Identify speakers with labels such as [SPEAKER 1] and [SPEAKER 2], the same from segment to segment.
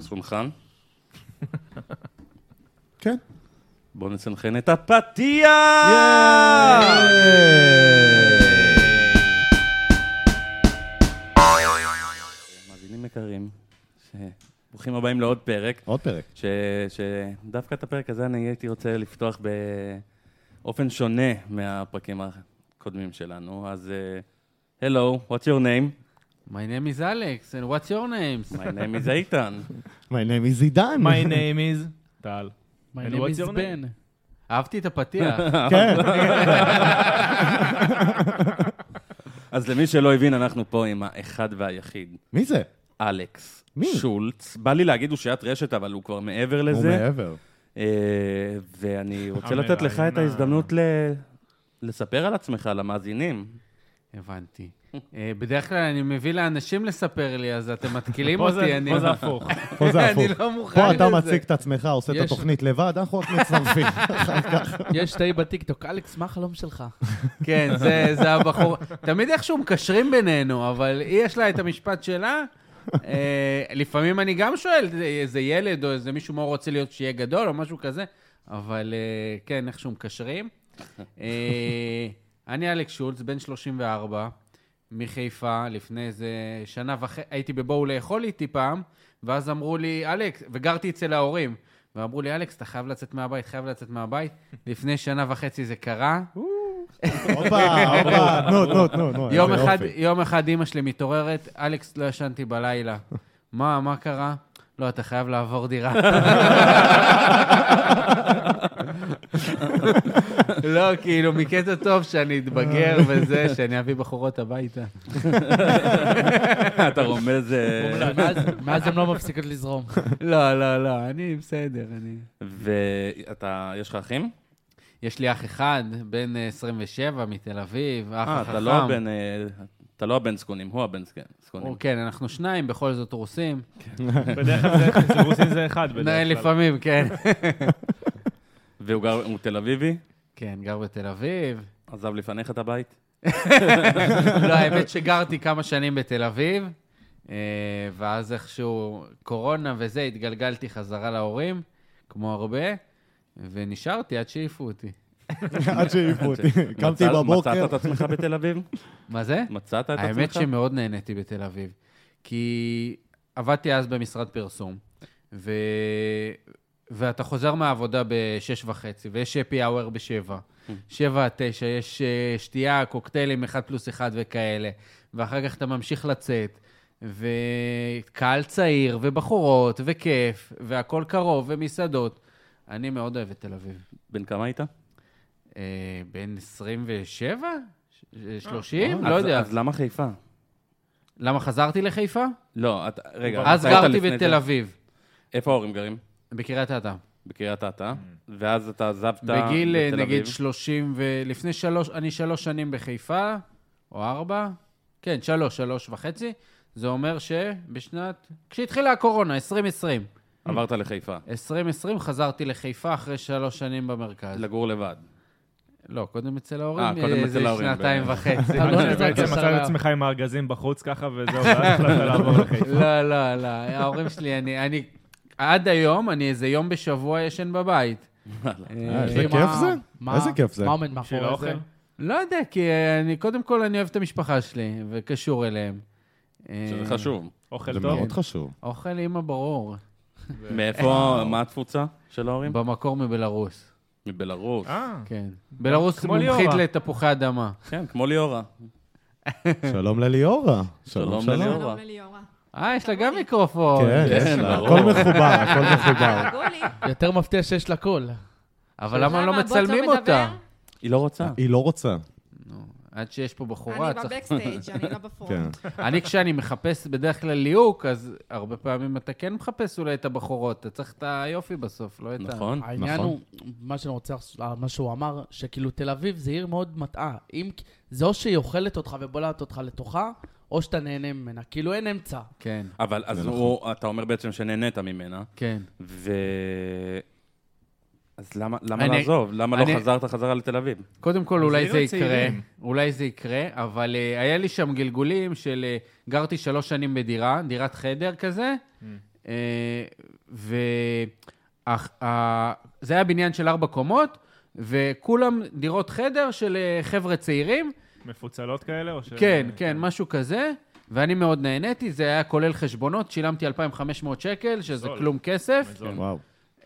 [SPEAKER 1] סונכן?
[SPEAKER 2] כן.
[SPEAKER 1] בואו נסנכן את
[SPEAKER 2] אה!
[SPEAKER 1] הפתיח! מאזינים יקרים, ש- ברוכים הבאים לעוד פרק.
[SPEAKER 2] עוד פרק.
[SPEAKER 1] ש... שדווקא את הפרק הזה אני הייתי רוצה לפתוח באופן שונה מהפרקים הקודמים שלנו. אז uh, hello, what's your name?
[SPEAKER 3] My name is Alex, and what's your name?
[SPEAKER 1] My name is איתן.
[SPEAKER 2] My name is עידן.
[SPEAKER 4] My name is טל.
[SPEAKER 3] My
[SPEAKER 4] And
[SPEAKER 3] name
[SPEAKER 4] what's
[SPEAKER 3] is
[SPEAKER 4] your
[SPEAKER 3] Ben. אהבתי את הפתיח.
[SPEAKER 2] כן.
[SPEAKER 1] אז למי שלא הבין, אנחנו פה עם האחד והיחיד,
[SPEAKER 2] מי זה?
[SPEAKER 1] אלכס
[SPEAKER 2] מי?
[SPEAKER 1] שולץ. בא לי להגיד הוא שיית רשת, אבל הוא כבר מעבר
[SPEAKER 2] הוא
[SPEAKER 1] לזה.
[SPEAKER 2] מעבר.
[SPEAKER 1] אה, ואני רוצה
[SPEAKER 4] המראיינה.
[SPEAKER 1] לתת לך את ההזדמנות ל- לספר על עצמך, למאזינים.
[SPEAKER 3] הבנתי. אה, בדרך כלל אני מביא לאנשים לספר לי, אז אתם מתקילים
[SPEAKER 4] פה זה-
[SPEAKER 3] אותי. אני- לא-
[SPEAKER 4] פה זה הפוך.
[SPEAKER 2] פה זה
[SPEAKER 3] אני
[SPEAKER 2] הפוך.
[SPEAKER 3] לא מוכן
[SPEAKER 2] פה אתה
[SPEAKER 3] לזה.
[SPEAKER 2] מציג את עצמך, עושה את
[SPEAKER 5] יש-
[SPEAKER 2] התוכנית לבד, אנחנו רק מצטרפים.
[SPEAKER 5] יש תאי בטיקטוק, אלכס, מה החלום שלך?
[SPEAKER 3] כן, זה- זה הבחור. תמיד איכשהו מקשרים בינינו, אבל היא יש לה את המשפט שלה. אה, לפעמים אני גם שואל איזה ילד או איזה מישהו מה הוא רוצה להיות שיהיה גדול או משהו כזה, אבל אה, כן, איכשהו מקשרים. אה, אני אלכס שולץ, בן 34, מחיפה, לפני איזה שנה וחצי, הייתי בבואו לאכול איתי פעם, ואז אמרו לי, אלכס, וגרתי אצל ההורים, ואמרו לי, אלכס, אתה חייב לצאת מהבית, חייב לצאת מהבית. לפני שנה וחצי זה קרה.
[SPEAKER 2] הופה, הופה, נו, נו, נו, נו.
[SPEAKER 3] יום
[SPEAKER 2] איזה
[SPEAKER 3] אחד,
[SPEAKER 2] יופי.
[SPEAKER 3] יום אחד אימא שלי מתעוררת, אלכס, לא ישנתי בלילה. מה, מה קרה? לא, אתה חייב לעבור דירה. לא, כאילו, מקטע טוב שאני אתבגר
[SPEAKER 2] אה.
[SPEAKER 3] וזה, שאני אביא בחורות הביתה.
[SPEAKER 1] אתה רומז... אה,
[SPEAKER 5] מאז- מאז הן לא מפסיקות לזרום.
[SPEAKER 3] לא, לא, לא, אני בסדר, אני...
[SPEAKER 1] ואתה, יש לך אחים?
[SPEAKER 3] יש לי אח אחד, בן אה, 27, מתל אביב, אח
[SPEAKER 1] אה,
[SPEAKER 3] החכם.
[SPEAKER 1] אתה לא הבן... אה, אתה לא הבן זקונים, הוא הבן זק- זקונים.
[SPEAKER 3] הוא- כן, אנחנו שניים, בכל זאת רוסים.
[SPEAKER 4] בדרך כלל זה- אצל רוסים זה אחד בדרך כלל.
[SPEAKER 3] לפעמים, כן.
[SPEAKER 1] והוא גר- הוא תל אביבי,
[SPEAKER 3] כן, גר בתל אביב.
[SPEAKER 1] עזב לפניך את הבית.
[SPEAKER 3] לא, האמת שגרתי כמה שנים בתל אביב, אה, ואז איכשהו קורונה וזה, התגלגלתי חזרה להורים, כמו הרבה, ונשארתי עד שהעיפו אותי.
[SPEAKER 2] עד שהעיפו אותי. קמתי
[SPEAKER 1] מצא-
[SPEAKER 2] בבוקר. אה,
[SPEAKER 1] מצאת את עצמך בתל אביב?
[SPEAKER 3] מה זה?
[SPEAKER 1] מצאת את עצמך?
[SPEAKER 3] האמת שמאוד נהניתי בתל אביב, כי עבדתי אז במשרד פרסום, ו... ואתה חוזר מהעבודה בשש וחצי, ויש happy hour בשבע. שבע עד תשע, יש אה, שתייה, קוקטיילים, אחד פלוס אחד וכאלה. ואחר כך אתה ממשיך לצאת, וקהל צעיר, ובחורות, וכיף, והכול קרוב, ומסעדות. אני מאוד אוהב את תל אביב.
[SPEAKER 1] בן כמה היית?
[SPEAKER 3] אה, בן 27? ש- 30? לא
[SPEAKER 1] אה, אז-
[SPEAKER 3] יודע.
[SPEAKER 1] אז למה חיפה?
[SPEAKER 3] למה חזרתי לחיפה?
[SPEAKER 1] לא, אתה- רגע.
[SPEAKER 3] אז
[SPEAKER 1] אתה היית
[SPEAKER 3] גרתי
[SPEAKER 1] לפני זה?
[SPEAKER 3] בתל אביב,
[SPEAKER 1] איפה ההורים גרים?
[SPEAKER 3] בקריית אתא.
[SPEAKER 1] בקריית אתא. ואז אתה עזבת
[SPEAKER 3] בגיל, אה,
[SPEAKER 1] בתל
[SPEAKER 3] נגיד,
[SPEAKER 1] אביב.
[SPEAKER 3] 30 ו... לפני שלוש, אני שלוש שנים בחיפה, או ארבע, כן, שלוש, שלוש וחצי. זה אומר שבשנת... כשהתחילה הקורונה, 2020.
[SPEAKER 1] עברת לחיפה.
[SPEAKER 3] 2020 חזרתי לחיפה אחרי שלוש שנים במרכז.
[SPEAKER 1] לגור לבד.
[SPEAKER 3] לא, קודם אצל ההורים,
[SPEAKER 1] קודם
[SPEAKER 3] אה,
[SPEAKER 1] אצל
[SPEAKER 3] זה
[SPEAKER 1] ההורים,
[SPEAKER 3] שנתיים
[SPEAKER 1] באמת.
[SPEAKER 3] וחצי.
[SPEAKER 5] אתה לא
[SPEAKER 4] עד
[SPEAKER 5] נזרק
[SPEAKER 4] שבעצם מצאת
[SPEAKER 5] לסלע.
[SPEAKER 4] את עצמך עם הארגזים בחוץ ככה, וזהו, ואז החלטת לעבור לחיפה.
[SPEAKER 3] לא, לא, לא, ההורים שלי, אני... אני- עד היום, אני איזה יום בשבוע ישן בבית.
[SPEAKER 2] אה, איזה
[SPEAKER 5] מה-
[SPEAKER 2] כיף זה?
[SPEAKER 5] מה-
[SPEAKER 2] איזה כיף זה?
[SPEAKER 5] מה עומד
[SPEAKER 4] בשביל
[SPEAKER 5] מאחורי זה?
[SPEAKER 4] האוכל?
[SPEAKER 3] לא יודע, כי אה, אני, קודם כל, אני אוהב את המשפחה שלי, וקשור אליהם. אה,
[SPEAKER 1] שזה חשוב.
[SPEAKER 2] זה
[SPEAKER 4] אוכל טוב?
[SPEAKER 2] מאוד חשוב.
[SPEAKER 3] אוכל אימא ברור. אה,
[SPEAKER 1] מאיפה, מה התפוצה של ההורים?
[SPEAKER 3] במקור מבלארוס,
[SPEAKER 1] מבלרוס.
[SPEAKER 4] אה,
[SPEAKER 3] כן. בלארוס
[SPEAKER 4] כמו
[SPEAKER 3] מומחית
[SPEAKER 4] ליאורה.
[SPEAKER 3] לתפוחי אדמה.
[SPEAKER 1] כן, כמו ליאורה.
[SPEAKER 2] שלום לליאורה.
[SPEAKER 1] שלום
[SPEAKER 2] שלום שלום.
[SPEAKER 6] לא
[SPEAKER 1] לליאורה.
[SPEAKER 7] שלום לליאורה.
[SPEAKER 3] אה, יש לה גם מיקרופון.
[SPEAKER 2] כן, יש לה.
[SPEAKER 1] ברור.
[SPEAKER 2] הכל מחובר, הכל
[SPEAKER 6] אה,
[SPEAKER 2] מחובר.
[SPEAKER 7] הרגו לי.
[SPEAKER 5] יותר מפתיע שיש לה קול.
[SPEAKER 3] אבל למה לא
[SPEAKER 7] הבוט
[SPEAKER 3] מצלמים
[SPEAKER 7] מדבר?
[SPEAKER 3] אותה?
[SPEAKER 1] היא לא
[SPEAKER 3] אה,
[SPEAKER 1] רוצה.
[SPEAKER 2] היא לא רוצה.
[SPEAKER 3] עד שיש פה בחורה.
[SPEAKER 7] אני
[SPEAKER 3] צריך-
[SPEAKER 7] בבקסטייג', אני לא
[SPEAKER 2] כן.
[SPEAKER 7] בפרונט.
[SPEAKER 3] אני, כשאני מחפש בדרך כלל ליהוק, אז הרבה פעמים אתה כן מחפש אולי את הבחורות. אתה צריך את היופי בסוף, לא את ה...
[SPEAKER 1] נכון.
[SPEAKER 5] העניין
[SPEAKER 2] נכון.
[SPEAKER 5] הוא, מה שאני רוצה, לחש- מה שהוא אמר, שכאילו תל אביב זה עיר מאוד מטעה. אם- זה או שהיא אוכלת אותך ובולעת אותך לתוכה, או שאתה נהנה ממנה. כאילו אין אמצע.
[SPEAKER 3] כן,
[SPEAKER 1] אבל אז
[SPEAKER 2] זה
[SPEAKER 1] הוא, אתה אומר בעצם שנהנית ממנה,
[SPEAKER 3] כן.
[SPEAKER 1] ו... אז למה, למה
[SPEAKER 3] אני-
[SPEAKER 1] לעזוב? למה לא
[SPEAKER 3] אני-
[SPEAKER 1] חזרת חזרה לתל אביב?
[SPEAKER 3] קודם כל, אולי
[SPEAKER 4] עיר
[SPEAKER 3] זה יקרה,
[SPEAKER 4] לצעירים.
[SPEAKER 3] אולי זה יקרה, אבל אה, היה לי שם גלגולים של אה, גרתי שלוש שנים בדירה, דירת חדר כזה, וזה היה בניין של ארבע קומות, וכולם דירות חדר של אה, חבר'ה צעירים.
[SPEAKER 4] מפוצלות כאלה או ש...
[SPEAKER 3] כן, כן, משהו כזה. ואני מאוד נהניתי, זה היה כולל חשבונות, שילמתי 2,500 שקל, שזה
[SPEAKER 4] זול.
[SPEAKER 3] כלום כסף. כן.
[SPEAKER 4] מזון.
[SPEAKER 2] וואו.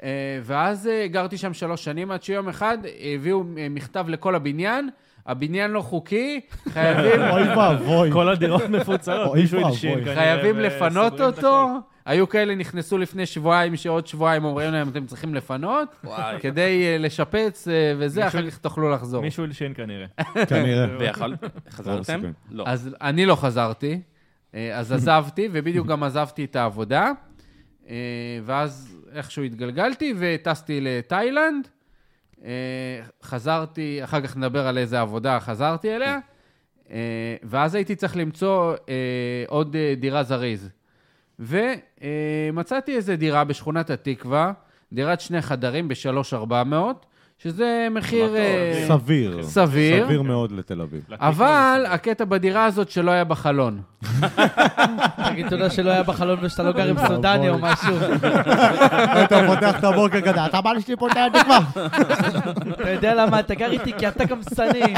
[SPEAKER 3] אה, ואז אה, גרתי שם שלוש שנים, עד שיום אחד הביאו אה, מכתב לכל הבניין, הבניין לא חוקי, חייבים,
[SPEAKER 2] אוי ואבוי.
[SPEAKER 4] כל הדירות מפוצלות,
[SPEAKER 2] אוי
[SPEAKER 4] מישהו
[SPEAKER 2] ואבוי.
[SPEAKER 4] הלשין כנראה.
[SPEAKER 3] חייבים
[SPEAKER 4] וסוגרים
[SPEAKER 3] לפנות
[SPEAKER 4] אה, את
[SPEAKER 3] אותו.
[SPEAKER 4] הכל.
[SPEAKER 3] היו כאלה נכנסו לפני שבועיים, שעוד שבועיים אומרים להם, אתם צריכים לפנות,
[SPEAKER 1] וואי.
[SPEAKER 3] כדי אה, לשפץ אה, וזה,
[SPEAKER 4] מישהו-
[SPEAKER 3] אחר כך תוכלו לחזור.
[SPEAKER 4] מישהו הלשין כנראה.
[SPEAKER 2] כנראה.
[SPEAKER 1] ויכול... חזרתם?
[SPEAKER 2] הסיכוי.
[SPEAKER 1] לא.
[SPEAKER 3] אז אני לא חזרתי, אה, אז עזבתי, ובדיוק גם עזבתי את העבודה, אה, ואז איכשהו התגלגלתי וטסתי לתאילנד. אה, חזרתי, אחר כך נדבר על איזה עבודה חזרתי אליה, אה, ואז הייתי צריך למצוא אה, עוד אה, דירה זריז. ומצאתי איזה דירה בשכונת התקווה, דירת שני חדרים ב-3,400, שזה מחיר
[SPEAKER 1] מה
[SPEAKER 3] אה,
[SPEAKER 2] סביר.
[SPEAKER 3] סביר.
[SPEAKER 2] סביר מאוד לתל אביב.
[SPEAKER 4] לתקווה
[SPEAKER 3] אבל הקטע בדירה הזאת שלא היה בחלון.
[SPEAKER 5] תגיד תודה שלא היה בחלון ושאתה לא גר עם
[SPEAKER 2] אוי,
[SPEAKER 5] סודני או
[SPEAKER 2] אוי.
[SPEAKER 5] משהו.
[SPEAKER 2] אתה פותח את הבוקר כזה, אתה בא לשתי פה את הדקווה.
[SPEAKER 5] אתה יודע למה אתה גר איתי? כי אתה גם שני.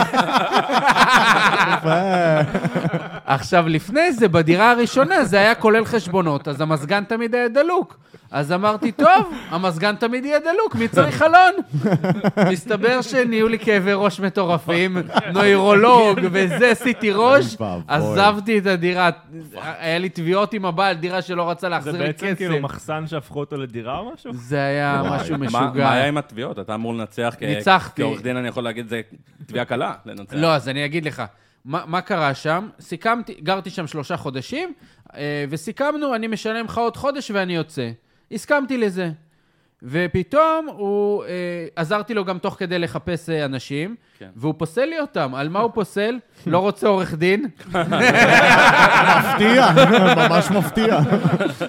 [SPEAKER 3] עכשיו, לפני זה, בדירה הראשונה, זה היה כולל חשבונות, אז המזגן תמיד היה דלוק. אז אמרתי, טוב, המזגן תמיד יהיה דלוק, מי צריך חלון? מסתבר שנהיו לי כאבי ראש מטורפים, נוירולוג וזה, עשיתי ראש,
[SPEAKER 2] אוי ואבוי.
[SPEAKER 3] עזבתי את הדירה. היה לי תביעות עם הבעל, דירה שלא רצה
[SPEAKER 4] זה
[SPEAKER 3] להחזיר לי
[SPEAKER 4] בעצם
[SPEAKER 3] כסף.
[SPEAKER 4] כאילו מחסן שהפכו אותו לדירה או משהו?
[SPEAKER 3] זה היה
[SPEAKER 2] וואי.
[SPEAKER 3] משהו
[SPEAKER 2] מה-
[SPEAKER 1] מה- מה
[SPEAKER 3] משוגע.
[SPEAKER 1] היה עם התביעות? אתה אמור לנצח כ-
[SPEAKER 3] ניצחתי.
[SPEAKER 1] כעורך דין, אני יכול להגיד, זה תביעה קלה, לנצח.
[SPEAKER 3] לא, אז אני אגיד לך. מה, מה קרה שם? סיכמתי, גרתי שם שלושה חודשים, אה, וסיכמנו, אני משלם לך עוד חודש ואני יוצא. הסכמתי לזה. ופתאום הוא, אה, עזרתי לו גם תוך כדי לחפש אה, אנשים,
[SPEAKER 1] כן.
[SPEAKER 3] והוא פוסל לי אותם. על מה הוא פוסל? לא רוצה עורך דין.
[SPEAKER 2] מפתיע, ממש מפתיע.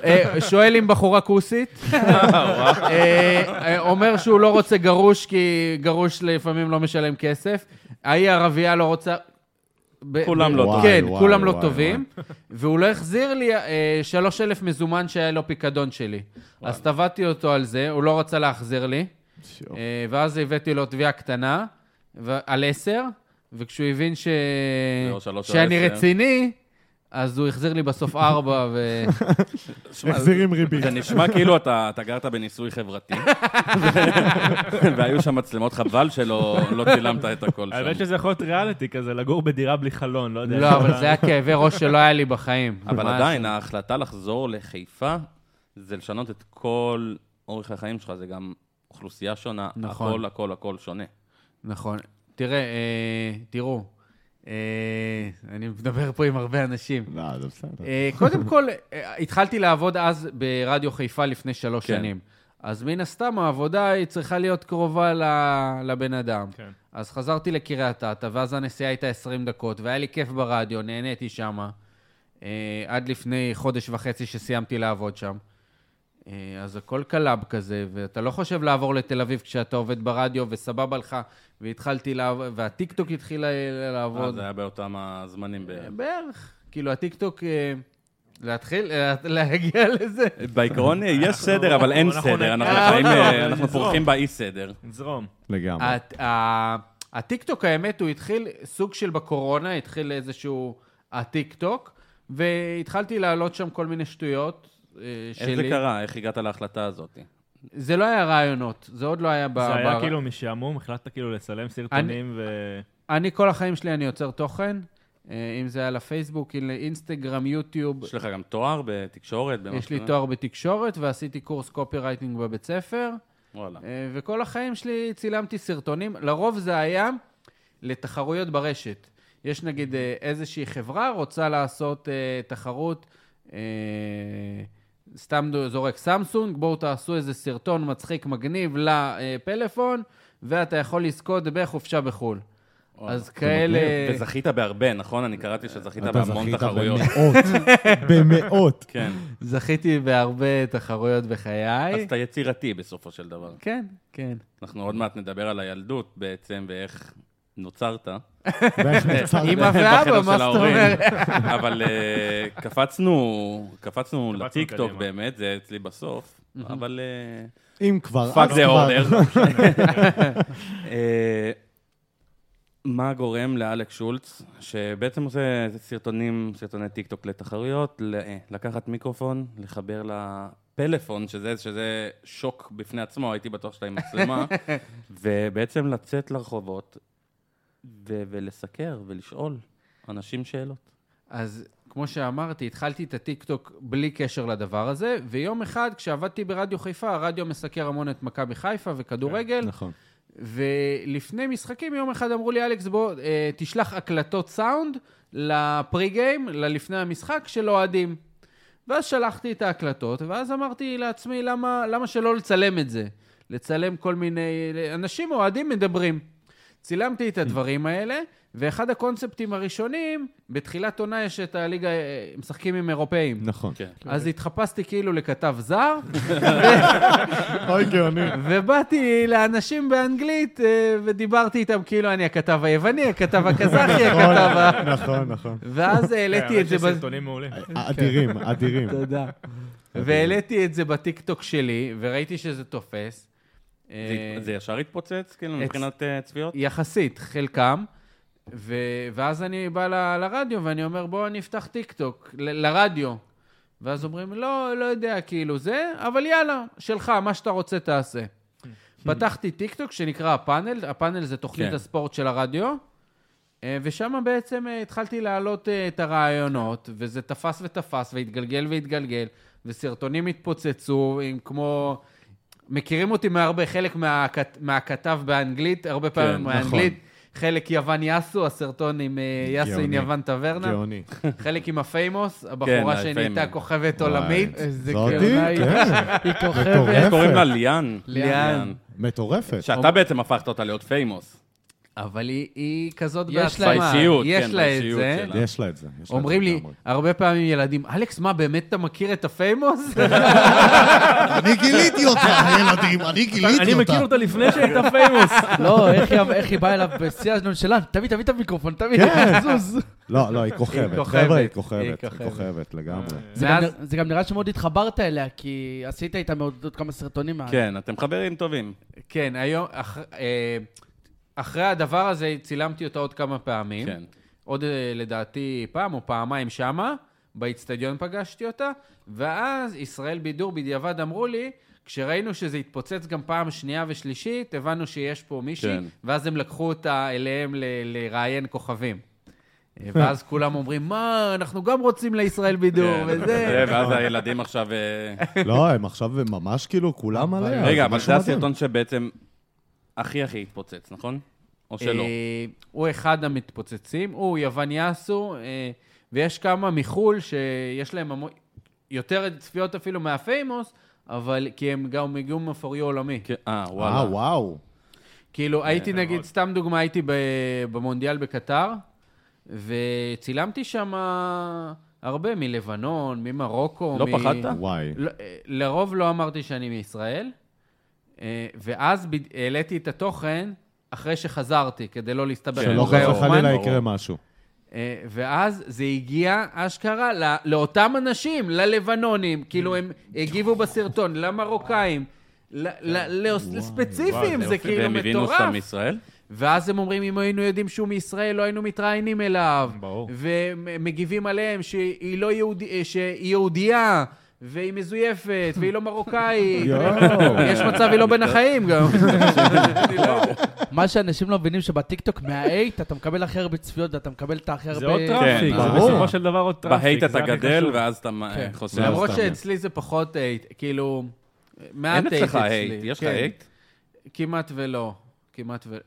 [SPEAKER 3] אה, שואל אם בחורה כוסית. אה, אה, אומר שהוא לא רוצה גרוש, כי גרוש לפעמים לא משלם כסף. ההיא ערבייה לא רוצה... ב-
[SPEAKER 1] כולם לא
[SPEAKER 2] וואי,
[SPEAKER 3] כן,
[SPEAKER 2] וואי,
[SPEAKER 3] כולם לא
[SPEAKER 2] וואי,
[SPEAKER 3] טובים. והוא לא החזיר לי אה, 3,000 מזומן שהיה לו פיקדון שלי. אז תבעתי אותו על זה, הוא לא רצה להחזיר לי. אה, ואז הבאתי לו תביעה קטנה ו- על 10, וכשהוא הבין ש...
[SPEAKER 1] לא, שלוש על
[SPEAKER 3] שאני
[SPEAKER 1] 10.
[SPEAKER 3] רציני, אז הוא החזיר לי בסוף 4, ו...
[SPEAKER 1] שמע,
[SPEAKER 2] החזיר עם ריבית.
[SPEAKER 1] זה נשמע כאילו אתה אתה גרת בניסוי חברתי, והיו שם מצלמות, חבל שלא לא צילמת את הכל
[SPEAKER 4] האמת
[SPEAKER 1] שם.
[SPEAKER 4] שזה יכול להיות ריאליטי כזה, לגור בדירה בלי חלון, לא יודע.
[SPEAKER 3] לא, אבל זה היה כאבי ראש שלא היה לי בחיים.
[SPEAKER 1] אבל
[SPEAKER 3] ממש.
[SPEAKER 1] עדיין, אה? ההחלטה לחזור לחיפה, זה לשנות את כל אורך החיים שלך, זה גם אוכלוסייה שונה,
[SPEAKER 3] נכון.
[SPEAKER 1] הכל, הכל, הכל שונה.
[SPEAKER 3] נכון. תראה, אה, תראו, אה, אני מדבר פה עם הרבה אנשים.
[SPEAKER 2] לא, זה בסדר.
[SPEAKER 3] אה, קודם כל, אה, התחלתי לעבוד אז ברדיו חיפה לפני שלוש
[SPEAKER 1] כן.
[SPEAKER 3] שנים. אז מן הסתם העבודה היא צריכה להיות קרובה ל- לבן אדם.
[SPEAKER 4] כן.
[SPEAKER 3] אז חזרתי לקריית אתא, ואז הנסיעה הייתה 20 דקות, והיה לי כיף ברדיו, נהניתי שמה. אה, עד לפני חודש וחצי שסיימתי לעבוד שם. אה, אז הכל קלאב כזה, ואתה לא חושב לעבור לתל אביב כשאתה עובד ברדיו, וסבבה לך, והתחלתי לעבוד, והטיקטוק התחיל ל-
[SPEAKER 1] אה,
[SPEAKER 3] לעבוד.
[SPEAKER 1] זה היה באותם הזמנים בערך.
[SPEAKER 3] בערך. כאילו, הטיקטוק, אה, להתחיל, אה, להגיע לזה.
[SPEAKER 1] בעיקרון יש סדר, אבל אין
[SPEAKER 4] אה, אנחנו
[SPEAKER 1] סדר.
[SPEAKER 4] נ-
[SPEAKER 1] אנחנו
[SPEAKER 4] אה,
[SPEAKER 1] חיים,
[SPEAKER 4] לא,
[SPEAKER 1] אה,
[SPEAKER 4] לא,
[SPEAKER 1] אנחנו
[SPEAKER 4] נזרום.
[SPEAKER 1] פורחים באי סדר.
[SPEAKER 4] נזרום.
[SPEAKER 2] לגמרי.
[SPEAKER 3] הת- ה- הטיקטוק, האמת, הוא התחיל סוג של בקורונה, התחיל איזשהו הטיקטוק, והתחלתי להעלות שם כל מיני שטויות אה, שלי.
[SPEAKER 1] איך זה קרה? איך הגעת להחלטה הזאת?
[SPEAKER 3] זה לא היה רעיונות, זה עוד לא היה ב...
[SPEAKER 4] זה היה
[SPEAKER 3] ב-
[SPEAKER 4] כאילו משעמום, החלטת כאילו לצלם סרטונים ו...
[SPEAKER 3] אני, כל החיים שלי אני יוצר תוכן, אה, אם זה היה לפייסבוק, אם לאינסטגרם, יוטיוב.
[SPEAKER 1] יש לך גם תואר בתקשורת? במה
[SPEAKER 3] יש לי
[SPEAKER 1] שקורה?
[SPEAKER 3] תואר בתקשורת ועשיתי קורס קופי רייטינג בבית ספר.
[SPEAKER 1] וואלה.
[SPEAKER 3] אה, וכל החיים שלי צילמתי סרטונים, לרוב זה היה לתחרויות ברשת. יש נגיד אה, איזושהי חברה רוצה לעשות אה, תחרות, אה, סתם דו- זורק סמסונג, בואו תעשו איזה סרטון מצחיק מגניב לפלאפון, ואתה יכול לזכות בחופשה בחו"ל.
[SPEAKER 1] וואלה.
[SPEAKER 3] אז כאלה...
[SPEAKER 1] וזכית בהרבה, נכון? אני קראתי שזכית
[SPEAKER 2] אתה
[SPEAKER 1] בהמון
[SPEAKER 2] זכית
[SPEAKER 1] תחרויות.
[SPEAKER 2] במאות, במאות.
[SPEAKER 1] כן.
[SPEAKER 3] זכיתי בהרבה תחרויות בחיי.
[SPEAKER 1] אז אתה יצירתי בסופו של דבר.
[SPEAKER 3] כן, כן.
[SPEAKER 1] אנחנו עוד מעט נדבר על הילדות בעצם, ואיך נוצרת.
[SPEAKER 2] ואיך נוצרת?
[SPEAKER 3] אמא ואבא,
[SPEAKER 1] בחדר
[SPEAKER 3] מה
[SPEAKER 1] של
[SPEAKER 3] זאת
[SPEAKER 1] ההורים.
[SPEAKER 3] אומרת?
[SPEAKER 1] אבל אה, קפצנו, קפצנו
[SPEAKER 4] קפצנו
[SPEAKER 1] לטיקטוק
[SPEAKER 4] קדימה.
[SPEAKER 1] באמת, זה אצלי בסוף, אבל... אה,
[SPEAKER 2] אם כבר,
[SPEAKER 1] פאק
[SPEAKER 2] אז
[SPEAKER 1] זה
[SPEAKER 7] לא
[SPEAKER 2] כבר.
[SPEAKER 1] אורדר. אה, מה גורם לאלכס שולץ, שבעצם עושה סרטונים, סרטוני טיקטוק לתחרויות, ל- אה, לקחת מיקרופון, לחבר לפלאפון, שזה, שזה שוק בפני עצמו, הייתי בטוח שאתה עם מצלמה, ובעצם לצאת לרחובות ו- ולסקר ולשאול אנשים שאלות.
[SPEAKER 3] אז כמו שאמרתי, התחלתי את הטיקטוק בלי קשר לדבר הזה, ויום אחד כשעבדתי ברדיו חיפה, הרדיו מסקר המון את מכבי חיפה וכדורגל,
[SPEAKER 7] נכון.
[SPEAKER 3] ולפני משחקים יום אחד אמרו לי, אלכס, בוא, אה, תשלח הקלטות סאונד לפרי-גיים, ללפני המשחק, של אוהדים. ואז שלחתי את ההקלטות, ואז אמרתי לעצמי, למה, למה שלא לצלם את זה? לצלם כל מיני... אנשים אוהדים מדברים. צילמתי את הדברים האלה, ואחד הקונספטים הראשונים, בתחילת עונה יש את הליגה, אה, משחקים עם אירופאים.
[SPEAKER 7] נכון.
[SPEAKER 1] כן.
[SPEAKER 3] אז התחפשתי כאילו לכתב זר,
[SPEAKER 2] אוי, גאוני.
[SPEAKER 3] כן. ובאתי לאנשים באנגלית אה, ודיברתי איתם כאילו אני הכתב היווני, הכתב הקזחי,
[SPEAKER 2] נכון,
[SPEAKER 3] הכתב ה...
[SPEAKER 2] נכון, נכון.
[SPEAKER 3] ואז העליתי את זה...
[SPEAKER 4] כן, יש
[SPEAKER 3] ב-
[SPEAKER 4] סרטונים מעולים.
[SPEAKER 2] אדירים, אדירים.
[SPEAKER 3] תודה. והעליתי את זה בטיקטוק שלי, וראיתי שזה תופס.
[SPEAKER 1] זה-
[SPEAKER 3] אה,
[SPEAKER 1] זה ישר התפוצץ, כאילו,
[SPEAKER 3] אצ-
[SPEAKER 1] מבחינת אה, צפיות?
[SPEAKER 3] יחסית, חלקם. ו... ואז אני בא ל... לרדיו ואני אומר, בואו אני אפתח טיקטוק, ל... לרדיו. ואז אומרים, לא, לא יודע, כאילו זה, אבל יאללה, שלך, מה שאתה רוצה תעשה. פתחתי טיקטוק שנקרא הפאנל, הפאנל זה תוכנית
[SPEAKER 1] כן.
[SPEAKER 3] הספורט של הרדיו, אה, ושם בעצם אה, התחלתי להעלות אה, את הרעיונות, וזה תפס ותפס, והתגלגל והתגלגל, וסרטונים התפוצצו, עם כמו... מכירים אותי מהרבה, חלק מהכת, מהכתב באנגלית, הרבה פעמים
[SPEAKER 1] כן,
[SPEAKER 3] באנגלית, חלק יוון יאסו, הסרטון עם אה, יאסו עם
[SPEAKER 2] גאוני.
[SPEAKER 3] יוון טברנה,
[SPEAKER 2] גאוני.
[SPEAKER 3] חלק עם הפיימוס,
[SPEAKER 1] כן,
[SPEAKER 3] הבחורה
[SPEAKER 1] הפיימוס.
[SPEAKER 3] שנהייתה כוכבת
[SPEAKER 7] וואי.
[SPEAKER 3] עולמית.
[SPEAKER 5] איזה
[SPEAKER 2] זאתי?
[SPEAKER 5] גאונה היא.
[SPEAKER 2] כן.
[SPEAKER 5] היא כוכבת.
[SPEAKER 2] מטורף.
[SPEAKER 1] איך קוראים לה? ליאן.
[SPEAKER 3] ליאן.
[SPEAKER 2] מטורפת.
[SPEAKER 1] שאתה בעצם הפכת אותה להיות פיימוס.
[SPEAKER 3] אבל היא, היא כזאת
[SPEAKER 5] יש לה
[SPEAKER 3] בעצמה.
[SPEAKER 1] באישיות,
[SPEAKER 3] יש
[SPEAKER 1] כן,
[SPEAKER 3] לה את
[SPEAKER 1] באישיות
[SPEAKER 3] זה.
[SPEAKER 1] שלה.
[SPEAKER 7] יש לה את זה. יש לה את זה
[SPEAKER 3] אומרים לי,
[SPEAKER 7] לגמרי.
[SPEAKER 3] הרבה פעמים ילדים, אלכס, מה, באמת אתה מכיר את הפיימוס?
[SPEAKER 2] אני גיליתי אותה, ילדים, אני
[SPEAKER 4] אני מכיר אותה לפני שהייתה פיימוס.
[SPEAKER 5] לא, איך היא- איך היא באה אליו בשיא השנונשלן? תביא, תביא את המיקרופון, תביא,
[SPEAKER 2] כן.
[SPEAKER 5] זוז.
[SPEAKER 7] לא, לא, היא
[SPEAKER 3] היא
[SPEAKER 7] כוכבת.
[SPEAKER 3] כוכבת.
[SPEAKER 7] חבר'ה, היא
[SPEAKER 3] היא
[SPEAKER 7] כוכבת.
[SPEAKER 3] כוכבת.
[SPEAKER 7] היא כוכבת לגמרי.
[SPEAKER 5] זה גם
[SPEAKER 3] ואז-
[SPEAKER 5] נרא- זה גם נראה שמאוד התחברת אליה, כי עשית איתה מאוד עוד כמה סרטונים.
[SPEAKER 1] כן, אתם חברים טובים.
[SPEAKER 3] כן, היום, אח, אה, אחרי הדבר הזה צילמתי אותה עוד כמה פעמים.
[SPEAKER 1] כן.
[SPEAKER 3] עוד אה, לדעתי פעם או פעמיים שמה, באיצטדיון פגשתי אותה, ואז ישראל בידור בדיעבד אמרו לי, כשראינו שזה התפוצץ גם פעם שנייה ושלישית, הבנו שיש פה מישהי,
[SPEAKER 1] כן.
[SPEAKER 3] כן. ואז הם לקחו אותה אליהם ל- לראיין כוכבים. אה, ואז כולם אומרים, מה, אנחנו גם רוצים לישראל בידור,
[SPEAKER 1] כן,
[SPEAKER 3] וזה...
[SPEAKER 1] ואז הילדים עכשיו... אה,
[SPEAKER 2] לא, הם עכשיו ממש כאילו כולם עליה.
[SPEAKER 1] רגע, אבל
[SPEAKER 2] משהו
[SPEAKER 1] זה
[SPEAKER 2] מדהים.
[SPEAKER 1] הסרטון שבעצם הכי הכי התפוצץ, נכון? או שלא?
[SPEAKER 3] אה, הוא אחד המתפוצצים, הוא יוון יאסו, אה, ויש כמה מחו"ל שיש להם המון, יותר צפיות אפילו מהפיימוס, אבל כי הם גם הגיעו מפוריו עולמי.
[SPEAKER 1] כן, אה,
[SPEAKER 2] אה,
[SPEAKER 1] וואלה.
[SPEAKER 2] וואו.
[SPEAKER 3] כאילו, הייתי נגיד,
[SPEAKER 4] מאוד.
[SPEAKER 3] סתם דוגמה, הייתי ב- במונדיאל בקטר, וצילמתי שם הרבה מלבנון, ממרוקו.
[SPEAKER 1] לא
[SPEAKER 3] מ-
[SPEAKER 1] פחדת?
[SPEAKER 7] וואי.
[SPEAKER 3] לא, אה, לרוב לא אמרתי שאני מישראל, אה, ואז בד- העליתי את התוכן אחרי שחזרתי, כדי לא להסתבך.
[SPEAKER 1] שלא
[SPEAKER 7] שלא
[SPEAKER 1] אוקיי,
[SPEAKER 7] חס
[SPEAKER 1] אורמן,
[SPEAKER 7] וחלילה
[SPEAKER 1] ברור.
[SPEAKER 7] יקרה משהו.
[SPEAKER 3] אה, ואז זה הגיע אשכרה לא, לאותם אנשים, ללבנונים, כאילו הם הגיבו בסרטון, למרוקאים, ל- ל- לאוס-
[SPEAKER 1] כן.
[SPEAKER 3] לספציפיים, זה כאילו
[SPEAKER 1] והם הבינו שאתה
[SPEAKER 3] מטורף.
[SPEAKER 1] מישראל?
[SPEAKER 3] ואז הם אומרים, אם היינו יודעים שהוא מישראל, לא היינו מתראיינים אליו.
[SPEAKER 4] ברור.
[SPEAKER 3] ומגיבים עליהם שהיא לא יהוד... אה, שהיא יהודייה, והיא מזויפת, והיא לא מרוקאית.
[SPEAKER 7] יואו.
[SPEAKER 3] יש מצב, היא לא בין החיים גם. אני לא יודע.
[SPEAKER 5] מה שאנשים לא מבינים שבטיקטוק מהאייט אתה מקבל הכי הרבה צפיות ואתה מקבל את הכי הרבה...
[SPEAKER 4] זה עוד
[SPEAKER 1] כן,
[SPEAKER 4] טראפיק, זה
[SPEAKER 2] ברור.
[SPEAKER 4] בסופו של דבר עוד טראפיק.
[SPEAKER 1] בהייט
[SPEAKER 4] זה
[SPEAKER 1] אתה
[SPEAKER 4] הכי
[SPEAKER 1] גדל,
[SPEAKER 4] חשוב.
[SPEAKER 1] ואז אתה מה-
[SPEAKER 5] כן.
[SPEAKER 1] חוסר.
[SPEAKER 3] למרות שאצלי זה פחות אייט, כאילו... מעט
[SPEAKER 1] אין
[SPEAKER 3] אייט
[SPEAKER 1] אצלך
[SPEAKER 3] אצלי.
[SPEAKER 1] הייט, יש לך
[SPEAKER 3] כן.
[SPEAKER 1] הייט?
[SPEAKER 3] כמעט ולא. כמעט ו...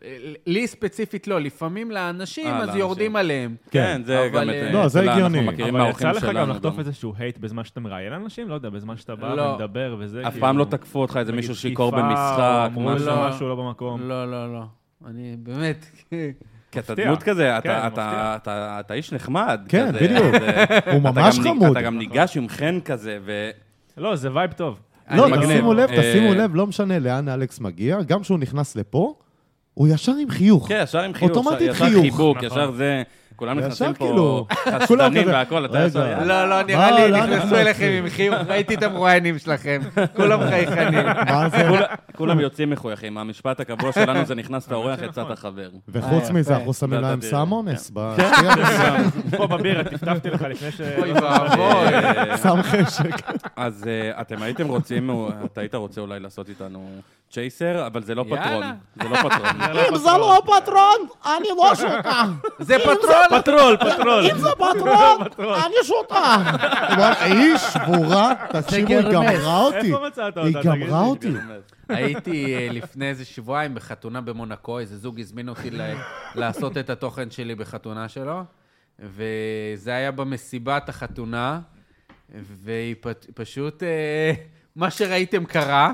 [SPEAKER 3] לי ספציפית לא, לפעמים לאנשים,
[SPEAKER 1] אה,
[SPEAKER 3] אז
[SPEAKER 1] לאנשים.
[SPEAKER 3] יורדים עליהם.
[SPEAKER 1] כן, זה
[SPEAKER 3] אבל,
[SPEAKER 1] גם
[SPEAKER 3] אה,
[SPEAKER 1] את...
[SPEAKER 7] לא, זה
[SPEAKER 1] אצלה
[SPEAKER 7] הגיוני.
[SPEAKER 1] אנחנו מכירים
[SPEAKER 4] אבל
[SPEAKER 1] מהאורחים
[SPEAKER 4] יצא
[SPEAKER 1] שלנו.
[SPEAKER 4] לך גם לחטוף
[SPEAKER 1] גם.
[SPEAKER 4] איזשהו הייט בזמן שאתה מראיין אנשים? לא יודע, בזמן שאתה בא
[SPEAKER 3] לא.
[SPEAKER 4] ומדבר וזה.
[SPEAKER 1] אף
[SPEAKER 4] כאילו,
[SPEAKER 1] פעם לא תקפו אותך איזה מישהו
[SPEAKER 4] תקיפה,
[SPEAKER 1] שיכור
[SPEAKER 4] או
[SPEAKER 1] במשחק,
[SPEAKER 4] אמרו לו
[SPEAKER 1] משהו.
[SPEAKER 3] לא.
[SPEAKER 4] משהו לא
[SPEAKER 1] נכון.
[SPEAKER 4] במקום.
[SPEAKER 3] לא, לא, לא. אני באמת...
[SPEAKER 1] כי אתה
[SPEAKER 4] מפתיע.
[SPEAKER 1] דמות כזה, אתה-
[SPEAKER 4] כן,
[SPEAKER 1] אתה-
[SPEAKER 4] מפתיע.
[SPEAKER 1] אתה- אתה איש נחמד.
[SPEAKER 2] כן,
[SPEAKER 1] כזה,
[SPEAKER 2] בדיוק.
[SPEAKER 1] אז, אה,
[SPEAKER 2] הוא
[SPEAKER 1] אתה
[SPEAKER 2] ממש
[SPEAKER 1] גם ניג-
[SPEAKER 2] חמוד.
[SPEAKER 1] אתה גם ניגש עם חן כזה, ו...
[SPEAKER 4] לא, זה וייב טוב.
[SPEAKER 2] לא,
[SPEAKER 1] אני מגניב.
[SPEAKER 2] תשימו לב,
[SPEAKER 1] אה,
[SPEAKER 2] תשימו לב, לא משנה לאן אלכס מגיע, גם כשהוא נכנס לפה,
[SPEAKER 7] הוא ישר עם חיוך.
[SPEAKER 1] כן, ישר עם חיוך,
[SPEAKER 7] אוטומטית
[SPEAKER 1] ישר
[SPEAKER 7] חיוך.
[SPEAKER 1] חיבוק,
[SPEAKER 4] נכון.
[SPEAKER 1] ישר זה, כולם
[SPEAKER 7] ישר
[SPEAKER 1] נכנסים פה
[SPEAKER 7] כאילו, כולם
[SPEAKER 1] חסדנים
[SPEAKER 7] כזה,
[SPEAKER 1] והכל, אתה
[SPEAKER 7] רגע.
[SPEAKER 1] ישר, יאללה.
[SPEAKER 3] לא, לא, נראה לי
[SPEAKER 7] לא,
[SPEAKER 3] נכנסו
[SPEAKER 7] אנחנו-
[SPEAKER 3] אליכם עם חיוך, ראיתי את המרואיינים שלכם, כולם חייכנים.
[SPEAKER 7] מה זה?
[SPEAKER 1] כולם- כולם יוצאים מחויכים, המשפט הקבוע שלנו זה נכנס לאורח, יצאת חבר.
[SPEAKER 7] וחוץ
[SPEAKER 5] אה,
[SPEAKER 7] מזה,
[SPEAKER 5] יפה.
[SPEAKER 7] אנחנו שמים
[SPEAKER 1] ואתה
[SPEAKER 7] להם
[SPEAKER 1] תראה.
[SPEAKER 7] סם אונס.
[SPEAKER 1] כן.
[SPEAKER 7] בשנייה,
[SPEAKER 4] פה בבירה, טפטפתי לך לפני ש...
[SPEAKER 3] אוי ואבוי.
[SPEAKER 1] אה,
[SPEAKER 7] סם חשק.
[SPEAKER 1] אז אה, אתם הייתם רוצים, או- אתה היית רוצה אולי לעשות איתנו צ'ייסר, אבל זה לא
[SPEAKER 3] יאללה.
[SPEAKER 1] פטרון. זה לא פטרון.
[SPEAKER 4] אם זה לא...
[SPEAKER 8] פטרון, אני לא שותף.
[SPEAKER 3] זה פטרול!
[SPEAKER 4] פטרול, פטרול.
[SPEAKER 8] אם זה פטרון, אני שותף.
[SPEAKER 7] וואי, היא שבורה, תקשיבו, היא
[SPEAKER 5] גרמס.
[SPEAKER 7] גמרה אותי.
[SPEAKER 4] איפה מצאת אותה?
[SPEAKER 7] היא
[SPEAKER 4] תגיד לי?
[SPEAKER 7] גמרה אותי.
[SPEAKER 3] הייתי אה, לפני איזה שבועיים בחתונה במונקו, איזה זוג הזמין אותי ל- לעשות את התוכן שלי בחתונה שלו, וזה היה במסיבת החתונה, והיא פ- פשוט, אה, מה שראיתם קרה.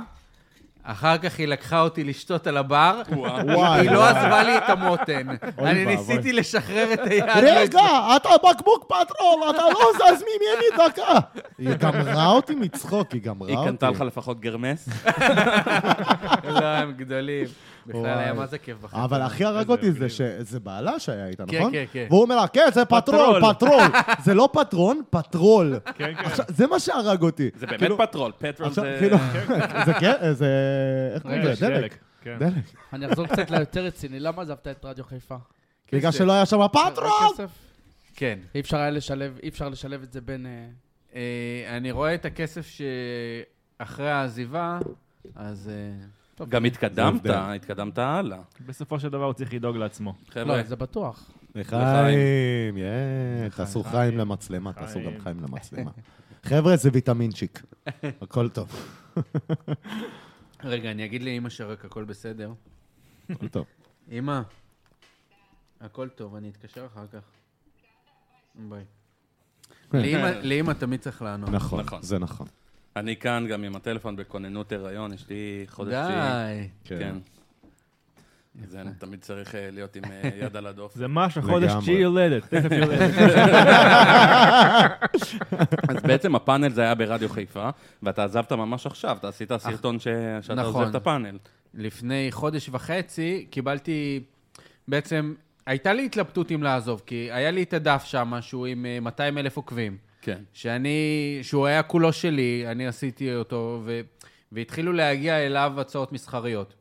[SPEAKER 3] אחר כך היא לקחה אותי לשתות על הבר,
[SPEAKER 7] וואי,
[SPEAKER 3] היא לא
[SPEAKER 7] וואי.
[SPEAKER 3] עזבה לי את המותן. אני
[SPEAKER 2] ואבוי.
[SPEAKER 3] ניסיתי לשחרר את היד. לא
[SPEAKER 8] רגע, אתה בקבוק פטרון, אתה לא זז ממני דקה.
[SPEAKER 7] היא גמרה אותי מצחוק, היא גמרה
[SPEAKER 1] היא
[SPEAKER 7] אותי.
[SPEAKER 1] קנתה לך לפחות גרמס?
[SPEAKER 3] לא, הם גדולים. בכלל
[SPEAKER 7] וואי.
[SPEAKER 3] היה מה זה כיף בחיים.
[SPEAKER 7] אבל הכי הרג אותי זה שזה בעלה שהיה איתה,
[SPEAKER 3] כן,
[SPEAKER 7] נכון?
[SPEAKER 3] כן, כן.
[SPEAKER 7] והוא אומר לה, כן, זה פטרול,
[SPEAKER 4] פטרול."
[SPEAKER 7] פטרול. זה לא פטרון, פטרול.
[SPEAKER 4] כן, כן.
[SPEAKER 7] עכשיו, זה מה שהרג אותי.
[SPEAKER 1] זה באמת
[SPEAKER 7] כאילו,
[SPEAKER 1] פטרול, פטרול
[SPEAKER 7] עכשיו,
[SPEAKER 1] זה...
[SPEAKER 7] כאילו, זה כן, זה... איך
[SPEAKER 4] אה,
[SPEAKER 7] קוראים
[SPEAKER 5] רגע,
[SPEAKER 7] לזה? דלק.
[SPEAKER 4] כן.
[SPEAKER 7] דלק.
[SPEAKER 5] אני אחזור קצת ליותר רציני, למה עזבת את רדיו חיפה?
[SPEAKER 7] בגלל
[SPEAKER 4] כן.
[SPEAKER 7] שלא היה שם פטרול.
[SPEAKER 5] הכסף?
[SPEAKER 3] כן.
[SPEAKER 5] אי אפשר היה לשלב, אי אפשר לשלב את זה בין... אה,
[SPEAKER 3] אה, אני רואה את הכסף שאחרי העזיבה, אז... אה,
[SPEAKER 1] גם התקדמת,
[SPEAKER 7] זה הבדל.
[SPEAKER 1] התקדמת הלאה.
[SPEAKER 4] בסופו של דבר הוא צריך לדאוג לעצמו.
[SPEAKER 1] חבר'ה,
[SPEAKER 5] לא, זה בטוח.
[SPEAKER 7] לחיים, יא, תעשו חיים למצלמה, תעשו גם חיים למצלמה. חבר'ה, זה ויטמינצ'יק. הכל טוב,
[SPEAKER 3] רגע, אני אגיד לאימא שרק הכל בסדר.
[SPEAKER 7] הכל טוב.
[SPEAKER 3] אימא, הכל טוב, אני אתקשר אחר כך. ביי. לאימא- לאימא תמיד צריך לענות.
[SPEAKER 7] כן. נכון,
[SPEAKER 1] נכון.
[SPEAKER 7] זה נכון.
[SPEAKER 1] אני כאן גם עם הטלפון בכוננות הריון, יש לי חודש תשיעי.
[SPEAKER 3] די.
[SPEAKER 1] כן. זה אני תמיד צריך אה, להיות עם אה, יד על הדופן.
[SPEAKER 4] זה משהו, חודש
[SPEAKER 7] לגמרי.
[SPEAKER 4] תשיעי יולדת. תכף יולדת.
[SPEAKER 1] אז בעצם הפאנל זה היה ברדיו חיפה, ואתה עזבת ממש עכשיו, אתה עשית סרטון ש- שאתה
[SPEAKER 3] נכון.
[SPEAKER 1] עוזב את הפאנל.
[SPEAKER 3] לפני חודש וחצי קיבלתי, בעצם, הייתה לי התלבטות אם לעזוב, כי היה לי את הדף שם, שהוא עם 200 אלף עוקבים.
[SPEAKER 1] כן.
[SPEAKER 3] שאני, שהוא היה כולו שלי, אני עשיתי אותו, ו, והתחילו להגיע אליו הצעות מסחריות.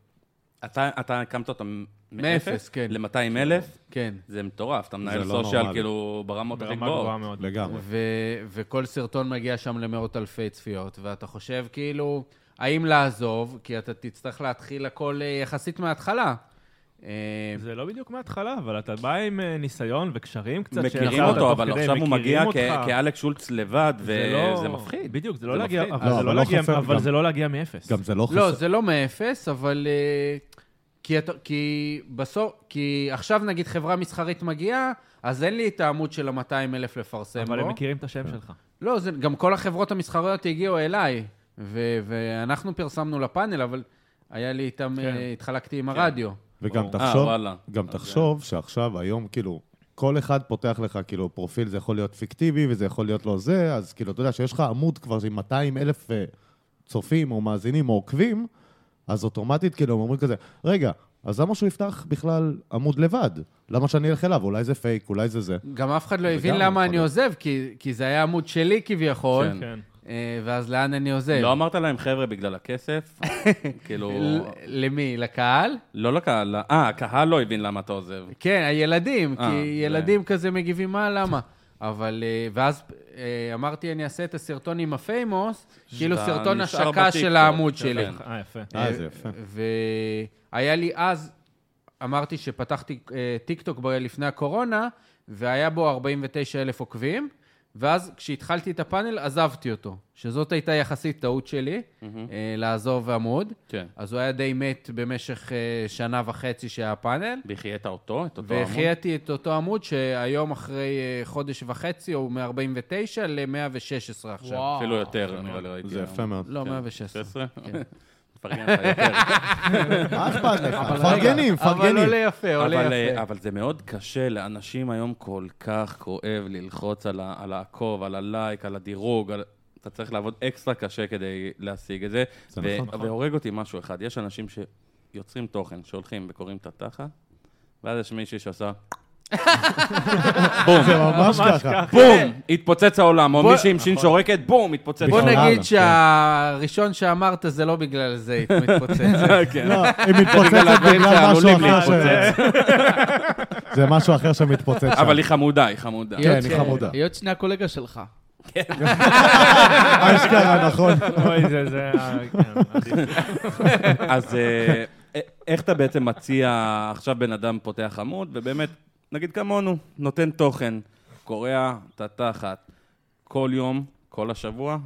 [SPEAKER 1] אתה אתה הקמת אותה מ-
[SPEAKER 3] מאפס,
[SPEAKER 1] מאפס?
[SPEAKER 3] כן.
[SPEAKER 1] ל-200 אלף?
[SPEAKER 3] כן.
[SPEAKER 1] זה מטורף, אתה מנהל
[SPEAKER 7] לא
[SPEAKER 1] סושיאל
[SPEAKER 7] נורמלי.
[SPEAKER 1] כאילו ברמות הכי
[SPEAKER 4] ברמה
[SPEAKER 1] גבוהות.
[SPEAKER 4] גבוהה מאוד.
[SPEAKER 7] כן. לגמרי.
[SPEAKER 3] ו, וכל סרטון מגיע שם למאות אלפי צפיות, ואתה חושב כאילו, האם לעזוב, כי אתה תצטרך להתחיל הכל אה, יחסית מההתחלה. אה,
[SPEAKER 4] זה לא בדיוק מההתחלה, אבל אתה בא עם אה, ניסיון וקשרים קצת.
[SPEAKER 1] מכירים
[SPEAKER 4] שיצרת
[SPEAKER 1] אותו,
[SPEAKER 4] תוך
[SPEAKER 1] אבל
[SPEAKER 4] כדי,
[SPEAKER 1] עכשיו הוא
[SPEAKER 4] מכירים
[SPEAKER 1] מגיע
[SPEAKER 4] אותך.
[SPEAKER 1] כ- כאלק שולץ לבד,
[SPEAKER 4] זה לא-
[SPEAKER 1] וזה מפחיד.
[SPEAKER 4] בדיוק, זה לא
[SPEAKER 1] זה
[SPEAKER 4] להגיע,
[SPEAKER 1] מפחיד.
[SPEAKER 4] אבל
[SPEAKER 7] לא,
[SPEAKER 4] זה
[SPEAKER 7] אבל
[SPEAKER 4] לא
[SPEAKER 7] לא
[SPEAKER 4] להגיע-
[SPEAKER 7] חסר
[SPEAKER 4] אבל
[SPEAKER 7] גם.
[SPEAKER 4] זה לא להגיע מאפס.
[SPEAKER 7] גם זה לא
[SPEAKER 3] לא,
[SPEAKER 7] חסר.
[SPEAKER 3] זה לא מאפס, אבל... אה, כי, אתה, כי בסוף, כי עכשיו נגיד חברה מסחרית מגיעה, אז אין לי את העמוד של ה-200 אלף לפרסם בו.
[SPEAKER 4] אבל הם מכירים את
[SPEAKER 7] כן.
[SPEAKER 4] השם שלך.
[SPEAKER 3] לא, זה, גם כל החברות המסחריות הגיעו אליי, ו, ואנחנו פרסמנו לפאנל, אבל היה לי איתם,
[SPEAKER 4] כן.
[SPEAKER 3] אה, התחלקתי עם הרדיו.
[SPEAKER 7] וגם
[SPEAKER 1] ברור. אה,
[SPEAKER 7] תחשוב,
[SPEAKER 1] וואלה.
[SPEAKER 7] גם
[SPEAKER 1] אז,
[SPEAKER 7] תחשוב שעכשיו, היום, כאילו, כל אחד פותח לך, כאילו, פרופיל, זה יכול להיות פיקטיבי וזה יכול להיות לא זה, אז כאילו, אתה יודע שיש לך עמוד כבר עם 200 אלף אה, צופים או מאזינים או עוקבים, אז אוטומטית, כאילו, הם אומרים כזה, רגע, אז למה שהוא יפתח בכלל עמוד לבד? למה שאני אלך אליו? אולי זה פייק, אולי זה זה.
[SPEAKER 3] גם אף אחד לא הבין
[SPEAKER 7] גם
[SPEAKER 3] למה
[SPEAKER 7] יכול
[SPEAKER 3] אני
[SPEAKER 7] להיות.
[SPEAKER 3] עוזב, כי, כי זה היה עמוד שלי כביכול,
[SPEAKER 1] כן.
[SPEAKER 4] כן.
[SPEAKER 3] אה, ואז לאן אני עוזב?
[SPEAKER 1] לא אמרת להם, חבר'ה, בגלל הכסף? כאילו...
[SPEAKER 3] ל- למי? לקהל?
[SPEAKER 1] לא לקהל, אה, הקהל לא הבין למה אתה עוזב.
[SPEAKER 3] כן, הילדים,
[SPEAKER 1] אה,
[SPEAKER 3] כי ילדים כזה מגיבים מה, למה. אבל, אה, ואז אה, אמרתי, אני אעשה את הסרטון עם הפיימוס, כאילו
[SPEAKER 1] שאתה
[SPEAKER 3] סרטון
[SPEAKER 1] נשאר
[SPEAKER 3] השקה
[SPEAKER 1] בטיקטוק,
[SPEAKER 3] של העמוד
[SPEAKER 1] כן.
[SPEAKER 3] שלי.
[SPEAKER 4] אה, יפה.
[SPEAKER 7] אה, זה יפה.
[SPEAKER 3] והיה לי אז, אמרתי שפתחתי אה, טיקטוק ב- לפני הקורונה, והיה בו 49 אלף עוקבים, ואז כשהתחלתי את הפאנל, עזבתי אותו, שזאת הייתה יחסית טעות שלי, אה, לעזוב עמוד.
[SPEAKER 1] כן.
[SPEAKER 3] אז הוא היה די מת במשך אה, שנה וחצי שהיה הפאנל.
[SPEAKER 1] והחיית אותו, את אותו עמוד?
[SPEAKER 3] והחייתי את אותו עמוד שהיום אחרי אה, חודש וחצי הוא מ-49 ל-116 עכשיו.
[SPEAKER 1] אפילו יותר, נראה לי ראיתי.
[SPEAKER 7] זה יפה מאוד.
[SPEAKER 3] לא,
[SPEAKER 1] כן.
[SPEAKER 3] 116.
[SPEAKER 1] 16?
[SPEAKER 3] כן.
[SPEAKER 1] מפרגן לך יותר.
[SPEAKER 7] מה אכפת לך?
[SPEAKER 3] רגע,
[SPEAKER 7] מפרגנים,
[SPEAKER 3] אבל לא
[SPEAKER 7] מפרגנים.
[SPEAKER 3] עולה יפה, עולה
[SPEAKER 1] אבל,
[SPEAKER 3] יפה.
[SPEAKER 1] אה, אבל זה מאוד קשה לאנשים היום כל כך כואב ללחוץ על, ה, על העקוב, על הלייק, על הדירוג. על... אתה צריך לעבוד אקסטרה קשה כדי להשיג את זה.
[SPEAKER 7] זה
[SPEAKER 1] ו-
[SPEAKER 7] נכון,
[SPEAKER 1] והורג אותי משהו אחד. יש אנשים יוצרים תוכן, שהולכים וקוראים את התחת, ואז יש מישהי שעושה... בום,
[SPEAKER 7] זה ממש ככה.
[SPEAKER 1] בום, התפוצץ העולם, או
[SPEAKER 3] בוא- נכון.
[SPEAKER 1] מישהי עם שין שורקת, בום, התפוצץ
[SPEAKER 3] בוא
[SPEAKER 1] העולם.
[SPEAKER 7] בכלל,
[SPEAKER 3] נגיד
[SPEAKER 7] כן.
[SPEAKER 3] שהראשון שאמרת זה לא בגלל זה מתפוצץ.
[SPEAKER 1] כן.
[SPEAKER 7] לא, היא מתפוצצת
[SPEAKER 1] הדברים
[SPEAKER 7] בגלל משהו
[SPEAKER 1] שעלולים
[SPEAKER 7] אחר ש... זה משהו אחר שמתפוצץ שם.
[SPEAKER 1] אבל היא חמודה, היא חמודה.
[SPEAKER 5] היא עוד
[SPEAKER 7] כן, היא
[SPEAKER 5] ש-
[SPEAKER 7] חמודה.
[SPEAKER 5] היא עוד שנייה קולגה שלך.
[SPEAKER 7] אשכרה, נכון.
[SPEAKER 4] אוי, זה, זה... ה- כן, עדיף.
[SPEAKER 1] אז אה, א- איך אתה בעצם מציע, עכשיו בן אדם פותח עמוד, ובאמת, נגיד כמונו, נותן תוכן, קורע את התחת כל יום, כל השבוע,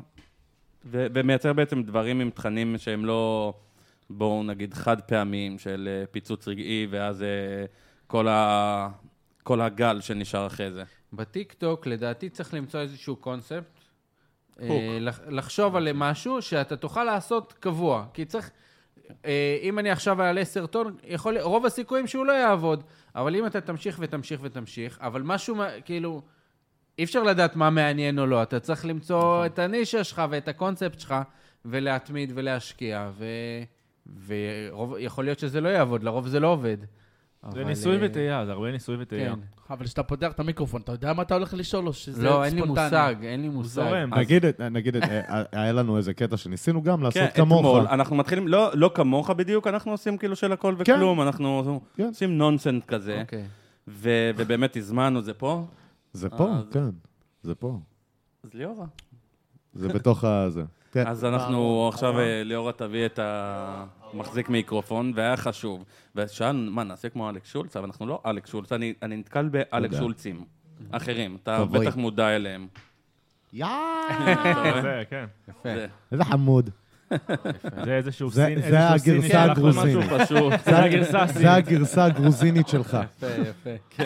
[SPEAKER 1] ו- ומייצר בעצם דברים עם תכנים שהם לא, בואו נגיד, חד פעמיים, של אה, פיצוץ רגעי, ואז אה, כל ה... כל הגל שנשאר אחרי זה.
[SPEAKER 3] בטיקטוק, לדעתי צריך למצוא איזשהו קונספט. אה, לח- לחשוב על משהו שאתה תוכל לעשות קבוע. כי צריך... אה, אם אני עכשיו אעלה סרטון, יכול, רוב הסיכויים שהוא לא יעבוד. אבל אם אתה תמשיך ותמשיך ותמשיך, אבל משהו, מה- כאילו, אי אפשר לדעת מה מעניין או לא. אתה צריך למצוא את הנישה שלך ואת הקונספט שלך, ולהתמיד ולהשקיע. ו... ויכול להיות שזה לא יעבוד, לרוב זה לא עובד. אבל,
[SPEAKER 4] זה ניסוי
[SPEAKER 3] אה,
[SPEAKER 4] וטעייה, זה הרבה ניסוי וטעייה.
[SPEAKER 3] כן.
[SPEAKER 5] אבל כשאתה פותח את המיקרופון, אתה יודע מה אתה הולך לשאול או שזה ספונטני?
[SPEAKER 3] לא, אין לי מושג, אין לי
[SPEAKER 4] הוא
[SPEAKER 3] מושג.
[SPEAKER 4] זורם.
[SPEAKER 7] נגיד, את- נגיד, את- אה, היה לנו איזה קטע שניסינו גם
[SPEAKER 1] כן,
[SPEAKER 7] לעשות כמוך.
[SPEAKER 1] אתמול, אנחנו מתחילים, לא, לא כמוך בדיוק, אנחנו עושים כאילו של הכל
[SPEAKER 7] כן.
[SPEAKER 1] וכלום, אנחנו
[SPEAKER 7] כן.
[SPEAKER 1] עושים נונסנס כזה.
[SPEAKER 3] אוקיי.
[SPEAKER 1] ו- ובאמת הזמנו את זה פה.
[SPEAKER 7] זה פה,
[SPEAKER 1] אה, זה-
[SPEAKER 7] כן. זה פה.
[SPEAKER 1] אז ליאורה.
[SPEAKER 7] זה בתוך ה... זה. כן.
[SPEAKER 1] אז אנחנו עכשיו, אה, ליאורה תביא את המחזיק מיקרופון, והיה חשוב. ושאלנו, מה, נעשה כמו אלכס שולץ? אבל אנחנו לא אלכס שולץ, אני אני נתקל באלכס
[SPEAKER 7] תודה.
[SPEAKER 1] שולצים אחרים, אתה
[SPEAKER 7] תבואי.
[SPEAKER 1] בטח מודע אליהם.
[SPEAKER 4] זה, כן.
[SPEAKER 3] יפה.
[SPEAKER 1] זה-
[SPEAKER 7] איזה חמוד.
[SPEAKER 4] זה איזשהו
[SPEAKER 7] כן. זה-
[SPEAKER 4] סין,
[SPEAKER 7] זה
[SPEAKER 4] איזשהו
[SPEAKER 7] הגרסה
[SPEAKER 4] סיני שהלך לו משהו
[SPEAKER 7] הדרוזינית.
[SPEAKER 4] פשוט. זה הגרסה הסינית.
[SPEAKER 7] זה הגרסה הגרוזינית שלך.
[SPEAKER 3] יפה, יפה.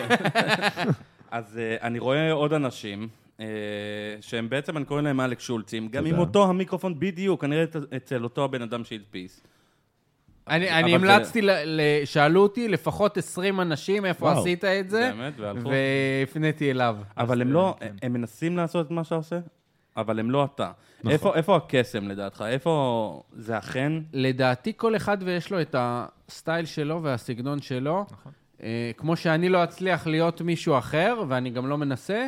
[SPEAKER 1] אז אה, אני רואה עוד אנשים, אה, שהם בעצם, אני קורא להם אלכס שולצים, גם עם אותו המיקרופון בדיוק, כנראה את- אצל אותו הבן אדם שהדפיס.
[SPEAKER 3] אני
[SPEAKER 1] אבל
[SPEAKER 3] אני
[SPEAKER 1] זה-
[SPEAKER 3] המלצתי, ל- ל- שאלו אותי לפחות 20 אנשים איפה
[SPEAKER 7] וואו.
[SPEAKER 3] עשית את זה,
[SPEAKER 1] באמת, והלכו.
[SPEAKER 3] והפניתי אליו.
[SPEAKER 1] אבל הם לא,
[SPEAKER 3] אה, כן.
[SPEAKER 1] הם מנסים לעשות את מה שאתה עושה, אבל הם לא אתה.
[SPEAKER 3] נכון.
[SPEAKER 1] איפה- איפה הקסם לדעתך? איפה זה החן?
[SPEAKER 3] לדעתי כל אחד ויש לו את הסטייל שלו והסגנון שלו. אה, כמו שאני לא אצליח להיות מישהו אחר, ואני גם לא מנסה,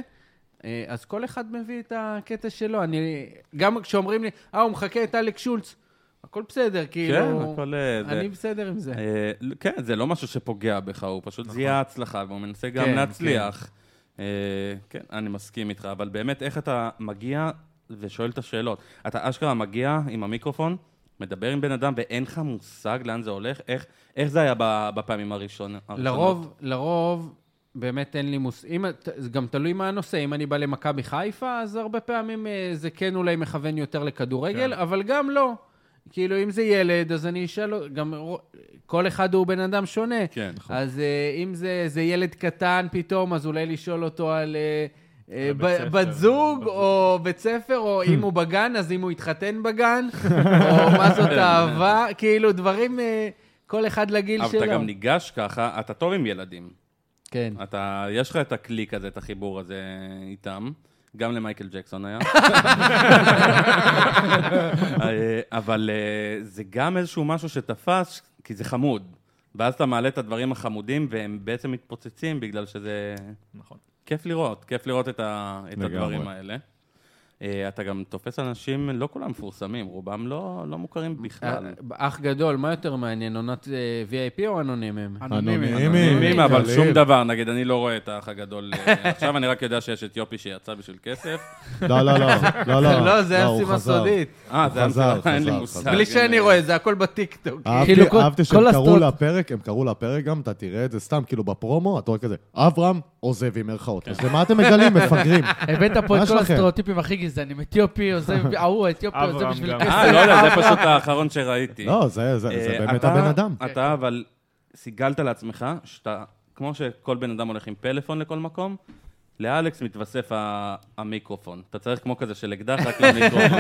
[SPEAKER 3] אה, אז כל אחד מביא את הקטע שלו. אני, גם כשאומרים לי, אה, הוא מחכה את אלק שולץ, הכל בסדר, כאילו...
[SPEAKER 1] כן, הכל... אה, זה-
[SPEAKER 3] אני בסדר עם זה.
[SPEAKER 1] אה, כן, זה לא משהו שפוגע בך, הוא פשוט זיהה הצלחה, והוא מנסה גם
[SPEAKER 3] נכון. כן,
[SPEAKER 1] להצליח. אה, כן, אני מסכים איתך, אבל באמת, איך אתה מגיע ושואל את השאלות? אתה אשכרה מגיע עם המיקרופון, מדבר עם בן אדם, ואין לך מושג לאן זה הולך? איך- איך זה היה ב- בפעמים הראשון- הראשונות?
[SPEAKER 3] לרוב, לרוב, באמת אין לי מושג. זה גם תלוי מה הנושא. אם אני בא למכבי חיפה, אז הרבה פעמים אה, זה כן אולי מכוון יותר לכדורגל, אבל גם לא. כאילו, אם זה ילד, אז אני אשאל, לו- גם רו- כל אחד הוא בן אדם שונה.
[SPEAKER 1] כן, נכון.
[SPEAKER 3] אז אה, אם זה, זה ילד קטן פתאום, אז אולי לשאול אותו על... אה, אה,
[SPEAKER 4] על
[SPEAKER 3] ב-
[SPEAKER 4] בית ספר,
[SPEAKER 3] בת זוג,
[SPEAKER 4] בת זוג.
[SPEAKER 3] או בית ספר, או אם הוא בגן, אז אם הוא התחתן בגן, או מה זאת אהבה, כאילו דברים, אה, כל אחד לגיל
[SPEAKER 1] אבל
[SPEAKER 3] שלו.
[SPEAKER 1] אתה גם ניגש ככה, אתה טוב עם ילדים.
[SPEAKER 3] כן.
[SPEAKER 1] אתה, יש לך את הקליק הזה, את החיבור הזה איתם. גם למייקל ג'קסון היה. אה, אבל אה, זה גם איזשהו משהו שתפס, כי זה חמוד. ואז אתה מעלה את הדברים החמודים, והם בעצם מתפוצצים בגלל שזה...
[SPEAKER 4] נכון.
[SPEAKER 1] כיף לראות, כיף לראות את, ה... את
[SPEAKER 7] לגמרי.
[SPEAKER 1] הדברים האלה. אה, אתה גם תופס אנשים, לא כולם מפורסמים, רובם לא, לא מוכרים בכלל.
[SPEAKER 3] אה, אח גדול, מה יותר מעניין, עונת אה, VIP או אנונימיים?
[SPEAKER 7] אה,
[SPEAKER 1] אנונימים, אבל
[SPEAKER 7] גלים.
[SPEAKER 1] שום דבר. נגיד, אני לא רואה את האח הגדול. אה, עכשיו אני רק יודע שיש אתיופי שיצא בשביל כסף.
[SPEAKER 7] לא, לא, לא. לא, לא.
[SPEAKER 3] לא, זה היה
[SPEAKER 7] הוא
[SPEAKER 3] משימה
[SPEAKER 7] חזר. כן,
[SPEAKER 3] סודית.
[SPEAKER 1] אה, זה
[SPEAKER 7] חזר,
[SPEAKER 1] המצב, אין לי
[SPEAKER 7] חזר,
[SPEAKER 1] מושג. לא
[SPEAKER 7] חזר.
[SPEAKER 3] בלי
[SPEAKER 1] אין לי-
[SPEAKER 3] שאני רואה, זה הכל בטיקטוק.
[SPEAKER 5] כאילו,
[SPEAKER 7] אהבתי,
[SPEAKER 5] כל-
[SPEAKER 7] אהבתי שהם
[SPEAKER 5] כל
[SPEAKER 7] קראו
[SPEAKER 5] הסטוט-
[SPEAKER 7] לפרק, הם קראו לפרק גם, אתה תראה את זה סתם, כאילו בפרומו, אתה רואה כזה, אברהם עוזב עם מירכאות. אז למה אתם מגלים, מפגרים?
[SPEAKER 5] הבאת פה
[SPEAKER 7] מה
[SPEAKER 5] את כל
[SPEAKER 7] שלכם?
[SPEAKER 5] הסטריאוטיפים הכי גזענים, אטיופי עוזב, ההוא האתיופי עוזב
[SPEAKER 4] אברהם
[SPEAKER 5] בשביל
[SPEAKER 4] גם.
[SPEAKER 5] כסף.
[SPEAKER 1] אה, לא יודע, זה פשוט האחרון שראיתי.
[SPEAKER 7] לא, זה זה- זה
[SPEAKER 1] אה,
[SPEAKER 7] באמת
[SPEAKER 1] אתה-
[SPEAKER 7] הבן אדם.
[SPEAKER 1] אתה אבל סיגלת לעצמך, שאתה, כמו שכל בן אדם הולך עם פלאפון לכל מקום, לאלכס מתווסף ה- המיקרופון. אתה צריך כמו כזה של אקדח רק למיקרופון.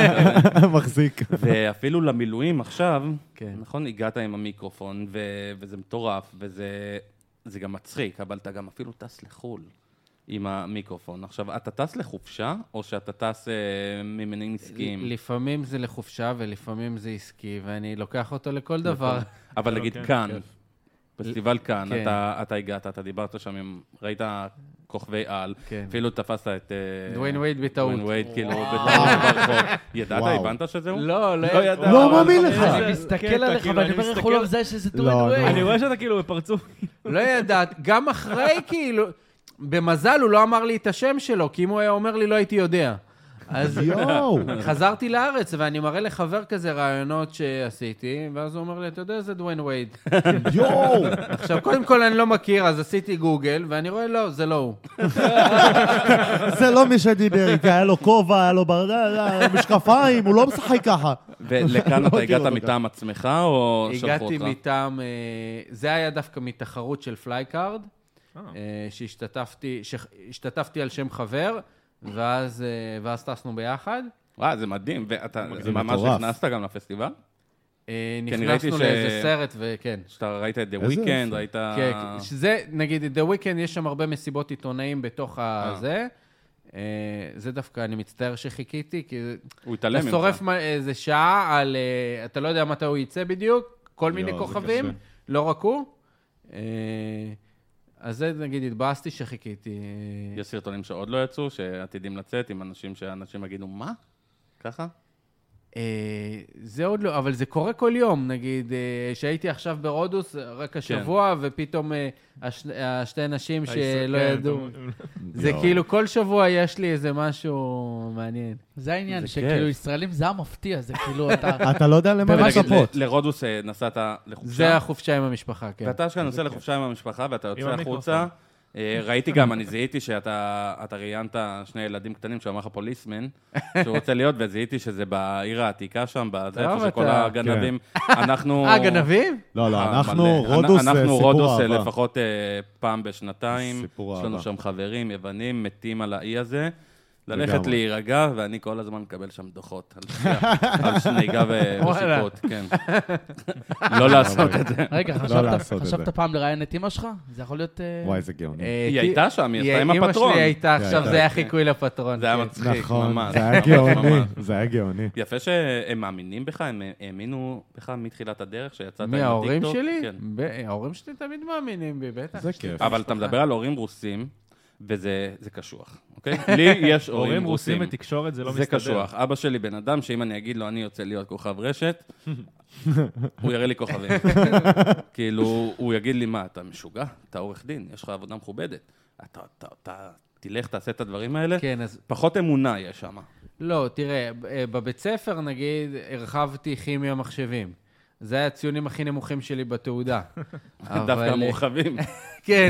[SPEAKER 1] כזה.
[SPEAKER 7] מחזיק.
[SPEAKER 1] ואפילו למילואים עכשיו,
[SPEAKER 3] כן.
[SPEAKER 1] נכון, הגעת עם המיקרופון, ו- וזה מטורף, וזה זה גם מצחיק, אבל אתה גם אפילו טס לחו"ל. עם המיקרופון. עכשיו, אתה טס לחופשה, או שאתה טס אה, ממניעים עסקיים?
[SPEAKER 3] לפעמים זה לחופשה ולפעמים זה עסקי, ואני לוקח אותו לכל דבר.
[SPEAKER 1] אבל נגיד
[SPEAKER 4] כן,
[SPEAKER 1] כאן,
[SPEAKER 4] כיף.
[SPEAKER 1] פסטיבל כאן,
[SPEAKER 3] כן.
[SPEAKER 1] אתה אתה הגעת, אתה דיברת שם עם, ראית כוכבי על,
[SPEAKER 3] כן.
[SPEAKER 1] אפילו תפסת את... אה,
[SPEAKER 3] דוויין וייד בטעות.
[SPEAKER 1] דוויין וייד, כאילו,
[SPEAKER 5] וואו.
[SPEAKER 1] בטעות ברחוב. ידעת,
[SPEAKER 7] וואו.
[SPEAKER 1] הבנת שזה הוא?
[SPEAKER 3] לא, לא
[SPEAKER 1] לא ידע.
[SPEAKER 3] אבל-
[SPEAKER 7] לא מאמין לך.
[SPEAKER 4] זה-
[SPEAKER 5] אני מסתכל
[SPEAKER 4] כן, אתה
[SPEAKER 5] עליך
[SPEAKER 4] כאילו,
[SPEAKER 5] ואני
[SPEAKER 4] אני
[SPEAKER 5] אומר, איך הוא
[SPEAKER 4] מסתכל-
[SPEAKER 5] לא מזהה שזה
[SPEAKER 7] לא,
[SPEAKER 5] דוויין וייד.
[SPEAKER 4] אני רואה שאתה כאילו בפרצוף.
[SPEAKER 3] לא ידעת, גם אחרי, כאילו, במזל הוא לא אמר לי את השם שלו, כי אם הוא היה אומר לי, לא הייתי יודע. אז
[SPEAKER 7] יואו.
[SPEAKER 3] חזרתי לארץ, ואני מראה לחבר כזה רעיונות שעשיתי, ואז הוא אומר לי, אתה יודע, זה דוויין וייד.
[SPEAKER 7] יואו!
[SPEAKER 3] עכשיו, קודם כל, אני לא מכיר, אז עשיתי גוגל, ואני רואה, לא, זה לא הוא.
[SPEAKER 7] זה לא מי שדיבר איתי, היה לו כובע, היה לו ברדה, משקפיים, הוא לא משחק ככה.
[SPEAKER 1] ולכאן
[SPEAKER 7] לא
[SPEAKER 1] אתה
[SPEAKER 7] מכיר
[SPEAKER 1] הגעת
[SPEAKER 7] אותו
[SPEAKER 1] מטעם עצמך, או לא שלחו
[SPEAKER 3] הגעתי
[SPEAKER 1] אותך?
[SPEAKER 3] מטעם, אה, זה היה דווקא מתחרות של פלייקארד, אה, שהשתתפתי, שהשתתפתי על שם חבר, ואז אה, ואז טסנו ביחד.
[SPEAKER 1] וואי, זה מדהים, ואתה
[SPEAKER 7] זה
[SPEAKER 1] ממש
[SPEAKER 7] מטורף.
[SPEAKER 1] נכנסת גם לפסטיבל?
[SPEAKER 3] אה,
[SPEAKER 1] כן, ראיתי
[SPEAKER 3] נכנסנו
[SPEAKER 1] ש-
[SPEAKER 3] לאיזה סרט, וכן.
[SPEAKER 1] שאתה ראית את The
[SPEAKER 7] איזה
[SPEAKER 1] Weeknd,
[SPEAKER 7] יופי.
[SPEAKER 1] ראית...
[SPEAKER 3] כן, שזה, נגיד, The Weeknd, יש שם הרבה מסיבות עיתונאים בתוך הזה. אה, זה דווקא, אני מצטער שחיכיתי, כי זה-
[SPEAKER 1] הוא התעלם
[SPEAKER 3] אתה
[SPEAKER 1] ממך.
[SPEAKER 3] שורף מה- איזה שעה על, אה, אתה לא יודע מתי הוא יצא בדיוק, כל מיני
[SPEAKER 7] יואו, זה
[SPEAKER 3] כוכבים,
[SPEAKER 7] קשה.
[SPEAKER 3] לא רק הוא. אה, אז זה, נגיד, התבאסתי שחיכיתי. אה,
[SPEAKER 1] יש סרטונים שעוד לא יצאו, שעתידים לצאת, עם אנשים שאנשים יגידו, מה? ככה?
[SPEAKER 3] אה, זה עוד לא, אבל זה קורה כל יום, נגיד, אה, שהייתי עכשיו ברודוס רק
[SPEAKER 1] כן.
[SPEAKER 3] השבוע, ופתאום אה, הש- השתי נשים שלא ידעו. זה
[SPEAKER 1] לא.
[SPEAKER 7] יואו.
[SPEAKER 3] כאילו כל שבוע יש לי איזה משהו מעניין.
[SPEAKER 5] זה העניין,
[SPEAKER 1] זה
[SPEAKER 5] שכאילו
[SPEAKER 1] כיף.
[SPEAKER 5] ישראלים זה המפתיע, זה כאילו אתה...
[SPEAKER 7] אתה לא יודע למה
[SPEAKER 5] ותגיד,
[SPEAKER 7] לצפות.
[SPEAKER 1] ל- לרודוס אה, נסעת לחופשה?
[SPEAKER 3] זה החופשה עם המשפחה, כן.
[SPEAKER 1] ואתה אשכרה נוסע לחופשה עם המשפחה, ואתה
[SPEAKER 4] עם
[SPEAKER 1] יוצא
[SPEAKER 4] המיקרופון.
[SPEAKER 1] החוצה. אה, ראיתי גם, אני זיהיתי שאתה אתה ראיינת שני ילדים קטנים, שהוא אמר לך פוליסמן, שהוא רוצה להיות, וזיהיתי שזה בעיר העתיקה שם, בזה,
[SPEAKER 3] טוב,
[SPEAKER 1] איפה שכל
[SPEAKER 3] אתה-
[SPEAKER 1] הגנבים. אנחנו...
[SPEAKER 3] אה, גנבים?
[SPEAKER 7] לא, לא,
[SPEAKER 1] אה,
[SPEAKER 7] אנחנו
[SPEAKER 1] מלא.
[SPEAKER 7] רודוס, זה
[SPEAKER 1] אנחנו
[SPEAKER 7] סיפור
[SPEAKER 1] רודוס אה,
[SPEAKER 7] אהבה.
[SPEAKER 1] לפחות אה, פעם בשנתיים.
[SPEAKER 7] סיפור
[SPEAKER 1] יש לנו
[SPEAKER 7] אהבה.
[SPEAKER 1] שם חברים, יוונים, מתים על האי הזה. ללכת
[SPEAKER 7] לגמרי.
[SPEAKER 1] להירגע, ואני כל הזמן מקבל שם דוחות על שנייה- על שנהיגה ו-
[SPEAKER 3] וואלה.
[SPEAKER 1] ושכרות, כן. לא לעשות את זה.
[SPEAKER 5] רגע,
[SPEAKER 7] לא
[SPEAKER 5] חשבת-
[SPEAKER 7] לעשות את
[SPEAKER 5] חשבת
[SPEAKER 7] זה.
[SPEAKER 5] פעם לראיין את אמא שלך? זה יכול להיות... אה,
[SPEAKER 7] וואי, זה גאוני.
[SPEAKER 3] אה,
[SPEAKER 1] היא
[SPEAKER 3] כי-
[SPEAKER 1] הייתה שם, היא עשתה עם
[SPEAKER 3] אמא
[SPEAKER 1] הפטרון. כן.
[SPEAKER 3] שלי הייתה עכשיו,
[SPEAKER 7] הייתה.
[SPEAKER 3] זה היה חיקוי לפטרון.
[SPEAKER 1] זה היה
[SPEAKER 3] כן.
[SPEAKER 1] מצחיק,
[SPEAKER 7] נכון,
[SPEAKER 1] אה, ממש.
[SPEAKER 7] זה היה
[SPEAKER 1] ממש,
[SPEAKER 7] גאוני,
[SPEAKER 1] ממש.
[SPEAKER 7] זה היה גאוני.
[SPEAKER 1] יפה שהם מאמינים בך, הם האמינו בך מתחילת הדרך, שיצאת עם
[SPEAKER 3] מי,
[SPEAKER 1] הטיקטוק.
[SPEAKER 3] ההורים שלי?
[SPEAKER 1] כן.
[SPEAKER 3] ב- ההורים שלי תמיד מאמינים בי, בטח.
[SPEAKER 7] זה כיף.
[SPEAKER 1] אבל אתה מדבר על הורים רוסים, וזה זה קשוח, אוקיי? לי יש
[SPEAKER 4] הורים רוסים בתקשורת זה לא
[SPEAKER 1] זה
[SPEAKER 4] מסתדר.
[SPEAKER 1] קשוח. אבא שלי בן אדם שאם אני אגיד לו, אני יוצא להיות כוכב רשת, הוא יראה לי כוכבים. כאילו, הוא יגיד לי, מה, אתה משוגע? אתה עורך דין, יש לך עבודה מכובדת. אתה- אתה אתה תלך, תעשה את הדברים האלה.
[SPEAKER 3] כן, אז
[SPEAKER 1] פחות אמונה יש שם.
[SPEAKER 3] לא, תראה, ב- אה, בבית ספר, נגיד, הרחבתי כימיה מחשבים. זה היה הציונים הכי נמוכים שלי בתעודה. אבל- אה,
[SPEAKER 1] דווקא המורחבים.
[SPEAKER 3] כן,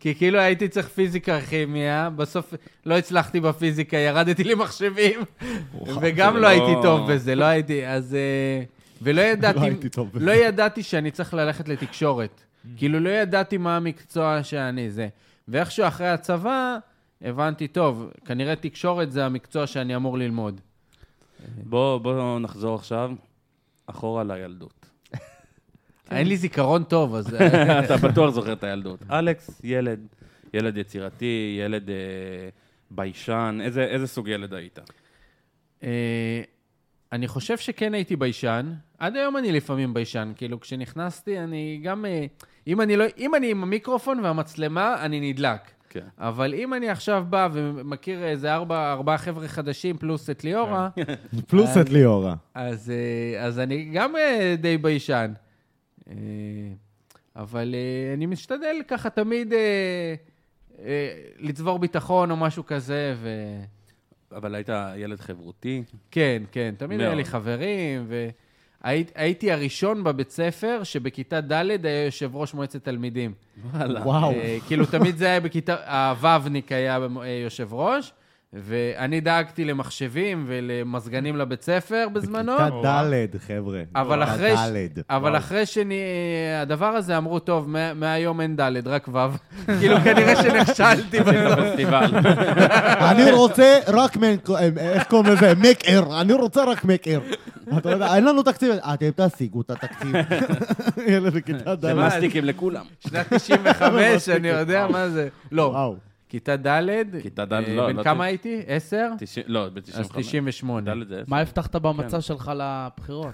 [SPEAKER 3] כי כאילו הייתי צריך פיזיקה, כימיה, בסוף לא הצלחתי בפיזיקה, ירדתי למחשבים, וגם
[SPEAKER 1] זה
[SPEAKER 3] לא הייתי
[SPEAKER 1] לא-
[SPEAKER 3] טוב בזה, לא הייתי, אז... אה, ולא ידעתי,
[SPEAKER 7] לא הייתי טוב בזה.
[SPEAKER 3] לא ידעתי שאני צריך ללכת לתקשורת. כאילו, לא ידעתי מה המקצוע שאני זה. ואיכשהו אחרי הצבא, הבנתי, טוב, כנראה תקשורת זה המקצוע שאני אמור ללמוד.
[SPEAKER 1] בוא, בוא נחזור עכשיו אחורה לילדות.
[SPEAKER 3] אין לי זיכרון טוב, אז...
[SPEAKER 1] אתה בטוח זוכר את הילדות. אלכס, ילד, ילד יצירתי, ילד אה, ביישן, איזה, איזה סוג ילד היית?
[SPEAKER 3] אה, אני חושב שכן הייתי ביישן. עד היום אני לפעמים ביישן. כאילו, כשנכנסתי, אני גם... אה, אם אני, לא, אם אני עם המיקרופון והמצלמה, אני נדלק.
[SPEAKER 1] כן.
[SPEAKER 3] אבל אם אני עכשיו בא ומכיר איזה ארבע, ארבעה חבר'ה חדשים, פלוס את ליאורה,
[SPEAKER 7] פלוס את ליאורה.
[SPEAKER 3] אז, אה, אז אני גם אה, די ביישן. אה, אבל אה, אני משתדל ככה תמיד אה, אה, לצבור ביטחון או משהו כזה, ו...
[SPEAKER 1] אבל היית ילד חברותי,
[SPEAKER 3] כן, כן, תמיד היה
[SPEAKER 1] מאוד.
[SPEAKER 3] לי חברים, והייתי הראשון בבית ספר שבכיתה ד' היה יושב ראש מועצת תלמידים.
[SPEAKER 1] וואלה.
[SPEAKER 7] וואו.
[SPEAKER 3] אה, כאילו, תמיד זה היה בכיתה, הוואבניק היה במ- אה, יושב ראש, ואני דאגתי למחשבים ולמזגנים לבית ספר בזמנו.
[SPEAKER 7] כיתה ד', חבר'ה.
[SPEAKER 3] אבל
[SPEAKER 7] כיתה
[SPEAKER 3] אחרי, ש...
[SPEAKER 7] ד'.
[SPEAKER 3] אבל אחרי שהדבר הזה אמרו, טוב, מה- מהיום אין ד', רק ו'. כאילו, כנראה שנכשלתי בסוף.
[SPEAKER 1] פסטיבל.
[SPEAKER 7] אני רוצה רק מק... איך קוראים לזה? מקאר. אני רוצה רק מקאר. אתה יודע, אין לנו תקציב. אתם תשיגו את התקציב. ילד בכיתה ד'.
[SPEAKER 1] זה מסטיקים לכולם.
[SPEAKER 3] שנת 95, אני יודע מה זה. לא,
[SPEAKER 7] וואו.
[SPEAKER 3] כיתה ד',
[SPEAKER 1] כיתה ד',
[SPEAKER 3] אה,
[SPEAKER 1] לא,
[SPEAKER 3] בן
[SPEAKER 1] לא
[SPEAKER 3] כמה
[SPEAKER 1] ת-
[SPEAKER 3] הייתי? עשר?
[SPEAKER 1] תשעים- לא, ב-95.
[SPEAKER 3] אז 98.
[SPEAKER 1] ד' זה
[SPEAKER 5] מה הבטחת
[SPEAKER 7] כן.
[SPEAKER 5] במצע שלך לבחירות?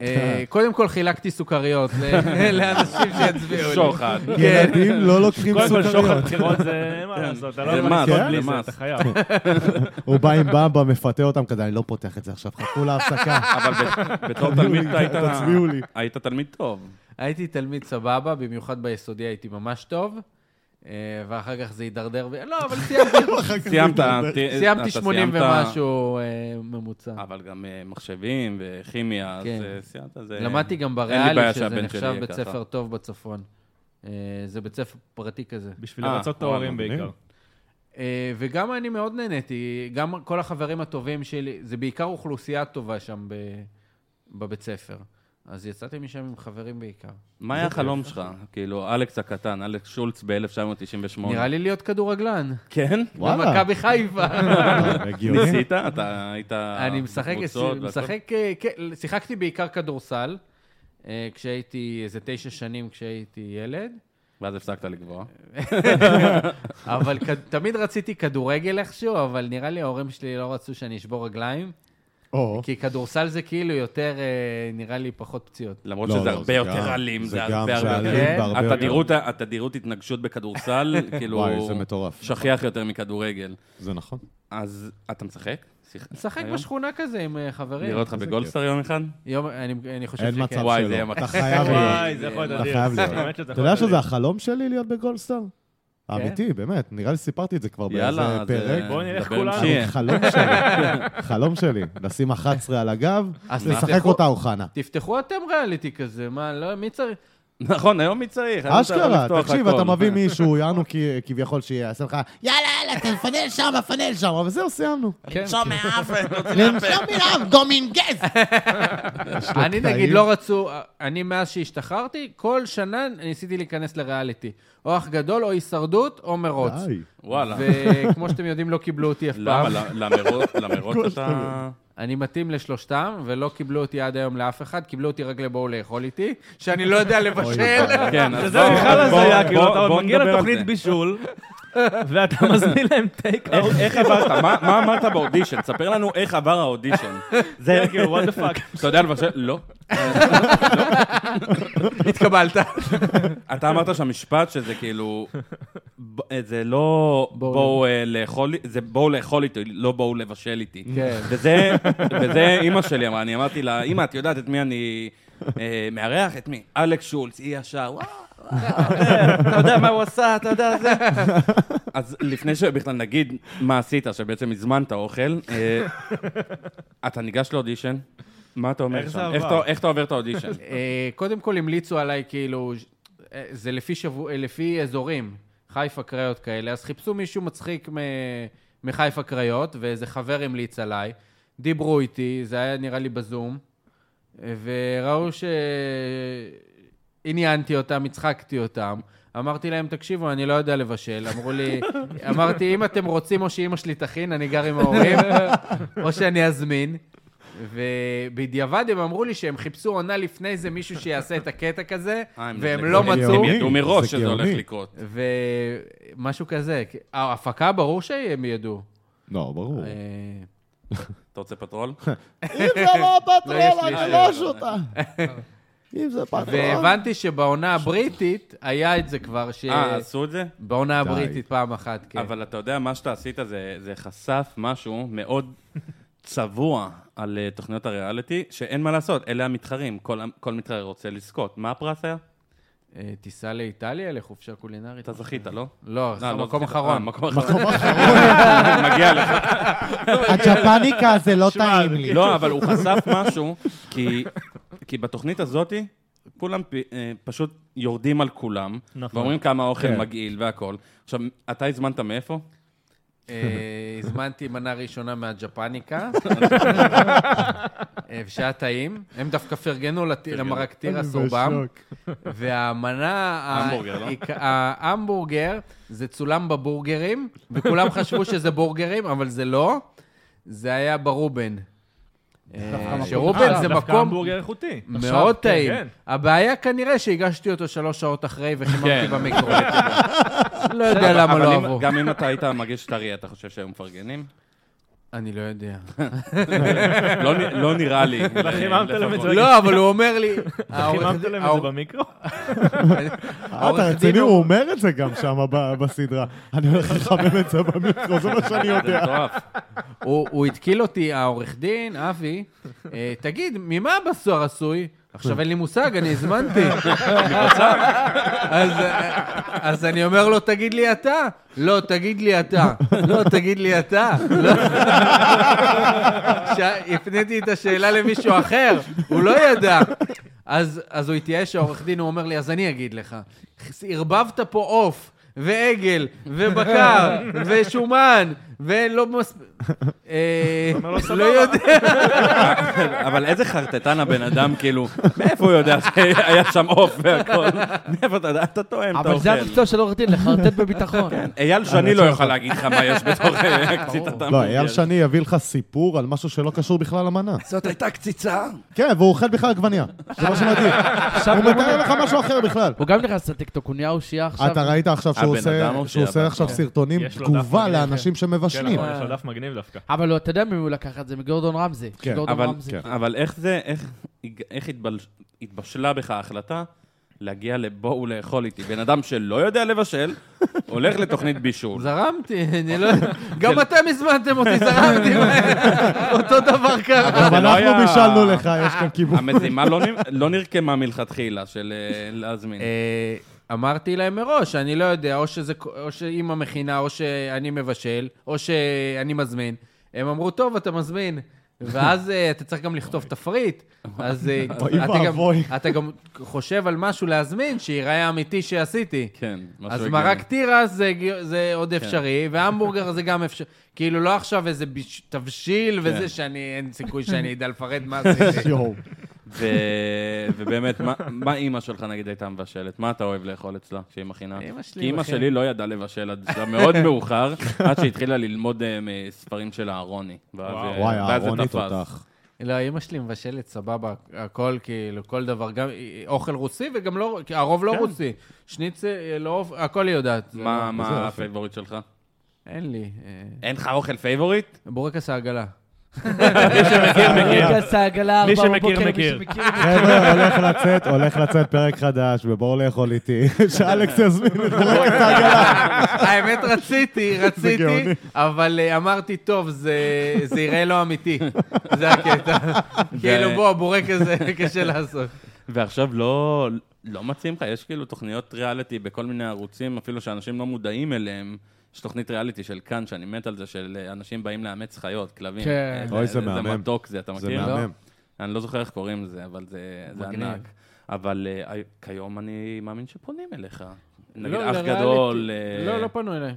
[SPEAKER 3] אה, קודם כל חילקתי סוכריות ל- לאנשים שיצביעו לי.
[SPEAKER 1] שוחד.
[SPEAKER 3] כן.
[SPEAKER 7] ילדים לא לוקחים
[SPEAKER 4] קודם כל, שוחד
[SPEAKER 7] סוכריות. כן?
[SPEAKER 4] בחירות זה אין מה לעשות, אתה לא
[SPEAKER 1] כן. זה מס,
[SPEAKER 4] יכול
[SPEAKER 1] זה
[SPEAKER 4] לצאת בלי זה,
[SPEAKER 1] מס.
[SPEAKER 4] אתה חייב.
[SPEAKER 7] הוא בא עם במבה, מפתה אותם כזה, אני לא פותח את זה עכשיו, חכו להפסקה.
[SPEAKER 4] לא,
[SPEAKER 1] אבל ב- בתור תלמיד אתה היית...
[SPEAKER 7] תצביעו לי.
[SPEAKER 1] היית תלמיד טוב.
[SPEAKER 3] הייתי תלמיד סבבה, במיוחד ביסודי הייתי ממש טוב, אה, ואחר כך זה הידרדר, ו- לא, אבל סיימתי-
[SPEAKER 1] סיימת, ת- אתה
[SPEAKER 3] סיימתי 80
[SPEAKER 1] סיימת-
[SPEAKER 3] ומשהו אה, ממוצע.
[SPEAKER 1] אבל גם אה, מחשבים וכימיה, אז
[SPEAKER 3] כן.
[SPEAKER 1] אה, סיימת, זה...
[SPEAKER 3] למדתי גם
[SPEAKER 1] לי בעיה
[SPEAKER 3] בריאלי, שזה
[SPEAKER 1] שהבן שלי
[SPEAKER 3] נחשב
[SPEAKER 1] יהיה
[SPEAKER 3] בית
[SPEAKER 1] ככה.
[SPEAKER 3] ספר טוב בצפון. אה, זה בית ספר פרטי כזה.
[SPEAKER 4] בשביל
[SPEAKER 1] אה,
[SPEAKER 4] לרצות את
[SPEAKER 1] וואלה,
[SPEAKER 4] ההורים
[SPEAKER 7] מגניב.
[SPEAKER 4] בעיקר.
[SPEAKER 3] אה, וגם אני מאוד נהניתי, גם כל החברים הטובים שלי, זה בעיקר אוכלוסייה טובה שם ב, בבית ספר. אז יצאתי משם עם חברים בעיקר.
[SPEAKER 1] מה היה החלום שלך? כאילו, אלכס הקטן, אלכס שולץ ב-1998.
[SPEAKER 3] נראה לי להיות כדורגלן.
[SPEAKER 1] כן?
[SPEAKER 7] וואלה, אה,
[SPEAKER 3] במכבי חיפה.
[SPEAKER 7] הגיוני.
[SPEAKER 1] ניסית? אתה היית...
[SPEAKER 3] אני משחק,
[SPEAKER 1] קבוצות והכל?
[SPEAKER 3] משחק, אה, כן, שיחקתי בעיקר כדורסל, אה, כשהייתי איזה תשע שנים כשהייתי ילד.
[SPEAKER 1] ואז הפסקת לגבוה.
[SPEAKER 7] אה,
[SPEAKER 3] אבל כ- תמיד רציתי כדורגל איכשהו, אבל נראה לי ההורים שלי לא רצו שאני אשבור רגליים,
[SPEAKER 7] או,
[SPEAKER 3] כי כדורסל זה כאילו יותר, אה, נראה לי פחות פציעות.
[SPEAKER 1] למרות
[SPEAKER 7] לא,
[SPEAKER 1] שזה
[SPEAKER 7] לא,
[SPEAKER 1] הרבה
[SPEAKER 7] זה גם-
[SPEAKER 1] יותר אלים,
[SPEAKER 7] זה
[SPEAKER 1] זה
[SPEAKER 7] גם
[SPEAKER 1] הרבה הרבה
[SPEAKER 7] שאלים
[SPEAKER 1] יותר...
[SPEAKER 7] בהרבה יותר.
[SPEAKER 1] התדירות- התדירות התנגשות בכדורסל, כאילו,
[SPEAKER 7] וואי, זה מטורף.
[SPEAKER 1] שכיח יותר מכדורגל.
[SPEAKER 7] זה נכון.
[SPEAKER 1] אז אתה משחק? שיח-
[SPEAKER 3] לשחק
[SPEAKER 1] היום?
[SPEAKER 3] בשכונה כזה עם אה, חברים.
[SPEAKER 1] נראה אותך בגולדסטאר יום אחד?
[SPEAKER 3] יום, אני, אני חושב
[SPEAKER 7] אין
[SPEAKER 3] שכן.
[SPEAKER 7] מצב
[SPEAKER 1] וואי, זה יהיה
[SPEAKER 7] שלא. אתה
[SPEAKER 1] מצב.
[SPEAKER 7] חייב להיות.
[SPEAKER 4] וואי, זה יכול להיות
[SPEAKER 7] אתה
[SPEAKER 4] אדיר.
[SPEAKER 7] חייב להיות.
[SPEAKER 4] באמת שזה
[SPEAKER 7] אתה יודע
[SPEAKER 4] יכול להיות כן.
[SPEAKER 7] שזה
[SPEAKER 4] אדיר.
[SPEAKER 7] החלום שלי להיות בגולדסטאר? אמיתי, באמת. נראה לי סיפרתי את זה כבר באיזה
[SPEAKER 1] יאללה, אז,
[SPEAKER 7] פרק.
[SPEAKER 1] אה,
[SPEAKER 4] בוא נלך
[SPEAKER 1] נדבר עם
[SPEAKER 4] כולנו.
[SPEAKER 1] שיהיה.
[SPEAKER 7] חלום שלי, חלום שלי, לשים 11 על הגב,
[SPEAKER 3] אז
[SPEAKER 7] לשחק
[SPEAKER 3] תפתחו-
[SPEAKER 7] אותה אוחנה.
[SPEAKER 3] תפתחו אתם ריאליטי כזה, מה, לא, מי צריך?
[SPEAKER 1] נכון, היום מי צריך? היום אתה יכול
[SPEAKER 7] כן. אשכרה,
[SPEAKER 1] לפתוח
[SPEAKER 7] תקשיב,
[SPEAKER 1] הכל.
[SPEAKER 7] אתה מביא מישהו, יענו כ- כביכול שיעשה לך, יאללה, יאללה, תפנל שם, פנל שם, אבל זהו, סיימנו. לא
[SPEAKER 3] כן.
[SPEAKER 8] למשום מרב, גומינגז.
[SPEAKER 3] אני
[SPEAKER 7] קטעים.
[SPEAKER 3] נגיד לא רצו, אני מאז שהשתחררתי, כל שנה ניסיתי להיכנס לריאליטי. או אח גדול, או הישרדות, או מרוץ.
[SPEAKER 7] די.
[SPEAKER 1] וואלה.
[SPEAKER 3] וכמו שאתם יודעים, לא קיבלו אותי אף
[SPEAKER 1] למה?
[SPEAKER 3] פעם.
[SPEAKER 1] ל- למרוץ- למרוץ אתה...
[SPEAKER 3] אני מתאים לשלושתם, ולא קיבלו אותי עד היום לאף אחד, קיבלו אותי רק לבואו לאכול איתי, שאני לא יודע לבשל.
[SPEAKER 1] כן, אז
[SPEAKER 4] זה
[SPEAKER 1] בוא-
[SPEAKER 4] בכלל
[SPEAKER 1] בוא-
[SPEAKER 4] הזיה, כאילו,
[SPEAKER 1] בוא-
[SPEAKER 4] אתה עוד
[SPEAKER 1] בוא
[SPEAKER 4] מגיע
[SPEAKER 1] נדבר על
[SPEAKER 4] לתוכנית
[SPEAKER 1] זה.
[SPEAKER 4] בישול, ואתה מזמין להם טייק אאוט.
[SPEAKER 1] איך- איך עברת? מה- מה אמרת באודישן? ספר לנו איך עבר האודישן.
[SPEAKER 4] זה היה כאילו, what the fuck.
[SPEAKER 1] אתה יודע לבשל? לא.
[SPEAKER 3] התקבלת.
[SPEAKER 1] אתה אמרת שם משפט שזה כאילו... ב- זה לא בואו אה, לאכול, זה בואו לאכול איתי, לא בואו לבשל איתי.
[SPEAKER 3] כן.
[SPEAKER 1] וזה, וזה אימא שלי אמרה, אני אמרתי לה, אימא, את יודעת את מי אני אה, מארח? את מי? אלכס שולץ, היא ישר, וואו, אתה יודע מה הוא עשה, אתה יודע זה. אז לפני שבכלל נגיד מה עשית, שבעצם הזמנת אוכל, אה, אתה ניגש לאודישן, מה אתה אומר
[SPEAKER 4] איך זה
[SPEAKER 1] שם?
[SPEAKER 4] עבר?
[SPEAKER 1] איך אתה- איך אתה עובר את האודישן?
[SPEAKER 3] אה, קודם כל המליצו עליי, כאילו, ש- אה, זה לפי, שבוע, אה, לפי אזורים, חיפה קריות כאלה, אז חיפשו מישהו מצחיק מ... מחיפה קריות, ואיזה חבר המליץ עליי, דיברו איתי, זה היה נראה לי בזום, אה, וראו שעניינתי אותם, הצחקתי אותם. אמרתי להם, תקשיבו, אני לא יודע לבשל. אמרו לי, אמרתי, אם אתם רוצים או שאימא שלי תכין, אני גר עם ההורים, או שאני אזמין. ובדיעבד הם אמרו לי שהם חיפשו עונה לפני זה מישהו שיעשה את הקטע כזה,
[SPEAKER 1] אה, הם
[SPEAKER 3] והם
[SPEAKER 1] נדלקו.
[SPEAKER 3] לא
[SPEAKER 1] הם
[SPEAKER 3] מצאו,
[SPEAKER 1] הם ידעו מראש
[SPEAKER 7] זה
[SPEAKER 1] שזה הולך
[SPEAKER 7] גאוני.
[SPEAKER 1] לקרות.
[SPEAKER 3] ומשהו כזה. ההפקה, ברור שהם ידעו.
[SPEAKER 7] לא, ברור.
[SPEAKER 3] אה,
[SPEAKER 1] אתה רוצה פטרול?
[SPEAKER 8] אם זה לא
[SPEAKER 3] יש
[SPEAKER 8] פטרול,
[SPEAKER 3] לי
[SPEAKER 8] אני
[SPEAKER 1] שאלה.
[SPEAKER 8] לא שותה. אם זה
[SPEAKER 1] נכון.
[SPEAKER 8] פטרול.
[SPEAKER 3] והבנתי שבעונה הבריטית, היה את זה כבר, ש-
[SPEAKER 1] אה, עשו את זה?
[SPEAKER 3] בעונה
[SPEAKER 7] די.
[SPEAKER 3] הבריטית פעם אחת, כן.
[SPEAKER 1] אבל אתה יודע, מה שאתה עשית זה, זה חשף משהו מאוד צבוע על אה, תוכניות הריאליטי, שאין מה לעשות, אלה המתחרים, כל, המ- כל מתחרה רוצה לזכות. מה הפרס היה?
[SPEAKER 3] אה, טיסה לאיטליה לחופשה קולינרית.
[SPEAKER 1] אתה זכית, לא?
[SPEAKER 3] לא,
[SPEAKER 1] אה, לא
[SPEAKER 3] מקום
[SPEAKER 1] זכית. אה,
[SPEAKER 3] אחרון.
[SPEAKER 1] מקום אחרון. מגיע לך.
[SPEAKER 7] הג'פניקה זה לא טעים לי.
[SPEAKER 1] לא, אבל הוא חשף משהו, כי, כי בתוכנית הזאתי, כולם פ, אה, פשוט יורדים על כולם,
[SPEAKER 4] נכון.
[SPEAKER 1] ואומרים כמה האוכל
[SPEAKER 7] כן.
[SPEAKER 1] מגעיל והכול. עכשיו, אתה הזמנת מאיפה?
[SPEAKER 3] אה, הזמנתי מנה ראשונה מהג'פניקה, אה, שהיה טעים. הם דווקא פרגנו לת- למרק תירס רובם,
[SPEAKER 7] אה,
[SPEAKER 3] והמנה... ה-
[SPEAKER 1] המבורגר, לא?
[SPEAKER 3] העיק- ההמבורגר, זה צולם בבורגרים, וכולם חשבו שזה בורגרים, אבל זה לא. זה היה ברובן.
[SPEAKER 5] דווקא
[SPEAKER 3] שרובן זה
[SPEAKER 4] אה, דווקא
[SPEAKER 3] מקום
[SPEAKER 4] המבורגר איכותי.
[SPEAKER 3] מאוד
[SPEAKER 4] כן,
[SPEAKER 3] טעים.
[SPEAKER 4] כן.
[SPEAKER 3] הבעיה כנראה שהגשתי אותו שלוש שעות אחרי וחיממתי
[SPEAKER 1] כן.
[SPEAKER 3] במיקרו. לא יודע למה
[SPEAKER 1] אבל
[SPEAKER 3] לא
[SPEAKER 1] אם-
[SPEAKER 3] עברו.
[SPEAKER 1] גם אם אתה היית מגיש את אריה, אתה חושב שהיו מפרגנים?
[SPEAKER 3] אני לא יודע.
[SPEAKER 1] לא נ- לא נראה לי.
[SPEAKER 4] חיממת להם את זה.
[SPEAKER 1] לפחות.
[SPEAKER 3] לא, אבל הוא אומר לי...
[SPEAKER 4] חיממת להם את זה במיקרו?
[SPEAKER 7] אה, אתה רציני, הוא אומר את זה גם שם ב- בסדרה. אני הולך לחמם את זה במיקרו, זה מה שאני
[SPEAKER 1] זה
[SPEAKER 7] יודע.
[SPEAKER 1] מטורף.
[SPEAKER 3] הוא הוא התקיל אותי, העורך דין, אבי, אה, תגיד, ממה הבשר עשוי? עכשיו אין לי מושג, אני הזמנתי. אז, אה, אז אני אומר לו, תגיד לי אתה. לא, תגיד לי אתה. לא, תגיד לי אתה. לא. ש- הפניתי את השאלה למישהו אחר, הוא לא ידע. אז, אז הוא התייאש, העורך דין, הוא אומר לי, אז אני אגיד לך. ערבבת פה עוף, ועגל, ובקר, ושומן, ולא מס... אה,
[SPEAKER 4] אומר לו,
[SPEAKER 3] לא
[SPEAKER 4] "סבבה."
[SPEAKER 3] יודע.
[SPEAKER 1] אבל איזה חרטטן הבן אדם, כאילו, מאיפה הוא יודע שהיה שם עוף והכל? מאיפה אתה יודע? אתה טועם, אתה
[SPEAKER 5] אבל זה
[SPEAKER 1] אוכל.
[SPEAKER 5] המקצוע של עורך דין, לחרטט בביטחון.
[SPEAKER 1] אייל שני לא יוכל להגיד לך מה יש בתוך אה, קציצת המבורגר.
[SPEAKER 7] לא, אייל שני יביא לך סיפור על משהו שלא קשור בכלל למנה.
[SPEAKER 1] זאת הייתה קציצה.
[SPEAKER 7] כן, והוא אוכל בכלל עגבנייה. זה מה שמדהים.
[SPEAKER 5] עכשיו
[SPEAKER 7] הוא מתאר לך משהו אחר בכלל.
[SPEAKER 5] הוא גם נכנס לטיקטוק, הוא נהיה אושייה עכשיו.
[SPEAKER 7] אתה ראית עכשיו שהוא
[SPEAKER 1] הבן אדם
[SPEAKER 7] עושה,
[SPEAKER 1] הושיע,
[SPEAKER 7] שהוא עושה
[SPEAKER 1] אבל-
[SPEAKER 7] עכשיו סרטונים
[SPEAKER 4] יש לו דף
[SPEAKER 7] תגובה
[SPEAKER 4] מגניב,
[SPEAKER 7] לאנשים
[SPEAKER 4] כן,
[SPEAKER 7] שמבשלים.
[SPEAKER 4] נכון, יש לו דף מגניב דווקא.
[SPEAKER 5] אבל הוא- אתה יודע ממי הוא לקח את זה? מגורדון רמזי.
[SPEAKER 7] כן,
[SPEAKER 5] גורדון
[SPEAKER 1] אבל,
[SPEAKER 5] רמזי.
[SPEAKER 1] אבל איך זה, איך, איך התבל, התבשלה בך ההחלטה להגיע לבואו לאכול איתי? בן אדם שלא יודע לבשל, הולך לתוכנית בישול.
[SPEAKER 3] זרמתי, אני לא...
[SPEAKER 4] כן.
[SPEAKER 3] גם אתם הזמנתם אותי, זרמתי. אותו דבר קרה.
[SPEAKER 7] גם
[SPEAKER 1] זה לא
[SPEAKER 7] אנחנו
[SPEAKER 1] היה-
[SPEAKER 7] בישלנו לך, יש כאן כיוון.
[SPEAKER 1] המזימה לא, נ- לא נרקמה מלכתחילה של אה, להזמין.
[SPEAKER 3] אה, אמרתי להם מראש, אני לא יודע, או שזה, או שאימא מכינה, או שאני מבשל, או שאני מזמין. הם אמרו, טוב, אתה מזמין. ואז אה, אתה צריך גם לכתוב תפריט, אז אה,
[SPEAKER 7] אוי
[SPEAKER 3] אתה גם-
[SPEAKER 7] ואבוי.
[SPEAKER 3] אתה גם חושב על משהו להזמין, שיראה אמיתי שעשיתי.
[SPEAKER 1] כן, משהו
[SPEAKER 3] אז
[SPEAKER 1] הגיוני. כן.
[SPEAKER 3] מרק תירס זה, הגיע- זה עוד אפשרי, והמבורגר זה גם אפשרי. כאילו, לא עכשיו איזה ביש, תבשיל
[SPEAKER 1] כן.
[SPEAKER 3] וזה, שאני, אין סיכוי שאני אדע לפרט מה עשיתי.
[SPEAKER 7] יואו.
[SPEAKER 1] ו... ובאמת, מה, מה אימא שלך נגיד הייתה מבשלת? מה אתה אוהב לאכול אצלה כשהיא מכינה?
[SPEAKER 3] אמא שלי
[SPEAKER 1] כי אימא
[SPEAKER 3] מכינה.
[SPEAKER 1] שלי לא ידעה לבשל עד שלה מאוד מאוחר, עד שהתחילה ללמוד אה, מספרים של אהרוני. ואז, אה,
[SPEAKER 7] וואי,
[SPEAKER 1] ואז זה
[SPEAKER 7] אהרוני
[SPEAKER 1] תפס.
[SPEAKER 7] תותח.
[SPEAKER 3] לא, אמא שלי מבשלת סבבה, הכל כאילו, כל דבר, גם אוכל רוסי וגם לא, כי הרוב לא רוסי. שניצל, לא, הכל היא יודעת. זה
[SPEAKER 1] מה,
[SPEAKER 3] לא-
[SPEAKER 1] מה הפייבוריט שלך?
[SPEAKER 3] אין לי. אה,
[SPEAKER 1] אין לך אוכל פייבוריט?
[SPEAKER 3] בורקס העגלה.
[SPEAKER 4] כן,
[SPEAKER 5] רגע, סעגלה,
[SPEAKER 4] מי
[SPEAKER 5] ארבע
[SPEAKER 4] שמכיר,
[SPEAKER 5] בבוקר, מי
[SPEAKER 4] מכיר.
[SPEAKER 5] שמכיר,
[SPEAKER 7] חבר'ה, הולך לצאת, הולך לצאת פרק חדש, ובואו לאכול איתי, שאלכס יזמין את פרק העגלה.
[SPEAKER 3] האמת, רציתי, רציתי,
[SPEAKER 7] גאוני.
[SPEAKER 3] אבל אה, אמרתי, טוב, זה זה יראה לא אמיתי. זה הקטע. כאילו, בוא, בורקס זה קשה לעשות.
[SPEAKER 1] ועכשיו לא, לא מציעים לך, יש כאילו תוכניות ריאליטי בכל מיני ערוצים, אפילו שאנשים לא מודעים אליהם. יש תוכנית ריאליטי של כאן, שאני מת על זה, של אה, אנשים באים לאמץ חיות, כלבים.
[SPEAKER 5] כן.
[SPEAKER 1] אה,
[SPEAKER 7] אוי, זה מהמם.
[SPEAKER 1] זה מתוק זה, אתה
[SPEAKER 7] זה
[SPEAKER 1] מכיר?
[SPEAKER 7] מהמם.
[SPEAKER 1] אני לא זוכר איך קוראים לזה, אבל זה, זה
[SPEAKER 3] מגניב.
[SPEAKER 1] ענק. אבל uh, כיום אני מאמין שפונים אליך. נגיד
[SPEAKER 3] לא,
[SPEAKER 1] אח
[SPEAKER 3] לריאליטי.
[SPEAKER 1] גדול, אה,
[SPEAKER 3] לא, לא פנו אליי.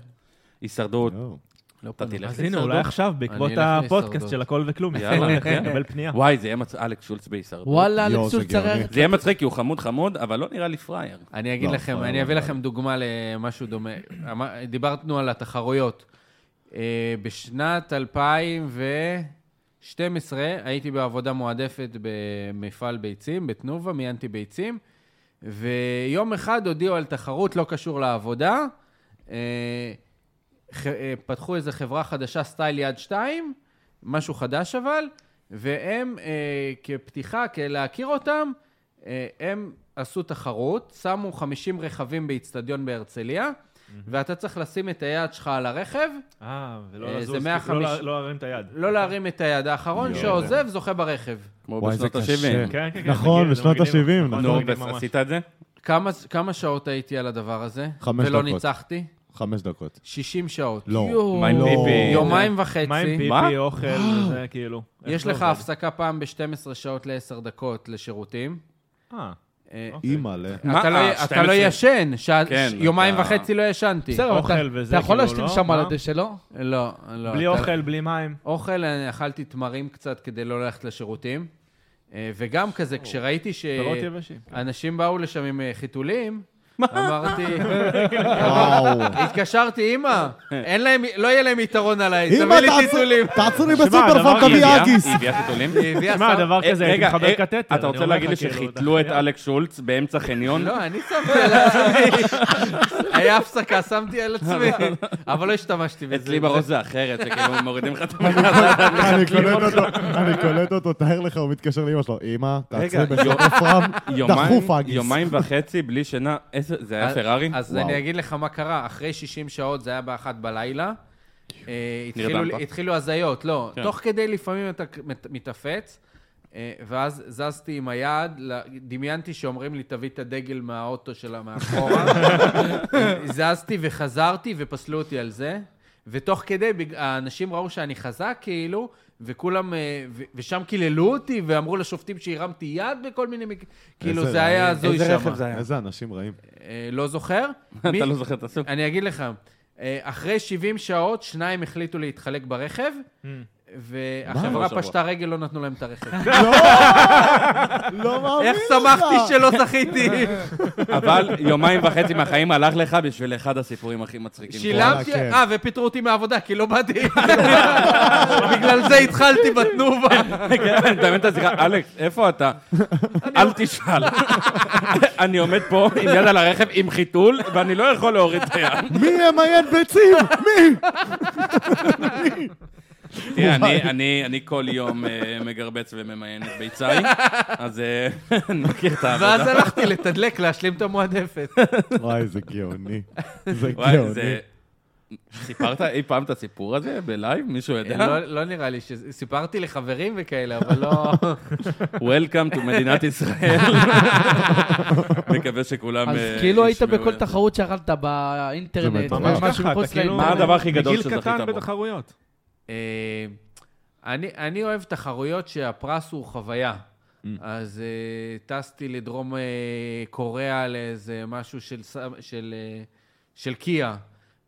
[SPEAKER 1] הישרדות,
[SPEAKER 7] יואו.
[SPEAKER 3] לא
[SPEAKER 1] אתה
[SPEAKER 3] פנו.
[SPEAKER 1] תלך
[SPEAKER 4] אז הנה, אולי
[SPEAKER 1] להישרדות?
[SPEAKER 4] עכשיו, בעקבות
[SPEAKER 3] אלך להישרדות.
[SPEAKER 4] הפודקאסט של הכל וכלום,
[SPEAKER 1] יאללה.
[SPEAKER 4] יאללה, כן. נקבל פנייה.
[SPEAKER 1] וואי, זה יהיה מצ... אלכס שולץ בהישרדות.
[SPEAKER 5] וואלה,
[SPEAKER 7] יואו,
[SPEAKER 5] לצול
[SPEAKER 7] זה גאוני.
[SPEAKER 5] צריך...
[SPEAKER 1] זה יהיה מצחיק, כי הוא חמוד חמוד, אבל לא נראה לי פראייר.
[SPEAKER 3] אני אגיד
[SPEAKER 7] לא,
[SPEAKER 3] לכם,
[SPEAKER 7] לא,
[SPEAKER 3] אני
[SPEAKER 7] לא,
[SPEAKER 3] אביא
[SPEAKER 7] לא.
[SPEAKER 3] לכם דוגמה למשהו דומה. אמר- דיברנו על התחרויות. אה, בשנת 2012 הייתי בעבודה מועדפת במפעל ביצים, בתנובה, מיינתי ביצים, ויום אחד הודיעו על תחרות לא קשור לעבודה. אה, ח- אה, פתחו איזו חברה חדשה, סטייל יד שתיים, משהו חדש אבל, והם אה, כפתיחה, כלהכיר אותם, אה, הם עשו תחרות, שמו 50 רכבים באיצטדיון בהרצליה, ואתה צריך לשים את היד שלך על הרכב,
[SPEAKER 4] אה, ולא
[SPEAKER 3] אה, זה
[SPEAKER 4] לזוז,
[SPEAKER 3] 150.
[SPEAKER 4] לא לה- לא להרים את היד.
[SPEAKER 3] לא להרים את היד. האחרון שעוזב זוכה ברכב.
[SPEAKER 1] כמו
[SPEAKER 7] וואי, זה
[SPEAKER 1] בשנות
[SPEAKER 7] קשה.
[SPEAKER 1] ה-70.
[SPEAKER 4] כן, כן, כן.
[SPEAKER 7] נכון,
[SPEAKER 4] זה מגניב,
[SPEAKER 7] בשנות
[SPEAKER 4] זה מגניב.
[SPEAKER 7] ה-שבעים,
[SPEAKER 4] נכון,
[SPEAKER 1] נו,
[SPEAKER 4] זה מגניב
[SPEAKER 1] ואז
[SPEAKER 4] ממש.
[SPEAKER 1] עשית את זה?
[SPEAKER 3] כמה, כמה שעות הייתי על הדבר הזה?
[SPEAKER 7] חמש
[SPEAKER 3] ולא
[SPEAKER 7] דקות.
[SPEAKER 3] ניצחתי?
[SPEAKER 7] חמש דקות.
[SPEAKER 3] 60 שעות.
[SPEAKER 7] לא.
[SPEAKER 5] יואו.
[SPEAKER 1] מה עם
[SPEAKER 7] לא.
[SPEAKER 1] פיפי?
[SPEAKER 3] יומיים וחצי.
[SPEAKER 4] מים,
[SPEAKER 1] מה?
[SPEAKER 4] פיפי, אוכל, וזה כאילו. איך
[SPEAKER 3] יש
[SPEAKER 4] זה
[SPEAKER 3] לך
[SPEAKER 4] עובד?
[SPEAKER 3] הפסקה פעם ב-12 שעות ל-10 דקות לשירותים.
[SPEAKER 4] אה,
[SPEAKER 3] אה,
[SPEAKER 4] אוקיי.
[SPEAKER 7] אימא'לה.
[SPEAKER 1] מה?
[SPEAKER 3] אתה לא-
[SPEAKER 1] אה,
[SPEAKER 3] אתה לא
[SPEAKER 1] 12?
[SPEAKER 3] ישן, שעה-
[SPEAKER 1] כן,
[SPEAKER 3] ש- יומיים
[SPEAKER 1] אתה-
[SPEAKER 3] וחצי לא ישנתי.
[SPEAKER 5] בסדר, אבל
[SPEAKER 4] אוכל
[SPEAKER 5] אתה-
[SPEAKER 4] וזה,
[SPEAKER 5] אתה יכול
[SPEAKER 4] כאילו,
[SPEAKER 5] להשתין
[SPEAKER 4] לא?
[SPEAKER 5] שם על
[SPEAKER 4] מה?
[SPEAKER 5] הדשא, לא?
[SPEAKER 3] לא, לא.
[SPEAKER 4] בלי
[SPEAKER 3] אתה-
[SPEAKER 4] אוכל, בלי מים.
[SPEAKER 3] אוכל, אני אכלתי תמרים קצת כדי לא ללכת לשירותים. אה, וגם כזה, כשראיתי ש...
[SPEAKER 4] לא פירות יבשים.
[SPEAKER 3] אנשים באו לשם עם אה, חיתולים, אמרתי,
[SPEAKER 7] וואו.
[SPEAKER 3] התקשרתי, אמא, אין להם, לא יהיה להם יתרון עליי,
[SPEAKER 7] אמא,
[SPEAKER 3] תביא לי
[SPEAKER 7] תעצור-
[SPEAKER 3] טיטולים.
[SPEAKER 7] תעצור לי
[SPEAKER 4] שמע,
[SPEAKER 7] בסופר
[SPEAKER 4] הדבר
[SPEAKER 7] פארק,
[SPEAKER 4] הזה-
[SPEAKER 7] תביא
[SPEAKER 1] היא הביאה-
[SPEAKER 7] אגיס.
[SPEAKER 1] היא הביאה חיתולים?
[SPEAKER 3] היא הביאה
[SPEAKER 4] שמע,
[SPEAKER 3] סם-
[SPEAKER 4] דבר
[SPEAKER 1] אה,
[SPEAKER 4] כזה, הייתי
[SPEAKER 1] רגע,
[SPEAKER 4] מחבר
[SPEAKER 1] אה,
[SPEAKER 4] קטטר.
[SPEAKER 1] אתה רוצה להגיד לי
[SPEAKER 4] לא
[SPEAKER 1] שחיתלו את אלכס שולץ באמצע חניון?
[SPEAKER 3] לא, אני שמתי על עצמי. היה הפסקה, שמתי על עצמי. אבל לא השתמשתי בזה.
[SPEAKER 1] אצלי בראש זה אחרת, שכאילו מורידים לך את
[SPEAKER 7] אני קולט אותו, אני קולט אותו, תאר לך, הוא מתקשר לאמא שלו, אמא, תעצרי
[SPEAKER 1] רגע, יום-
[SPEAKER 7] בסופר פארק,
[SPEAKER 1] יומיים-
[SPEAKER 7] דחוף אגיס.
[SPEAKER 1] יומיים וחצי בלי שינה, איזה- זה היה פרארי?
[SPEAKER 3] אז
[SPEAKER 7] וואו.
[SPEAKER 3] אני אגיד לך מה קרה. אחרי 60 שעות, זה היה באחת בלילה. אה, התחילו-
[SPEAKER 1] נרדמת?
[SPEAKER 3] התחילו הזיות, לא.
[SPEAKER 1] כן.
[SPEAKER 3] תוך כדי לפעמים אתה מת- מתאפץ. אה, ואז זזתי עם היד, ל- דמיינתי שאומרים לי, תביא את הדגל מהאוטו שלה מאחורה. זזתי וחזרתי ופסלו אותי על זה. ותוך כדי, בג- האנשים ראו שאני חזק, כאילו, וכולם, אה, ו- ושם קיללו אותי, ואמרו לשופטים שהרמתי יד בכל מיני מקרים. כאילו,
[SPEAKER 7] איזה
[SPEAKER 3] זה היה
[SPEAKER 7] רעים.
[SPEAKER 3] הזוי שם.
[SPEAKER 7] איזה אנשים רעים.
[SPEAKER 3] אה, לא זוכר. מי-
[SPEAKER 1] אתה לא זוכר את הסוף?
[SPEAKER 3] אני אגיד לך, אה, אחרי 70 שעות, שניים החליטו להתחלק ברכב, והחברה
[SPEAKER 1] שבוע.
[SPEAKER 3] פשטה רגל, לא נתנו להם את הרכב.
[SPEAKER 7] לא מאמין
[SPEAKER 3] איך שמחתי שלא זכיתי?
[SPEAKER 1] אבל יומיים וחצי מהחיים הלך לך בשביל אחד הסיפורים הכי מצחיקים.
[SPEAKER 3] שילמתי,
[SPEAKER 7] וואלה, כן.
[SPEAKER 3] אה, ופיטרו אותי מהעבודה, כי לא באתי. בגלל זה התחלתי בתנובה.
[SPEAKER 1] כן, אני מדמיין את הזירה, אלכס, איפה אתה? אל תשאל. אני עומד פה עם יד על הרכב עם חיתול, ואני לא יכול להוריד את היד.
[SPEAKER 7] מי ימיין ביצים? מי?
[SPEAKER 1] תראה, אני- אני- אני כל יום אה, מגרבץ וממיין את ביציי, אז אה, אני מכיר את העבודה.
[SPEAKER 3] ואז הלכתי לתדלק, להשלים את המועדפת.
[SPEAKER 7] וואי, זה גאוני. זה
[SPEAKER 1] וואי, זה...
[SPEAKER 7] גאוני.
[SPEAKER 1] סיפרת אי פעם את הסיפור הזה בלייב? מישהו יודע?
[SPEAKER 3] לא לא נראה לי ש... סיפרתי לחברים וכאלה, אבל לא...
[SPEAKER 1] Welcome to מדינת ישראל. מקווה שכולם...
[SPEAKER 5] אז
[SPEAKER 1] אה,
[SPEAKER 5] כאילו היית
[SPEAKER 1] ישמעו
[SPEAKER 5] בכל
[SPEAKER 1] את זה.
[SPEAKER 5] תחרות שאכלת באינטרנט,
[SPEAKER 7] זה ממש
[SPEAKER 5] משהו מחוץ
[SPEAKER 1] מה
[SPEAKER 4] כאילו-
[SPEAKER 5] לאינטרנט.
[SPEAKER 1] הדבר הכי גדול
[SPEAKER 4] בגיל
[SPEAKER 1] שזכית
[SPEAKER 4] קטן
[SPEAKER 1] בו?
[SPEAKER 4] בתחרויות.
[SPEAKER 3] אה, אני, אני אוהב תחרויות שהפרס הוא חוויה.
[SPEAKER 7] Mm.
[SPEAKER 3] אז אה, טסתי לדרום אה, קוריאה לאיזה משהו של, סם- של, אה, של קיה,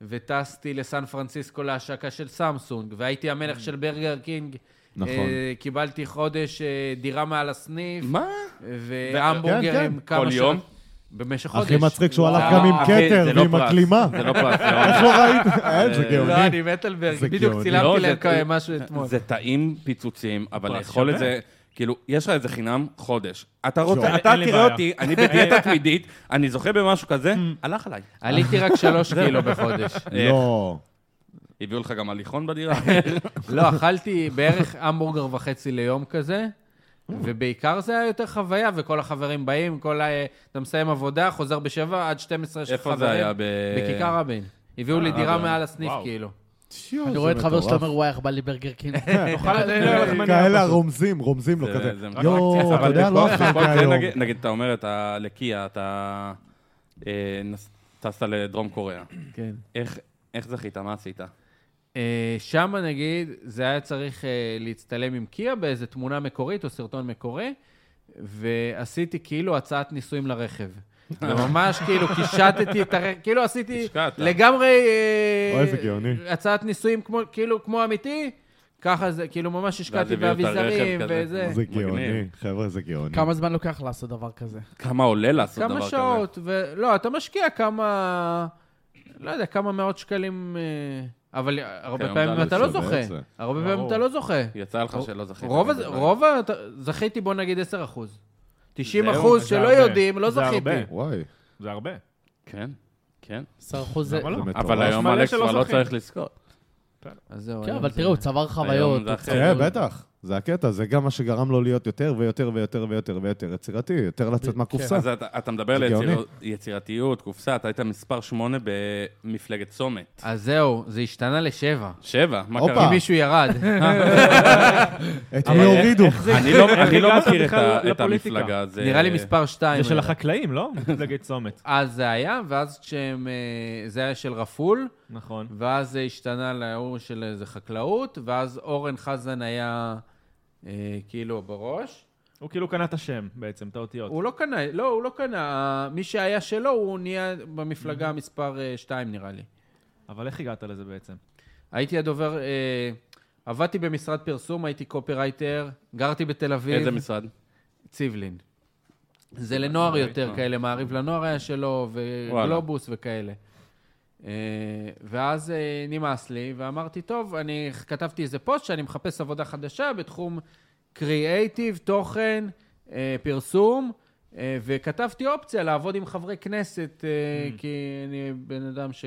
[SPEAKER 3] וטסתי לסן פרנסיסקו להשקה של סמסונג, והייתי המלך של ברגר קינג.
[SPEAKER 7] Mm. נכון.
[SPEAKER 3] אה, קיבלתי חודש אה, דירה מעל הסניף,
[SPEAKER 1] מה?
[SPEAKER 3] והמבורגרים
[SPEAKER 7] כן,
[SPEAKER 3] כמה
[SPEAKER 1] כל
[SPEAKER 3] שעות-
[SPEAKER 1] יום?
[SPEAKER 3] במשך חודש.
[SPEAKER 7] הכי מצחיק שהוא הלך
[SPEAKER 1] וואו.
[SPEAKER 7] גם עם
[SPEAKER 1] אחי,
[SPEAKER 7] כתר
[SPEAKER 1] זה לא
[SPEAKER 7] ועם
[SPEAKER 1] פרס.
[SPEAKER 7] הכלימה.
[SPEAKER 1] זה לא פרס, זה
[SPEAKER 7] איך
[SPEAKER 1] ממש-
[SPEAKER 7] לא ראית? אין,
[SPEAKER 1] אה,
[SPEAKER 7] זה
[SPEAKER 3] לא,
[SPEAKER 7] גאוני.
[SPEAKER 3] אני מת על ברגר.
[SPEAKER 7] זה
[SPEAKER 3] בדיוק
[SPEAKER 7] גאוני.
[SPEAKER 1] לא,
[SPEAKER 3] צילמתי
[SPEAKER 1] זה-
[SPEAKER 3] להם כמה- משהו אתמול.
[SPEAKER 1] זה טעים פיצוצים, אבל
[SPEAKER 4] פרס
[SPEAKER 1] לאכול את
[SPEAKER 4] שווה.
[SPEAKER 1] זה... כאילו, יש לך את זה חינם חודש. אתה
[SPEAKER 7] אין-
[SPEAKER 1] רוצה, אתה
[SPEAKER 4] אין לי
[SPEAKER 1] תראה
[SPEAKER 4] בעיה.
[SPEAKER 1] אותי, אני בדיאטה תמידית, אני זוכה במשהו כזה, הלך עליי.
[SPEAKER 3] עליתי רק שלוש קילו בחודש.
[SPEAKER 7] לא.
[SPEAKER 1] הביאו לך גם הליכון בדירה?
[SPEAKER 3] לא, אכלתי בערך המבורגר וחצי ליום כזה, ובעיקר זה היה יותר חוויה, וכל החברים באים, כל ה... אתה מסיים עבודה, חוזר בשבע, עד 12 יש לך
[SPEAKER 1] איפה
[SPEAKER 3] חברים.
[SPEAKER 1] זה היה? אה, ב-
[SPEAKER 3] בכיכר רבין. הביאו לי דירה מעל הסניף,
[SPEAKER 4] וואו.
[SPEAKER 3] כאילו.
[SPEAKER 5] אני רואה את חבר שאתה אומר, וואי, איך בא לי ברגר קינג.
[SPEAKER 7] כן. כאלה רומזים, רומזים לו
[SPEAKER 1] זה-
[SPEAKER 7] לא כזה.
[SPEAKER 1] זה-
[SPEAKER 7] יואו, אתה
[SPEAKER 1] אבל
[SPEAKER 7] יודע, לא
[SPEAKER 1] בכל-
[SPEAKER 7] אכלת
[SPEAKER 1] בכל זה,
[SPEAKER 7] היום.
[SPEAKER 1] כן, נגיד- נגיד, אתה אומר, אתה לקיה, אתה אה, נס- טסת לדרום קוריאה.
[SPEAKER 3] כן.
[SPEAKER 1] איך איך זכית? מה עשית?
[SPEAKER 3] שם, אה, נגיד, זה היה צריך אה, להצטלם עם קיה באיזו תמונה מקורית או סרטון מקורי, ועשיתי כאילו הצעת ניסויים לרכב.
[SPEAKER 7] אה.
[SPEAKER 3] ממש כאילו קישטתי את הרכב, כאילו עשיתי
[SPEAKER 1] השקעת.
[SPEAKER 3] לגמרי... אה,
[SPEAKER 7] אוי, זה גאוני.
[SPEAKER 3] הצעת נישואים כמו, כאילו, כמו אמיתי, ככה זה, כאילו, ממש השקעתי
[SPEAKER 1] הביאו את הרכב
[SPEAKER 3] באביזרים
[SPEAKER 1] כזה.
[SPEAKER 3] וזה.
[SPEAKER 7] זה
[SPEAKER 1] מגניב.
[SPEAKER 7] גאוני, חבר'ה, זה גאוני.
[SPEAKER 5] כמה זמן לוקח לעשות דבר כזה?
[SPEAKER 1] כמה עולה לעשות דבר
[SPEAKER 3] כמה
[SPEAKER 1] כזה?
[SPEAKER 3] שעות, ולא, אתה משקיע כמה, לא יודע, כמה מאות שקלים, אה, אבל הרבה
[SPEAKER 1] כן,
[SPEAKER 3] פעמים
[SPEAKER 1] עומדה
[SPEAKER 3] אתה לא
[SPEAKER 1] לזה,
[SPEAKER 3] זוכה.
[SPEAKER 7] בעצם.
[SPEAKER 3] הרבה פעמים אתה לא זוכה.
[SPEAKER 1] יצא לך שלא זכית.
[SPEAKER 3] רוב,
[SPEAKER 1] בזה.
[SPEAKER 3] הז- רוב, ה- זכיתי בוא נגיד 10 אחוז. 90
[SPEAKER 4] זהו,
[SPEAKER 3] אחוז
[SPEAKER 4] זה
[SPEAKER 3] שלא
[SPEAKER 4] הרבה.
[SPEAKER 3] יודעים, לא
[SPEAKER 4] זה
[SPEAKER 3] זכיתי.
[SPEAKER 4] הרבה.
[SPEAKER 7] וואי,
[SPEAKER 4] זה הרבה.
[SPEAKER 1] כן, כן.
[SPEAKER 5] 10 אחוז זה...
[SPEAKER 4] למה לא?
[SPEAKER 7] זה מטורף.
[SPEAKER 1] אבל היום
[SPEAKER 4] מלא
[SPEAKER 1] אלכס
[SPEAKER 4] שלא
[SPEAKER 1] כבר לא
[SPEAKER 4] זוכים.
[SPEAKER 1] צריך לזכות.
[SPEAKER 3] אז זהו,
[SPEAKER 5] כן,
[SPEAKER 3] היום
[SPEAKER 5] אבל
[SPEAKER 3] זה-
[SPEAKER 5] תראה, הוא צבר חוויות.
[SPEAKER 1] זה
[SPEAKER 5] הוא
[SPEAKER 1] אחרת.
[SPEAKER 7] כן,
[SPEAKER 5] צבר-
[SPEAKER 7] בטח. זה הקטע, זה גם מה שגרם לו להיות יותר ויותר ויותר ויותר ויותר יצירתי, יותר לצאת מהקופסה.
[SPEAKER 1] כן, אז אתה אתה מדבר
[SPEAKER 7] זה גאוני.
[SPEAKER 1] ליצירתיות, קופסה, אתה היית מספר שמונה במפלגת צומת.
[SPEAKER 3] אז זהו, זה השתנה לשבע.
[SPEAKER 1] שבע, מה
[SPEAKER 7] הופה.
[SPEAKER 1] קרה?
[SPEAKER 7] אה.
[SPEAKER 3] מישהו ירד.
[SPEAKER 7] את מי הורידו?
[SPEAKER 1] אני לא-
[SPEAKER 4] איך
[SPEAKER 1] אני לא
[SPEAKER 4] הגעת
[SPEAKER 1] מכיר את
[SPEAKER 4] בכלל
[SPEAKER 1] ה- את
[SPEAKER 4] לפוליטיקה?
[SPEAKER 1] המפלגה. זה-
[SPEAKER 3] נראה לי מספר שתיים.
[SPEAKER 4] זה של
[SPEAKER 3] היה.
[SPEAKER 4] החקלאים, לא? מפלגת צומת.
[SPEAKER 3] אז זה היה, ואז כשהם... אה, זה היה של רפול,
[SPEAKER 4] נכון.
[SPEAKER 3] ואז זה השתנה להוא של איזה חקלאות, ואז אורן חזן היה אה, כאילו בראש.
[SPEAKER 4] הוא כאילו קנה את השם בעצם, את האותיות.
[SPEAKER 3] הוא לא קנה, לא, הוא לא קנה. מי שהיה שלו, הוא נהיה
[SPEAKER 4] Mm-hmm.
[SPEAKER 3] במפלגה מספר אה, שתיים, נראה לי.
[SPEAKER 4] אבל איך הגעת לזה בעצם?
[SPEAKER 3] הייתי הדובר... אה, עבדתי במשרד פרסום, הייתי קופירייטר, גרתי בתל אביב.
[SPEAKER 1] איזה משרד?
[SPEAKER 3] ציבלין. זה לנוער יותר
[SPEAKER 1] אה.
[SPEAKER 3] כאלה, מעריב לנוער היה שלו,
[SPEAKER 1] וואלה.
[SPEAKER 3] וגלובוס וכאלה. אה, ואז אה, נמאס לי, ואמרתי, טוב, אני כתבתי איזה פוסט שאני מחפש עבודה חדשה בתחום קריאייטיב, תוכן, אה, פרסום, אה, וכתבתי אופציה לעבוד עם חברי כנסת, אה, כי אני בן אדם ש...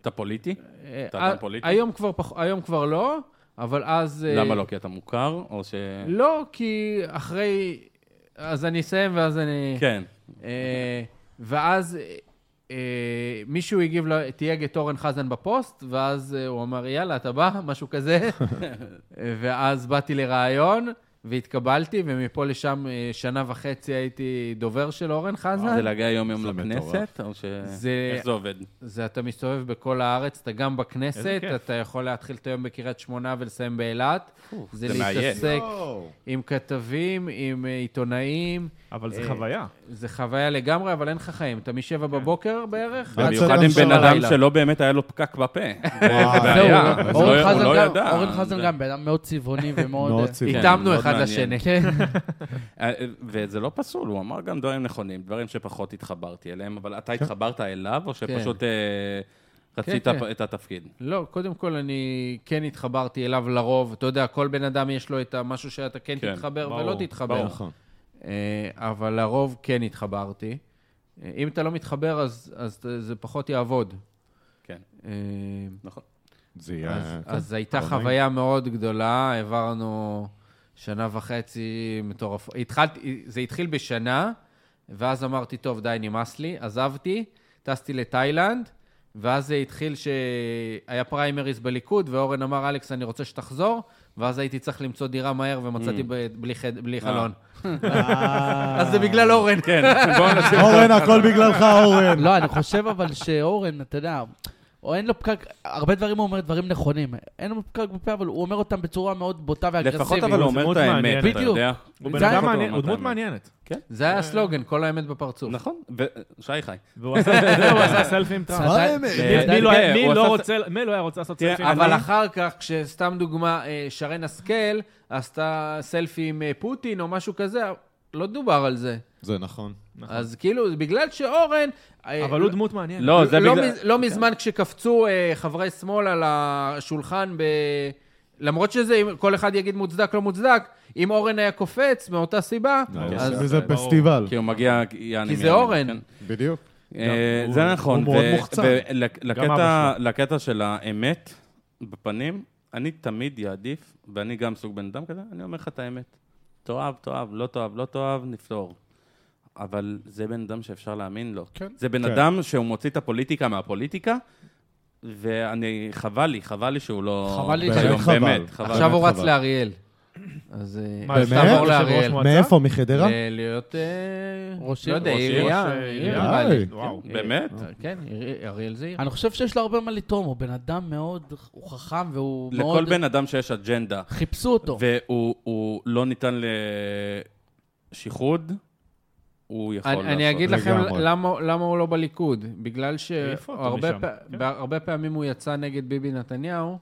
[SPEAKER 1] אתה פוליטי?
[SPEAKER 3] אה,
[SPEAKER 1] אתה אדם
[SPEAKER 3] אה,
[SPEAKER 1] פוליטי?
[SPEAKER 3] היום כבר, פח... היום כבר לא, אבל אז... אה,
[SPEAKER 1] למה לא? כי אתה מוכר? או ש...
[SPEAKER 3] לא, כי אחרי... אז אני אסיים ואז אני...
[SPEAKER 1] כן.
[SPEAKER 3] אה, ואז אה, אה, מישהו הגיב, לו- תייג את אורן חזן בפוסט, ואז אה, הוא אמר, יאללה, אתה בא? משהו כזה. ואז באתי לראיון, והתקבלתי, ומפה לשם אה, שנה וחצי הייתי דובר של אורן
[SPEAKER 1] אה, זה
[SPEAKER 3] חזן.
[SPEAKER 1] להגיע יום-יום
[SPEAKER 7] זה
[SPEAKER 1] לכנסת?
[SPEAKER 7] מטורף.
[SPEAKER 1] או ש...
[SPEAKER 3] זה-
[SPEAKER 1] איך זה עובד?
[SPEAKER 3] זה אתה מסתובב בכל הארץ, אתה גם
[SPEAKER 4] איזה
[SPEAKER 3] בכנסת,
[SPEAKER 4] כיף.
[SPEAKER 3] אתה יכול להתחיל את היום בקריית שמונה ולסיים באילת. זה
[SPEAKER 1] זה מעניין.
[SPEAKER 3] להתעסק עם כתבים, עם אה, עיתונאים.
[SPEAKER 4] אבל זה
[SPEAKER 3] אה,
[SPEAKER 4] חוויה.
[SPEAKER 3] זה חוויה לגמרי, אבל אין לך חיים. אתה משבע בבוקר בערך? עד
[SPEAKER 1] כן. במיוחד
[SPEAKER 7] עד
[SPEAKER 1] עם
[SPEAKER 7] שעה
[SPEAKER 1] בן אדם
[SPEAKER 3] בלילה.
[SPEAKER 1] שלא באמת היה לו פקק בפה.
[SPEAKER 7] וואו.
[SPEAKER 1] בעיה. אז
[SPEAKER 5] זהו, אורן
[SPEAKER 1] לא- הוא
[SPEAKER 5] חזן
[SPEAKER 1] לא
[SPEAKER 5] גם-
[SPEAKER 1] ידע.
[SPEAKER 5] אורן חזן
[SPEAKER 1] זה-
[SPEAKER 5] גם בן אדם מאוד צבעוני ומאוד...
[SPEAKER 7] מאוד
[SPEAKER 5] אה,
[SPEAKER 7] צבעוני.
[SPEAKER 1] כן,
[SPEAKER 3] התאמנו
[SPEAKER 1] מאוד
[SPEAKER 3] אחד
[SPEAKER 1] מעניין.
[SPEAKER 3] לשני.
[SPEAKER 5] כן,
[SPEAKER 1] אה, וזה לא פסול, הוא אמר גם דברים נכונים, דברים שפחות התחברתי אליהם, אבל אתה התחברת אליו, או שפשוט אה, רצית
[SPEAKER 3] כן.
[SPEAKER 1] את התפקיד?
[SPEAKER 3] לא, קודם כל אני כן התחברתי אליו לרוב. אתה יודע, כל בן אדם יש לו את המשהו שאתה כן
[SPEAKER 1] כן,
[SPEAKER 3] תתחבר
[SPEAKER 1] ברור,
[SPEAKER 3] ולא תתחבר.
[SPEAKER 1] ברור.
[SPEAKER 3] אה, אבל לרוב כן התחברתי. אה, אם אתה לא מתחבר, אז אז זה פחות יעבוד.
[SPEAKER 1] כן.
[SPEAKER 3] אה,
[SPEAKER 1] נכון.
[SPEAKER 7] זה
[SPEAKER 3] אז-
[SPEAKER 7] יהיה...
[SPEAKER 3] אז הייתה
[SPEAKER 7] אבל מה
[SPEAKER 3] חוויה מאוד גדולה, העברנו שנה וחצי מטורף. התחלתי, זה התחיל בשנה, ואז אמרתי, טוב, די, נמאס לי, עזבתי, טסתי לתאילנד, ואז זה התחיל שהיה פריימריז בליכוד, ואורן אמר, אלכס, אני רוצה שתחזור, ואז הייתי צריך למצוא דירה מהר, ומצאתי ב- בלי חד- בלי חלון. אז זה בגלל אורן.
[SPEAKER 1] כן, בואו נעשה...
[SPEAKER 7] אורן, הכל בגללך, אורן.
[SPEAKER 5] לא, אני חושב אבל שאורן, אתה יודע, או אין לו פקק, הרבה דברים הוא אומר דברים נכונים. אין לו פקק בפה, אבל הוא אומר אותם בצורה מאוד בוטה ואגרסיבית.
[SPEAKER 1] לפחות אבל הוא אומר את
[SPEAKER 4] דמות
[SPEAKER 1] האמת,
[SPEAKER 4] מעניינת.
[SPEAKER 1] אתה
[SPEAKER 5] בדיוק.
[SPEAKER 1] יודע?
[SPEAKER 4] הוא בן
[SPEAKER 5] זה-
[SPEAKER 4] אדם
[SPEAKER 1] אותו,
[SPEAKER 4] מעניין, הוא
[SPEAKER 1] אמרת
[SPEAKER 4] דמות
[SPEAKER 1] האמת.
[SPEAKER 4] מעניינת.
[SPEAKER 3] זה היה הסלוגן, כל האמת בפרצוף.
[SPEAKER 1] נכון, ושי חי.
[SPEAKER 4] והוא עשה- זהו, הוא עשה סלפי עם טראמפ.
[SPEAKER 2] מה
[SPEAKER 5] אתה-
[SPEAKER 2] האמת?
[SPEAKER 1] אה,
[SPEAKER 4] מי לא-
[SPEAKER 1] כן,
[SPEAKER 4] מי
[SPEAKER 1] הוא
[SPEAKER 4] לא
[SPEAKER 1] עשה-
[SPEAKER 4] רוצה- מי לא היה רוצה לעשות
[SPEAKER 1] תראה,
[SPEAKER 4] סלפי?
[SPEAKER 3] אבל
[SPEAKER 4] אני-
[SPEAKER 3] אחר כך, כשסתם דוגמה, אה, שרן השכל עשתה סלפי עם אה, פוטין או משהו כזה, לא דובר על זה.
[SPEAKER 7] זה נכון.
[SPEAKER 3] אז כאילו, זה בגלל שאורן... אה,
[SPEAKER 4] אבל הוא דמות מעניינת.
[SPEAKER 1] לא, זה
[SPEAKER 3] לא
[SPEAKER 1] בגלל...
[SPEAKER 3] מז- לא מזמן כשקפצו אה, חברי שמאל על השולחן ב... למרות שזה, אם כל אחד יגיד מוצדק, לא מוצדק, אם אורן היה קופץ מאותה סיבה,
[SPEAKER 7] לא,
[SPEAKER 1] אז- כן.
[SPEAKER 7] וזה פסטיבל.
[SPEAKER 1] כי הוא מגיע... יעני
[SPEAKER 3] כי זה
[SPEAKER 1] מימין,
[SPEAKER 3] אורן.
[SPEAKER 1] כן.
[SPEAKER 7] בדיוק.
[SPEAKER 1] אה,
[SPEAKER 4] הוא-
[SPEAKER 1] זה נכון.
[SPEAKER 7] הוא מאוד
[SPEAKER 1] ו-
[SPEAKER 7] מוחצן.
[SPEAKER 1] ולק-
[SPEAKER 4] גם אבא
[SPEAKER 1] לקטע- לקטע של האמת בפנים, אני תמיד יעדיף, ואני גם סוג בן אדם כזה, אני אומר לך את האמת. תאהב, תאהב, לא תאהב, לא תאהב, נפתור. אבל זה בן אדם שאפשר להאמין לו.
[SPEAKER 5] כן.
[SPEAKER 1] זה בן
[SPEAKER 7] כן.
[SPEAKER 1] אדם שהוא מוציא את הפוליטיקה מהפוליטיקה, ואני, חבל לי, חבל לי שהוא לא...
[SPEAKER 5] חבל לי
[SPEAKER 1] היום,
[SPEAKER 7] באמת חבל.
[SPEAKER 1] לא, באמת, חבל.
[SPEAKER 3] עכשיו הוא רץ
[SPEAKER 7] חבל.
[SPEAKER 3] לאריאל. אז אה,
[SPEAKER 4] מה,
[SPEAKER 3] אז
[SPEAKER 7] באמת?
[SPEAKER 3] תעבור
[SPEAKER 4] יושב-ראש
[SPEAKER 3] לאריאל.
[SPEAKER 4] מועצה?
[SPEAKER 7] מאיפה, מחדרה?
[SPEAKER 3] ל- להיות... אה,
[SPEAKER 5] ראש
[SPEAKER 3] לא
[SPEAKER 5] עיר.
[SPEAKER 3] יודע,
[SPEAKER 1] ראש עיר,
[SPEAKER 3] עירייה.
[SPEAKER 4] ראש, אה,
[SPEAKER 3] עיר,
[SPEAKER 4] עירייה.
[SPEAKER 3] נראה לי.
[SPEAKER 7] די.
[SPEAKER 4] וואו.
[SPEAKER 1] באמת?
[SPEAKER 5] אה,
[SPEAKER 3] כן, עיר- אריאל זה עיר.
[SPEAKER 5] אני חושב שיש לו הרבה מה לתרום, הוא בן אדם מאוד, הוא חכם והוא מאוד...
[SPEAKER 1] לכל בן אדם שיש אג'נדה,
[SPEAKER 5] חיפשו אותו.
[SPEAKER 1] והוא הוא לא ניתן לשיחוד, הוא יכול
[SPEAKER 3] אני,
[SPEAKER 1] לעשות.
[SPEAKER 3] אני אגיד לכם
[SPEAKER 7] לגמרי.
[SPEAKER 3] למה, למה הוא לא בליכוד. בגלל
[SPEAKER 4] העיפו אותו משם, כן.
[SPEAKER 3] שהרבה פע... פעמים הוא יצא נגד ביבי נתניהו,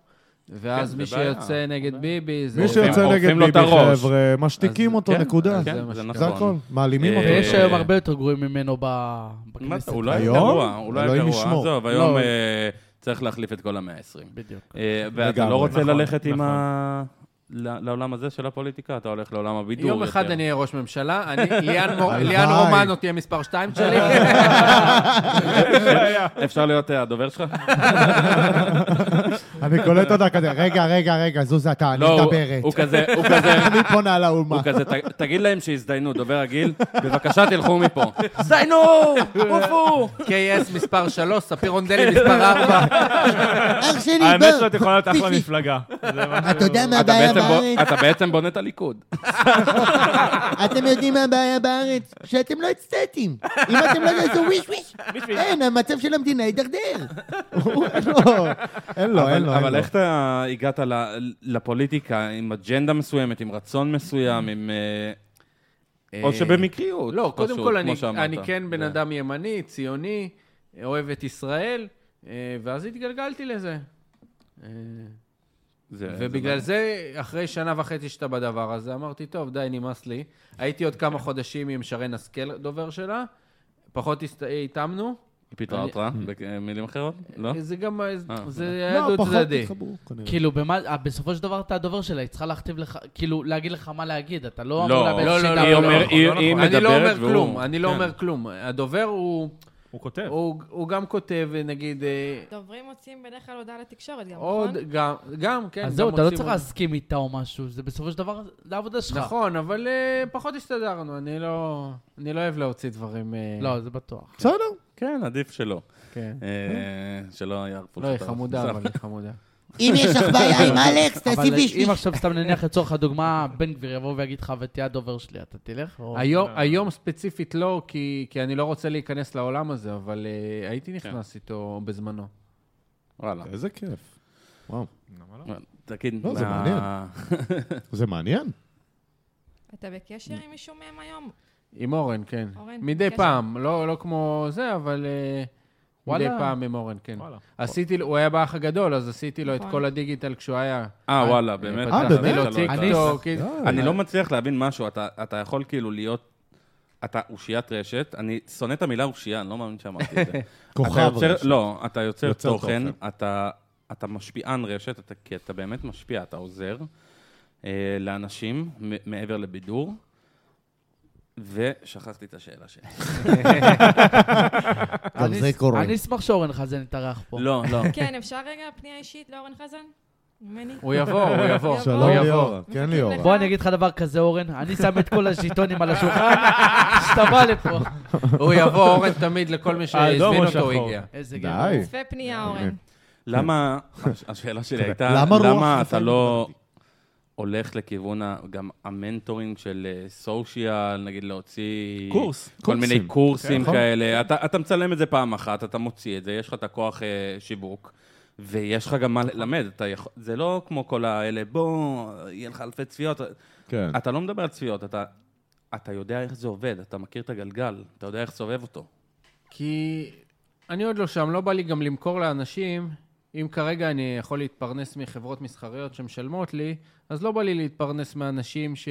[SPEAKER 3] ואז
[SPEAKER 1] כן,
[SPEAKER 3] מי
[SPEAKER 1] זה בעיה.
[SPEAKER 3] שיוצא נגד ביבי זה...
[SPEAKER 7] מי שיוצא
[SPEAKER 1] עורפים
[SPEAKER 7] נגד
[SPEAKER 1] לו את
[SPEAKER 7] ביבי,
[SPEAKER 1] הראש.
[SPEAKER 7] חבר'ה, משתיקים
[SPEAKER 3] אז-
[SPEAKER 7] אותו,
[SPEAKER 1] כן,
[SPEAKER 7] נקודה.
[SPEAKER 1] כן,
[SPEAKER 3] זה מה
[SPEAKER 1] זה
[SPEAKER 3] שקרה.
[SPEAKER 7] זה הכל.
[SPEAKER 1] נכון.
[SPEAKER 7] מעלימים
[SPEAKER 1] אה,
[SPEAKER 7] אותו.
[SPEAKER 5] ויש
[SPEAKER 1] אה,
[SPEAKER 5] היום
[SPEAKER 1] אה.
[SPEAKER 5] הרבה יותר גרועים ממנו ב-
[SPEAKER 1] מה
[SPEAKER 5] בכנסת.
[SPEAKER 1] אתה, הוא לא היה
[SPEAKER 7] היום?
[SPEAKER 1] גרוע, הוא לא היה
[SPEAKER 7] אלוהים
[SPEAKER 1] גרוע,
[SPEAKER 7] ישמור.
[SPEAKER 1] עזוב, היום
[SPEAKER 5] לא.
[SPEAKER 1] אה, צריך להחליף את כל המאה ה-20.
[SPEAKER 5] בדיוק.
[SPEAKER 1] ואתה
[SPEAKER 7] לגמרי.
[SPEAKER 1] לא רוצה
[SPEAKER 4] נכון,
[SPEAKER 1] ללכת עם
[SPEAKER 4] נכון.
[SPEAKER 1] ה... ל- לעולם הזה של הפוליטיקה, אתה הולך לעולם הבידור
[SPEAKER 3] יום אחד
[SPEAKER 1] יותר.
[SPEAKER 3] אני אהיה ראש ממשלה, אני- ליאן מור-
[SPEAKER 7] הלוואי.
[SPEAKER 3] ליאן רומנו תהיה מספר 2 שלי.
[SPEAKER 1] אפשר להיות אה, הדובר שלך?
[SPEAKER 7] אני קולט אותה כזה, רגע, רגע, רגע, זוזה, אתה, אני
[SPEAKER 1] לא, הוא-
[SPEAKER 7] מדברת.
[SPEAKER 1] הוא כזה, הוא כזה,
[SPEAKER 7] אני פונה לאומה.
[SPEAKER 1] הוא כזה, "ת- תגיד להם שהזדיינו, דובר הגיל, בבקשה תלכו מפה.
[SPEAKER 3] זיינו! עופו! KS מספר 3, ספיר רונדלי מספר 4.
[SPEAKER 8] אח שלי,
[SPEAKER 4] האמת
[SPEAKER 8] בוא.
[SPEAKER 4] שאת יכולה להיות אחלה
[SPEAKER 8] פיפי.
[SPEAKER 4] מפלגה. זה מה
[SPEAKER 8] אתה יודע מה
[SPEAKER 1] אתה
[SPEAKER 8] הבעיה
[SPEAKER 1] בעצם בו-
[SPEAKER 8] בארץ?
[SPEAKER 1] אתה בעצם בונה את הליכוד.
[SPEAKER 8] אתם יודעים מה הבעיה בארץ? שאתם לא אצטטים. אם אתם לא תעשו וויש וויש, אין, המצב של המדינה לא. יידרדר.
[SPEAKER 7] אין לו, אין לו, לא, אין
[SPEAKER 1] אבל,
[SPEAKER 7] לו.
[SPEAKER 1] אבל איך אתה הגעת ל- לפוליטיקה עם אג'נדה מסוימת, עם רצון מסוים, עם... אה, או שבמקריות.
[SPEAKER 3] לא, קודם
[SPEAKER 1] פשוט,
[SPEAKER 3] כל,
[SPEAKER 1] כמו
[SPEAKER 3] אני,
[SPEAKER 1] שאמרת.
[SPEAKER 3] אני כן בן
[SPEAKER 1] זה-
[SPEAKER 3] אדם ימני, ציוני, אוהב את ישראל, אה, ואז התגלגלתי לזה. אה,
[SPEAKER 1] זה- זה
[SPEAKER 3] ובגלל זה, אחרי שנה וחצי שאתה בדבר הזה, אמרתי, טוב, די, נמאס לי. הייתי עוד כמה חודשים עם שרן השכל, דובר שלה, פחות הסת- התאמנו.
[SPEAKER 1] היא פיטרה
[SPEAKER 3] אני- Mm.
[SPEAKER 1] אותך, במילים אחרות? לא?
[SPEAKER 3] זה גם,
[SPEAKER 1] אה,
[SPEAKER 3] זה
[SPEAKER 1] אוקיי.
[SPEAKER 5] לא,
[SPEAKER 3] היה דו צדדי. כן.
[SPEAKER 7] התחברו, לא,
[SPEAKER 1] כן.
[SPEAKER 7] כנראה.
[SPEAKER 5] כאילו, במה, אה, בסופו של דבר אתה הדובר שלה, היא צריכה להכתיב לך, כאילו, להגיד לך מה להגיד, אתה לא אמור
[SPEAKER 1] לא,
[SPEAKER 5] לאבד
[SPEAKER 1] לא,
[SPEAKER 5] שליטה.
[SPEAKER 3] לא, לא,
[SPEAKER 1] היא
[SPEAKER 3] לא,
[SPEAKER 1] אומר-
[SPEAKER 3] נכון,
[SPEAKER 1] היא-
[SPEAKER 3] לא
[SPEAKER 1] היא
[SPEAKER 3] נכון. אני לא
[SPEAKER 1] מדברת
[SPEAKER 3] אומר
[SPEAKER 1] והוא-
[SPEAKER 3] כלום, אני לא
[SPEAKER 1] כן.
[SPEAKER 3] אומר כלום. הדובר הוא,
[SPEAKER 4] הוא כותב.
[SPEAKER 3] הוא הוא גם כותב, נגיד, אה,
[SPEAKER 6] דוברים מוציאים בדרך כלל הודעה לתקשורת גם, נכון?
[SPEAKER 3] עוד, גם, גם, כן.
[SPEAKER 5] אז
[SPEAKER 3] גם
[SPEAKER 5] זהו, אתה לא
[SPEAKER 3] מוצאים
[SPEAKER 5] צריך
[SPEAKER 3] עוד-
[SPEAKER 5] להסכים איתה או משהו, זה בסופו של דבר, זה העבודה שלך.
[SPEAKER 3] נכון, אבל אה, פחות הסתדרנו, אני לא אני לא אוהב להוציא דברים... אה,
[SPEAKER 5] לא, זה בטוח.
[SPEAKER 7] בסדר.
[SPEAKER 1] כן, עדיף שלא.
[SPEAKER 3] כן.
[SPEAKER 1] אה, שלא יערפו
[SPEAKER 3] לא, היא חמודה, אבל היא חמודה.
[SPEAKER 8] אם יש לך בעיה עם אלכס,
[SPEAKER 5] אבל
[SPEAKER 8] תעשי
[SPEAKER 5] אם
[SPEAKER 8] וישליש.
[SPEAKER 5] עכשיו סתם נניח לצורך הדוגמה, בן גביר יבוא ויגיד לך ותהיה הדובר שלי, אתה תלך? או-
[SPEAKER 3] היום, היום ספציפית לא, כי, כי אני לא רוצה להיכנס לעולם הזה, אבל uh, הייתי נכנס איתו בזמנו. אה,
[SPEAKER 1] וואלה.
[SPEAKER 7] איזה כיף. וואו.
[SPEAKER 1] תגיד,
[SPEAKER 7] לא, זה
[SPEAKER 1] מה-
[SPEAKER 7] מעניין. זה מעניין.
[SPEAKER 6] אתה בקשר עם מישהו מהם היום?
[SPEAKER 3] עם אורן, כן.
[SPEAKER 6] אורן,
[SPEAKER 3] מדי
[SPEAKER 6] בקשר.
[SPEAKER 3] פעם, לא, לא כמו זה, אבל uh, מדי
[SPEAKER 5] וואלה.
[SPEAKER 3] פעם עם אורן, כן.
[SPEAKER 4] וואלה.
[SPEAKER 3] עשיתי, לו- הוא היה באח הגדול, אז עשיתי לו את
[SPEAKER 6] נכון.
[SPEAKER 3] כל הדיגיטל כשהוא היה...
[SPEAKER 1] אה, וואלה, באמת?
[SPEAKER 7] אה,
[SPEAKER 3] פתחתי
[SPEAKER 7] באמת?
[SPEAKER 3] לו
[SPEAKER 1] אתה לא- אתה-
[SPEAKER 3] טיקטוק. אה,
[SPEAKER 1] אני לא מצליח להבין משהו, אתה אתה יכול כאילו להיות... אתה אושיית רשת, אני שונא את המילה אושייה, אני לא מאמין שאמרתי את זה. אתה
[SPEAKER 7] כוכב.
[SPEAKER 1] יוצר-
[SPEAKER 7] רשת.
[SPEAKER 1] לא, אתה יוצר
[SPEAKER 7] יוצר
[SPEAKER 1] תוכן,
[SPEAKER 7] תוכן.
[SPEAKER 1] אתה- אתה משפיען רשת, אתה- כי אתה באמת משפיע, אתה עוזר אה, לאנשים מ- מעבר לבידור, ושכחתי את השאלה שלי.
[SPEAKER 7] גם
[SPEAKER 5] אני-
[SPEAKER 7] זה קורה.
[SPEAKER 5] אני אשמח שאורן חזן יתארח פה.
[SPEAKER 1] לא, לא.
[SPEAKER 6] כן, אפשר רגע פנייה אישית לאורן חזן? ממני?
[SPEAKER 3] הוא יבוא, הוא יבוא.
[SPEAKER 7] שלום
[SPEAKER 3] הוא יבוא.
[SPEAKER 7] ליאורה. כן ליאורה.
[SPEAKER 5] בוא אני אגיד לך דבר כזה, אורן, אני שם את כל הז'יטונים על השולחן, שאתה בא לפה.
[SPEAKER 3] הוא יבוא, אורן תמיד, לכל מי
[SPEAKER 4] האדום
[SPEAKER 3] שהזמין
[SPEAKER 4] או
[SPEAKER 3] אותו, הוא
[SPEAKER 4] שחור?
[SPEAKER 3] הגיע.
[SPEAKER 5] איזה גאה.
[SPEAKER 7] די.
[SPEAKER 6] צפה
[SPEAKER 3] אה,
[SPEAKER 6] פנייה, אורן.
[SPEAKER 1] למה, הש- השאלה שלי הייתה,
[SPEAKER 7] למה רוח
[SPEAKER 1] למה אתה
[SPEAKER 7] חיים
[SPEAKER 1] לא הולך לכיוון ה- גם המנטורינג של סושיאל, נגיד להוציא...
[SPEAKER 4] קורס.
[SPEAKER 1] כל
[SPEAKER 7] קורסים.
[SPEAKER 1] מיני קורסים
[SPEAKER 7] נכון.
[SPEAKER 1] כאלה. אתה אתה מצלם את זה פעם אחת, אתה מוציא את זה, יש לך את הכוח אה, שיווק. ויש לך גם מה ללמד, אתה יכול... זה לא כמו כל האלה, בוא, יהיה לך אלפי צפיות.
[SPEAKER 7] כן.
[SPEAKER 1] אתה לא מדבר על צפיות, אתה, אתה יודע איך זה עובד, אתה מכיר את הגלגל, אתה יודע איך סובב אותו.
[SPEAKER 3] כי אני עוד לא שם, לא בא לי גם למכור לאנשים. אם כרגע אני יכול להתפרנס מחברות מסחריות שמשלמות לי, אז לא בא לי להתפרנס מאנשים ש...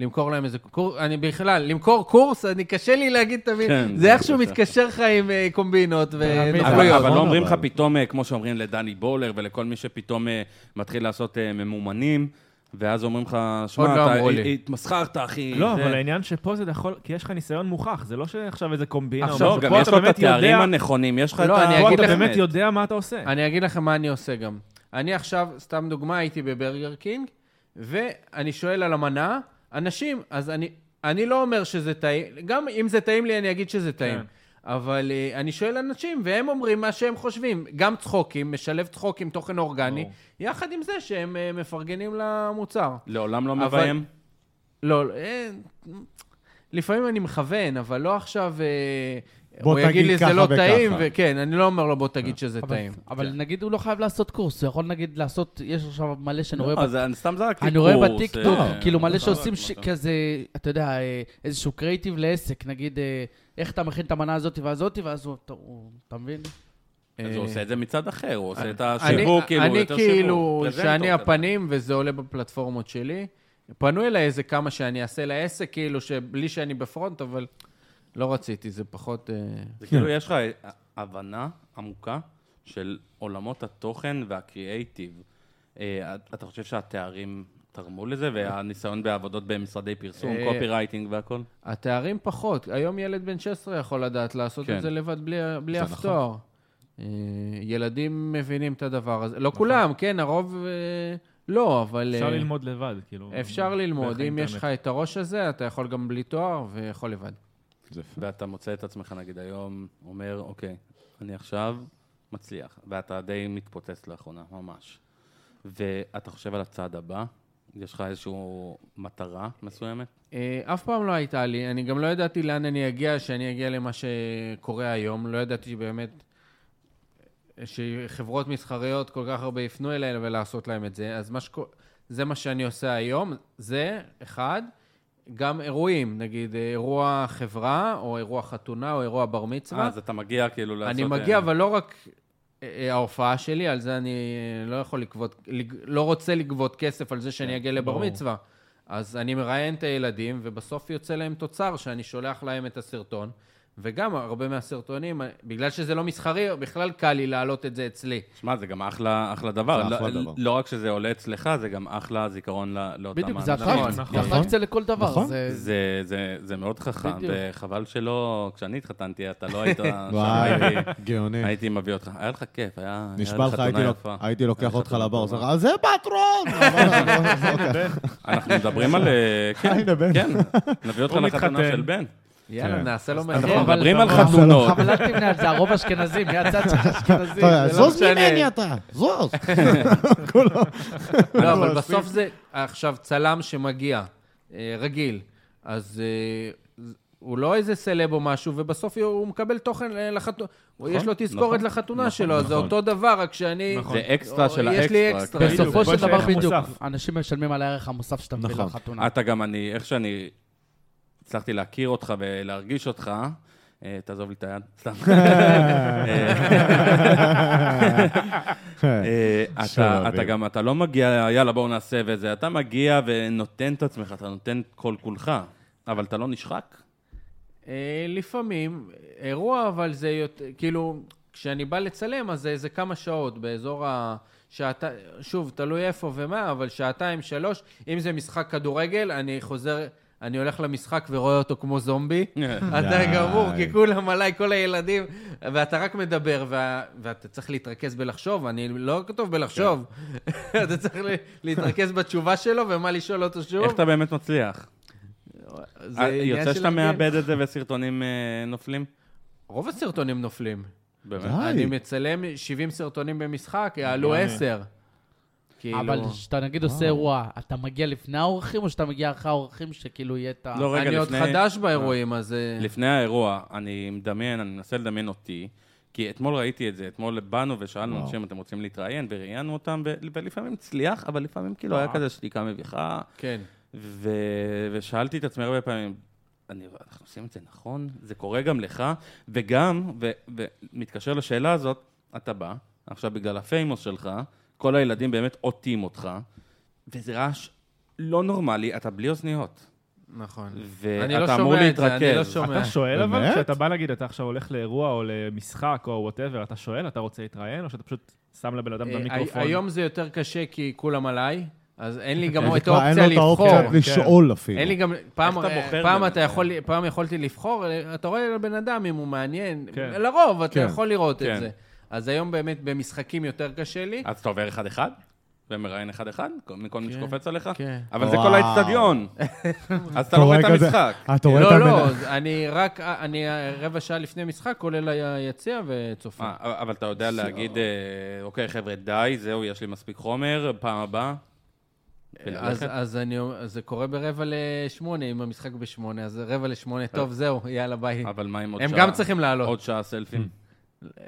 [SPEAKER 3] למכור להם איזה קורס, אני בכלל, למכור קורס, אני קשה לי להגיד תמיד,
[SPEAKER 1] כן,
[SPEAKER 3] זה
[SPEAKER 1] זה
[SPEAKER 3] איכשהו
[SPEAKER 1] קשה.
[SPEAKER 3] מתקשר לך עם אה, קומבינות
[SPEAKER 1] אבל,
[SPEAKER 3] ונכויות.
[SPEAKER 1] אבל לא
[SPEAKER 7] נכון,
[SPEAKER 1] אומרים לך
[SPEAKER 7] אבל.
[SPEAKER 1] פתאום, אה, כמו שאומרים לדני בולר ולכל מי שפתאום אה, מתחיל לעשות אה, ממומנים, ואז אומרים לך,
[SPEAKER 3] עוד
[SPEAKER 1] שמע,
[SPEAKER 3] לא
[SPEAKER 1] אתה
[SPEAKER 3] אמרו
[SPEAKER 1] הת-
[SPEAKER 3] לי."
[SPEAKER 1] התמסחרת, אחי.
[SPEAKER 4] לא,
[SPEAKER 1] זה-
[SPEAKER 4] אבל העניין שפה זה יכול, כי יש לך ניסיון מוכח, זה לא שעכשיו איזה קומבינה.
[SPEAKER 3] עכשיו,
[SPEAKER 4] או
[SPEAKER 1] לא,
[SPEAKER 4] משהו.
[SPEAKER 1] גם
[SPEAKER 4] פה
[SPEAKER 1] יש
[SPEAKER 4] אתה
[SPEAKER 1] לו את
[SPEAKER 4] באמת
[SPEAKER 1] התארים
[SPEAKER 4] יודע-
[SPEAKER 1] הנכונים, יש לך את
[SPEAKER 3] לא,
[SPEAKER 1] ה...
[SPEAKER 3] אני
[SPEAKER 4] פה
[SPEAKER 3] אגיד
[SPEAKER 4] אתה
[SPEAKER 3] לך-
[SPEAKER 4] באמת יודע מה אתה עושה.
[SPEAKER 3] אני אגיד לכם מה אני עושה גם. אני עכשיו, סתם דוגמה, הייתי בברגר קינג, ואני שואל על המנה, אנשים, אז אני, אני לא אומר שזה טעים, גם אם זה טעים לי, אני אגיד שזה טעים.
[SPEAKER 4] כן.
[SPEAKER 3] אבל אה, אני שואל אנשים, והם אומרים מה שהם חושבים. גם צחוקים, משלב צחוקים, תוכן אורגני,
[SPEAKER 4] ברור.
[SPEAKER 3] יחד עם זה שהם אה, מפרגנים למוצר.
[SPEAKER 1] לעולם לא
[SPEAKER 3] אבל-
[SPEAKER 1] מביים.
[SPEAKER 3] לא, לא, אה, לפעמים אני מכוון, אבל לא עכשיו... אה,
[SPEAKER 7] בוא
[SPEAKER 3] הוא יגיד
[SPEAKER 7] תגיד
[SPEAKER 3] לי, זה
[SPEAKER 7] ככה
[SPEAKER 3] לא
[SPEAKER 7] וככה."
[SPEAKER 3] טעים, וכן, אני לא אומר לו, בוא תגיד שזה
[SPEAKER 5] אבל-
[SPEAKER 3] טעים. כן.
[SPEAKER 5] אבל נגיד הוא לא חייב לעשות קורס, הוא יכול נגיד לעשות, יש עכשיו מלא שאני רואה
[SPEAKER 1] לא, אז אני סתם זרקתי
[SPEAKER 5] אני רואה
[SPEAKER 1] קורס,
[SPEAKER 5] בטיקטוק,
[SPEAKER 1] אה,
[SPEAKER 5] כאילו מלא
[SPEAKER 1] אה,
[SPEAKER 5] שעושים ש-
[SPEAKER 1] משהו.
[SPEAKER 5] כזה, אתה יודע, אה, איזשהו קרייטיב לעסק, נגיד, אה, איך אתה מכין את המנה הזאת והזאתי, ואז הוא, אתה- הוא- אתה מבין?
[SPEAKER 1] אז
[SPEAKER 3] אה,
[SPEAKER 1] הוא עושה את זה מצד אחר, הוא עושה את
[SPEAKER 3] אני-
[SPEAKER 1] השיווק, כאילו,
[SPEAKER 3] אני
[SPEAKER 1] יותר שיווק.
[SPEAKER 3] כאילו,
[SPEAKER 1] פרזנטור
[SPEAKER 3] שאני
[SPEAKER 1] כזה.
[SPEAKER 3] הפנים, וזה עולה בפלטפורמות שלי. פנו אליי איזה כמה שאני אעשה לעסק, כאילו, שבלי שאני בפרונט, אבל לא רציתי, זה פחות... אה,
[SPEAKER 1] זה כאילו, יש לך הבנה עמוקה של עולמות התוכן והקריאייטיב. אה, אתה חושב שהתארים תרמו לזה, והניסיון בעבודות במשרדי פרסום,
[SPEAKER 3] אה,
[SPEAKER 1] קופי רייטינג והכל?
[SPEAKER 3] התארים פחות. היום ילד בן 16 יכול לדעת לעשות
[SPEAKER 1] כן.
[SPEAKER 3] את זה לבד בלי- בלי
[SPEAKER 7] זה
[SPEAKER 3] אף
[SPEAKER 7] נכון.
[SPEAKER 3] תואר. אה, ילדים מבינים את הדבר הזה. לא
[SPEAKER 1] נכון.
[SPEAKER 3] כולם, כן, הרוב אה, לא, אבל...
[SPEAKER 4] אפשר
[SPEAKER 3] אה,
[SPEAKER 4] ללמוד לבד, כאילו.
[SPEAKER 3] אפשר
[SPEAKER 4] דרך
[SPEAKER 3] ללמוד. אם יש לך
[SPEAKER 4] האינטרנט.
[SPEAKER 3] את הראש הזה, אתה יכול גם בלי תואר ויכול לבד.
[SPEAKER 7] זה יפה.
[SPEAKER 1] ואתה מוצא את עצמך, נגיד, היום אומר, אוקיי, אני עכשיו מצליח, ואתה די מתפוצץ לאחרונה, ממש. ואתה חושב על הצעד הבא, יש לך איזושהי מטרה מסוימת?
[SPEAKER 3] אה, אף פעם לא הייתה לי, אני גם לא ידעתי לאן אני אגיע, שאני אגיע למה שקורה היום, לא ידעתי באמת שחברות מסחריות כל כך הרבה יפנו אליי ולעשות להם את זה, אז מה שקו... זה מה שאני עושה היום, זה אחד, גם אירועים, נגיד אה, אירוע חברה, או אירוע חתונה, או אירוע בר מצווה.
[SPEAKER 1] אה, אז אתה מגיע כאילו לעשות...
[SPEAKER 3] אני מגיע,
[SPEAKER 1] אה,
[SPEAKER 3] אבל לא רק אה, ההופעה שלי, על זה אני לא יכול לגבות, לג- לא רוצה לגבות כסף על זה שאני אגיע לבר
[SPEAKER 4] ברור.
[SPEAKER 3] מצווה. אז אני מראיין את הילדים, ובסוף יוצא להם תוצר שאני שולח להם את הסרטון. וגם הרבה מהסרטונים, בגלל שזה לא מסחרי, בכלל קל לי להעלות את זה אצלי.
[SPEAKER 1] שמע, זה גם אחלה, אחלה דבר.
[SPEAKER 7] זה אחלה
[SPEAKER 1] לא-
[SPEAKER 7] דבר.
[SPEAKER 1] לא רק שזה עולה אצלך, זה גם אחלה זיכרון ל- לאותם...
[SPEAKER 5] בדיוק, זה
[SPEAKER 1] האנשים.
[SPEAKER 5] אטרקציה.
[SPEAKER 4] נכון.
[SPEAKER 5] זה אטרקציה לכל דבר.
[SPEAKER 7] נכון.
[SPEAKER 5] זה-
[SPEAKER 1] זה, זה, זה מאוד חכם,
[SPEAKER 5] בדיוק.
[SPEAKER 1] וחבל שלא, כשאני התחתנתי, אתה לא היית שם,
[SPEAKER 7] וואי,
[SPEAKER 1] הייתי,
[SPEAKER 7] גאוני.
[SPEAKER 1] הייתי מביא אותך. היה לך כיף, היה, היה
[SPEAKER 7] נשבע
[SPEAKER 1] לך
[SPEAKER 7] לך, הייתי
[SPEAKER 1] חתונה
[SPEAKER 7] לוק-
[SPEAKER 1] יפה.
[SPEAKER 7] הייתי לוקח אותך
[SPEAKER 1] חתונה טובה.
[SPEAKER 7] לבר, זרע, זה פטרון! לא,
[SPEAKER 1] אנחנו מדברים על... אה, כן,
[SPEAKER 7] הנה, בן.
[SPEAKER 1] כן, נביא אותך
[SPEAKER 4] הוא
[SPEAKER 1] לחתונה
[SPEAKER 4] מתחתן.
[SPEAKER 1] של בן.
[SPEAKER 3] יאללה,
[SPEAKER 7] כן.
[SPEAKER 3] נעשה לו
[SPEAKER 1] אנחנו
[SPEAKER 3] מחיר.
[SPEAKER 1] מדברים על
[SPEAKER 7] אבל-
[SPEAKER 1] חתונות.
[SPEAKER 5] אבל אל תמנה על זה, הרוב אשכנזים, מי הצד שלך אשכנזים?
[SPEAKER 7] אתה-
[SPEAKER 3] לא
[SPEAKER 7] זוז
[SPEAKER 3] משנה.
[SPEAKER 7] ממני אתה, זוז.
[SPEAKER 3] לא, אבל
[SPEAKER 7] עושים.
[SPEAKER 3] בסוף זה עכשיו צלם שמגיע, אה, רגיל, אז אה, ז- הוא לא איזה סלב או משהו, ובסוף הוא מקבל תוכן אה, לחתונה, יש לו תזכורת
[SPEAKER 1] נכון,
[SPEAKER 3] לחתונה שלו, אז זה
[SPEAKER 1] נכון.
[SPEAKER 3] אותו דבר, רק שאני...
[SPEAKER 1] זה אקסטרה
[SPEAKER 3] או,
[SPEAKER 1] של
[SPEAKER 3] יש לי
[SPEAKER 1] האקסטרה.
[SPEAKER 3] אקסטרה.
[SPEAKER 1] כן.
[SPEAKER 5] בסופו של
[SPEAKER 4] בדיוק,
[SPEAKER 5] דבר
[SPEAKER 4] בערך
[SPEAKER 5] בדיוק,
[SPEAKER 4] המוסף.
[SPEAKER 5] אנשים משלמים על הערך המוסף שאתה מביא
[SPEAKER 7] נכון.
[SPEAKER 5] לחתונה.
[SPEAKER 1] אתה גם אני, איך שאני הצלחתי להכיר אותך ולהרגיש אותך, אה, תעזוב לי את היד, סתם. אה, אתה-
[SPEAKER 7] שלום,
[SPEAKER 1] אתה
[SPEAKER 7] אביב.
[SPEAKER 1] גם, אתה לא מגיע, יאללה, בואו נעשה וזה, אתה מגיע ונותן את עצמך, אתה נותן כל כולך, אבל אתה לא נשחק.
[SPEAKER 3] אה, לפעמים, אירוע, אבל זה יותר, כאילו, כשאני בא לצלם, אז זה איזה כמה שעות, באזור ה... שעתי... שוב, תלוי איפה ומה, אבל שעתיים, שלוש. אם זה משחק כדורגל, אני חוזר, אני הולך למשחק ורואה אותו כמו זומבי. אתה
[SPEAKER 7] די.
[SPEAKER 3] גמור, כי כולם עליי, כל הילדים, ואתה רק מדבר, וה- ואתה צריך להתרכז בלחשוב, אני לא כתוב בלחשוב. אתה צריך ל- להתרכז בתשובה שלו ומה לשאול אותו שוב.
[SPEAKER 1] איך אתה באמת מצליח?
[SPEAKER 3] זה
[SPEAKER 1] אה,
[SPEAKER 3] עניין
[SPEAKER 1] יוצא
[SPEAKER 3] של
[SPEAKER 1] שאתה
[SPEAKER 3] הרגל.
[SPEAKER 1] מאבד את זה וסרטונים אה, נופלים?
[SPEAKER 3] רוב הסרטונים נופלים.
[SPEAKER 1] באמת.
[SPEAKER 7] די.
[SPEAKER 3] אני מצלם 70 סרטונים במשחק, יעלו
[SPEAKER 4] יאללה.
[SPEAKER 3] 10. כאילו...
[SPEAKER 5] אבל כשאתה נגיד עושה אירוע, אתה מגיע לפני האורחים או שאתה מגיע אחרי האורחים שכאילו יהיה את ה...
[SPEAKER 1] לא, רגע,
[SPEAKER 3] אני עוד
[SPEAKER 1] לפני-
[SPEAKER 3] חדש באירועים, אז... אה,
[SPEAKER 1] לפני האירוע, אני מדמיין, אני מנסה לדמיין אותי, כי אתמול ראיתי את זה, אתמול באנו ושאלנו
[SPEAKER 7] וואו.
[SPEAKER 1] אנשים אם אתם רוצים להתראיין, וראיינו אותם, ו- ולפעמים הצליח, אבל לפעמים
[SPEAKER 3] אה.
[SPEAKER 1] כאילו היה כזה שתיקה מביכה,
[SPEAKER 3] כן.
[SPEAKER 1] ו... ושאלתי את עצמי הרבה פעמים, אני, אנחנו עושים את זה נכון? זה קורה גם לך, וגם, ו- ומתקשר לשאלה הזאת, אתה בא, עכשיו בגלל הפיימוס שלך, כל הילדים באמת עוטים אותך, וזה רעש לא נורמלי, אתה בלי אוזניות.
[SPEAKER 3] נכון. אני לא
[SPEAKER 1] ואתה אמור
[SPEAKER 3] שומע את זה,
[SPEAKER 1] להתרכז.
[SPEAKER 3] אני לא שומע.
[SPEAKER 4] אתה שואל אבל,
[SPEAKER 7] באמת?
[SPEAKER 4] כשאתה בא נגיד, אתה עכשיו הולך לאירוע או למשחק או וואטאבר, אתה שואל, אתה רוצה להתראיין, או שאתה פשוט שם לבן אדם
[SPEAKER 3] אה,
[SPEAKER 4] במיקרופון?
[SPEAKER 3] היום זה יותר קשה כי כולם עליי, אז אין לי גם
[SPEAKER 7] זה
[SPEAKER 3] את
[SPEAKER 7] כבר, אין
[SPEAKER 3] האופציה
[SPEAKER 7] לו את
[SPEAKER 3] לבחור. כן.
[SPEAKER 7] האופציה לשאול אפילו.
[SPEAKER 3] אין לי גם, פעם,
[SPEAKER 1] איך אתה בוחר
[SPEAKER 3] פעם,
[SPEAKER 1] באמת?
[SPEAKER 3] אתה יכול, פעם יכולתי לבחור, אתה רואה לבן אדם אם הוא מעניין.
[SPEAKER 4] כן.
[SPEAKER 3] לרוב, אתה
[SPEAKER 7] כן.
[SPEAKER 3] יכול לראות את
[SPEAKER 1] כן.
[SPEAKER 3] זה. אז היום באמת במשחקים יותר קשה לי.
[SPEAKER 1] אז אתה עובר אחד-אחד? ומראיין אחד-אחד? מכל מי
[SPEAKER 3] כן,
[SPEAKER 1] שקופץ עליך?
[SPEAKER 3] כן.
[SPEAKER 1] אבל זה כל
[SPEAKER 7] וואו.
[SPEAKER 1] האצטדיון. אז אתה לא רואה את
[SPEAKER 7] רואה כזה-
[SPEAKER 1] המשחק.
[SPEAKER 7] אתה רואה את
[SPEAKER 3] לא,
[SPEAKER 7] הבן...
[SPEAKER 3] לא, אז אני רק, אני רבע שעה לפני משחק, כולל היציע וצופה.
[SPEAKER 1] אה, אבל אתה יודע להגיד, אה, אוקיי, חבר'ה, די, זהו, יש לי מספיק חומר, פעם הבאה.
[SPEAKER 3] אז,
[SPEAKER 1] וללכת.
[SPEAKER 3] אז אני, אומר- אז זה קורה ברבע לשמונה, אם המשחק בשמונה, אז רבע לשמונה, טוב, זהו, יאללה, ביי.
[SPEAKER 1] אבל מה עם אה. עוד
[SPEAKER 3] כן. הם
[SPEAKER 1] שעה?
[SPEAKER 3] גם צריכים לעלות.
[SPEAKER 1] עוד שעה סלפים.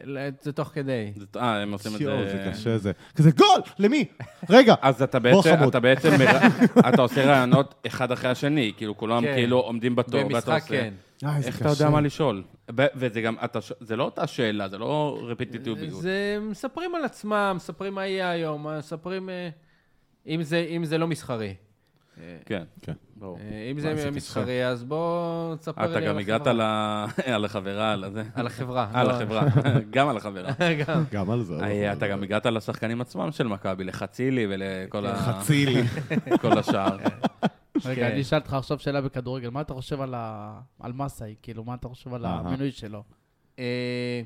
[SPEAKER 3] לא, זה תוך כדי.
[SPEAKER 1] זה- אה, הם עושים את
[SPEAKER 7] יואו,
[SPEAKER 1] זה... אה,
[SPEAKER 7] זה קשה זה. כזה גול! למי? רגע!
[SPEAKER 1] אז אתה
[SPEAKER 7] בוא,
[SPEAKER 1] בעצם,
[SPEAKER 7] חמוד.
[SPEAKER 1] אתה בעצם, מר- אתה עושה רעיונות אחד אחרי השני, כאילו כולם
[SPEAKER 3] כן.
[SPEAKER 1] כאילו עומדים בתור, ואתה
[SPEAKER 3] במשחק
[SPEAKER 1] עושה...
[SPEAKER 3] כן.
[SPEAKER 7] אה, איזה
[SPEAKER 1] איך אתה
[SPEAKER 7] קשה.
[SPEAKER 1] יודע מה לשאול? ו- וזה גם, אתה ש- זה לא אותה שאלה, זה לא רפיטיטיביות.
[SPEAKER 3] זה מספרים על עצמם, מספרים מה יהיה היום, מספרים אה, אם זה, אם זה לא מסחרי.
[SPEAKER 1] כן.
[SPEAKER 7] כן.
[SPEAKER 1] ברור.
[SPEAKER 3] אה, אם
[SPEAKER 7] וואי, זה
[SPEAKER 3] זה
[SPEAKER 7] קשה.
[SPEAKER 3] מסחרי, אז בוא תספר לי
[SPEAKER 1] אתה גם
[SPEAKER 3] על
[SPEAKER 1] הגעת
[SPEAKER 3] החברה.
[SPEAKER 1] ל- על החברה, על הזה.
[SPEAKER 3] על החברה.
[SPEAKER 1] על
[SPEAKER 3] לא,
[SPEAKER 1] החברה, כן. גם על החברה.
[SPEAKER 3] גם.
[SPEAKER 7] גם על זה.
[SPEAKER 1] אה, אתה
[SPEAKER 7] אוקיי.
[SPEAKER 1] גם הגעת לשחקנים עצמם של מכבי, לחצילי ולכל ה-
[SPEAKER 7] חצילי.
[SPEAKER 1] כל השאר.
[SPEAKER 5] רגע,
[SPEAKER 3] כן.
[SPEAKER 5] אני אשאל אותך עכשיו שאלה בכדורגל, מה אתה חושב על ה- על מסאי? כאילו, מה אתה חושב על
[SPEAKER 7] אהה.
[SPEAKER 5] המינוי שלו?
[SPEAKER 3] אה,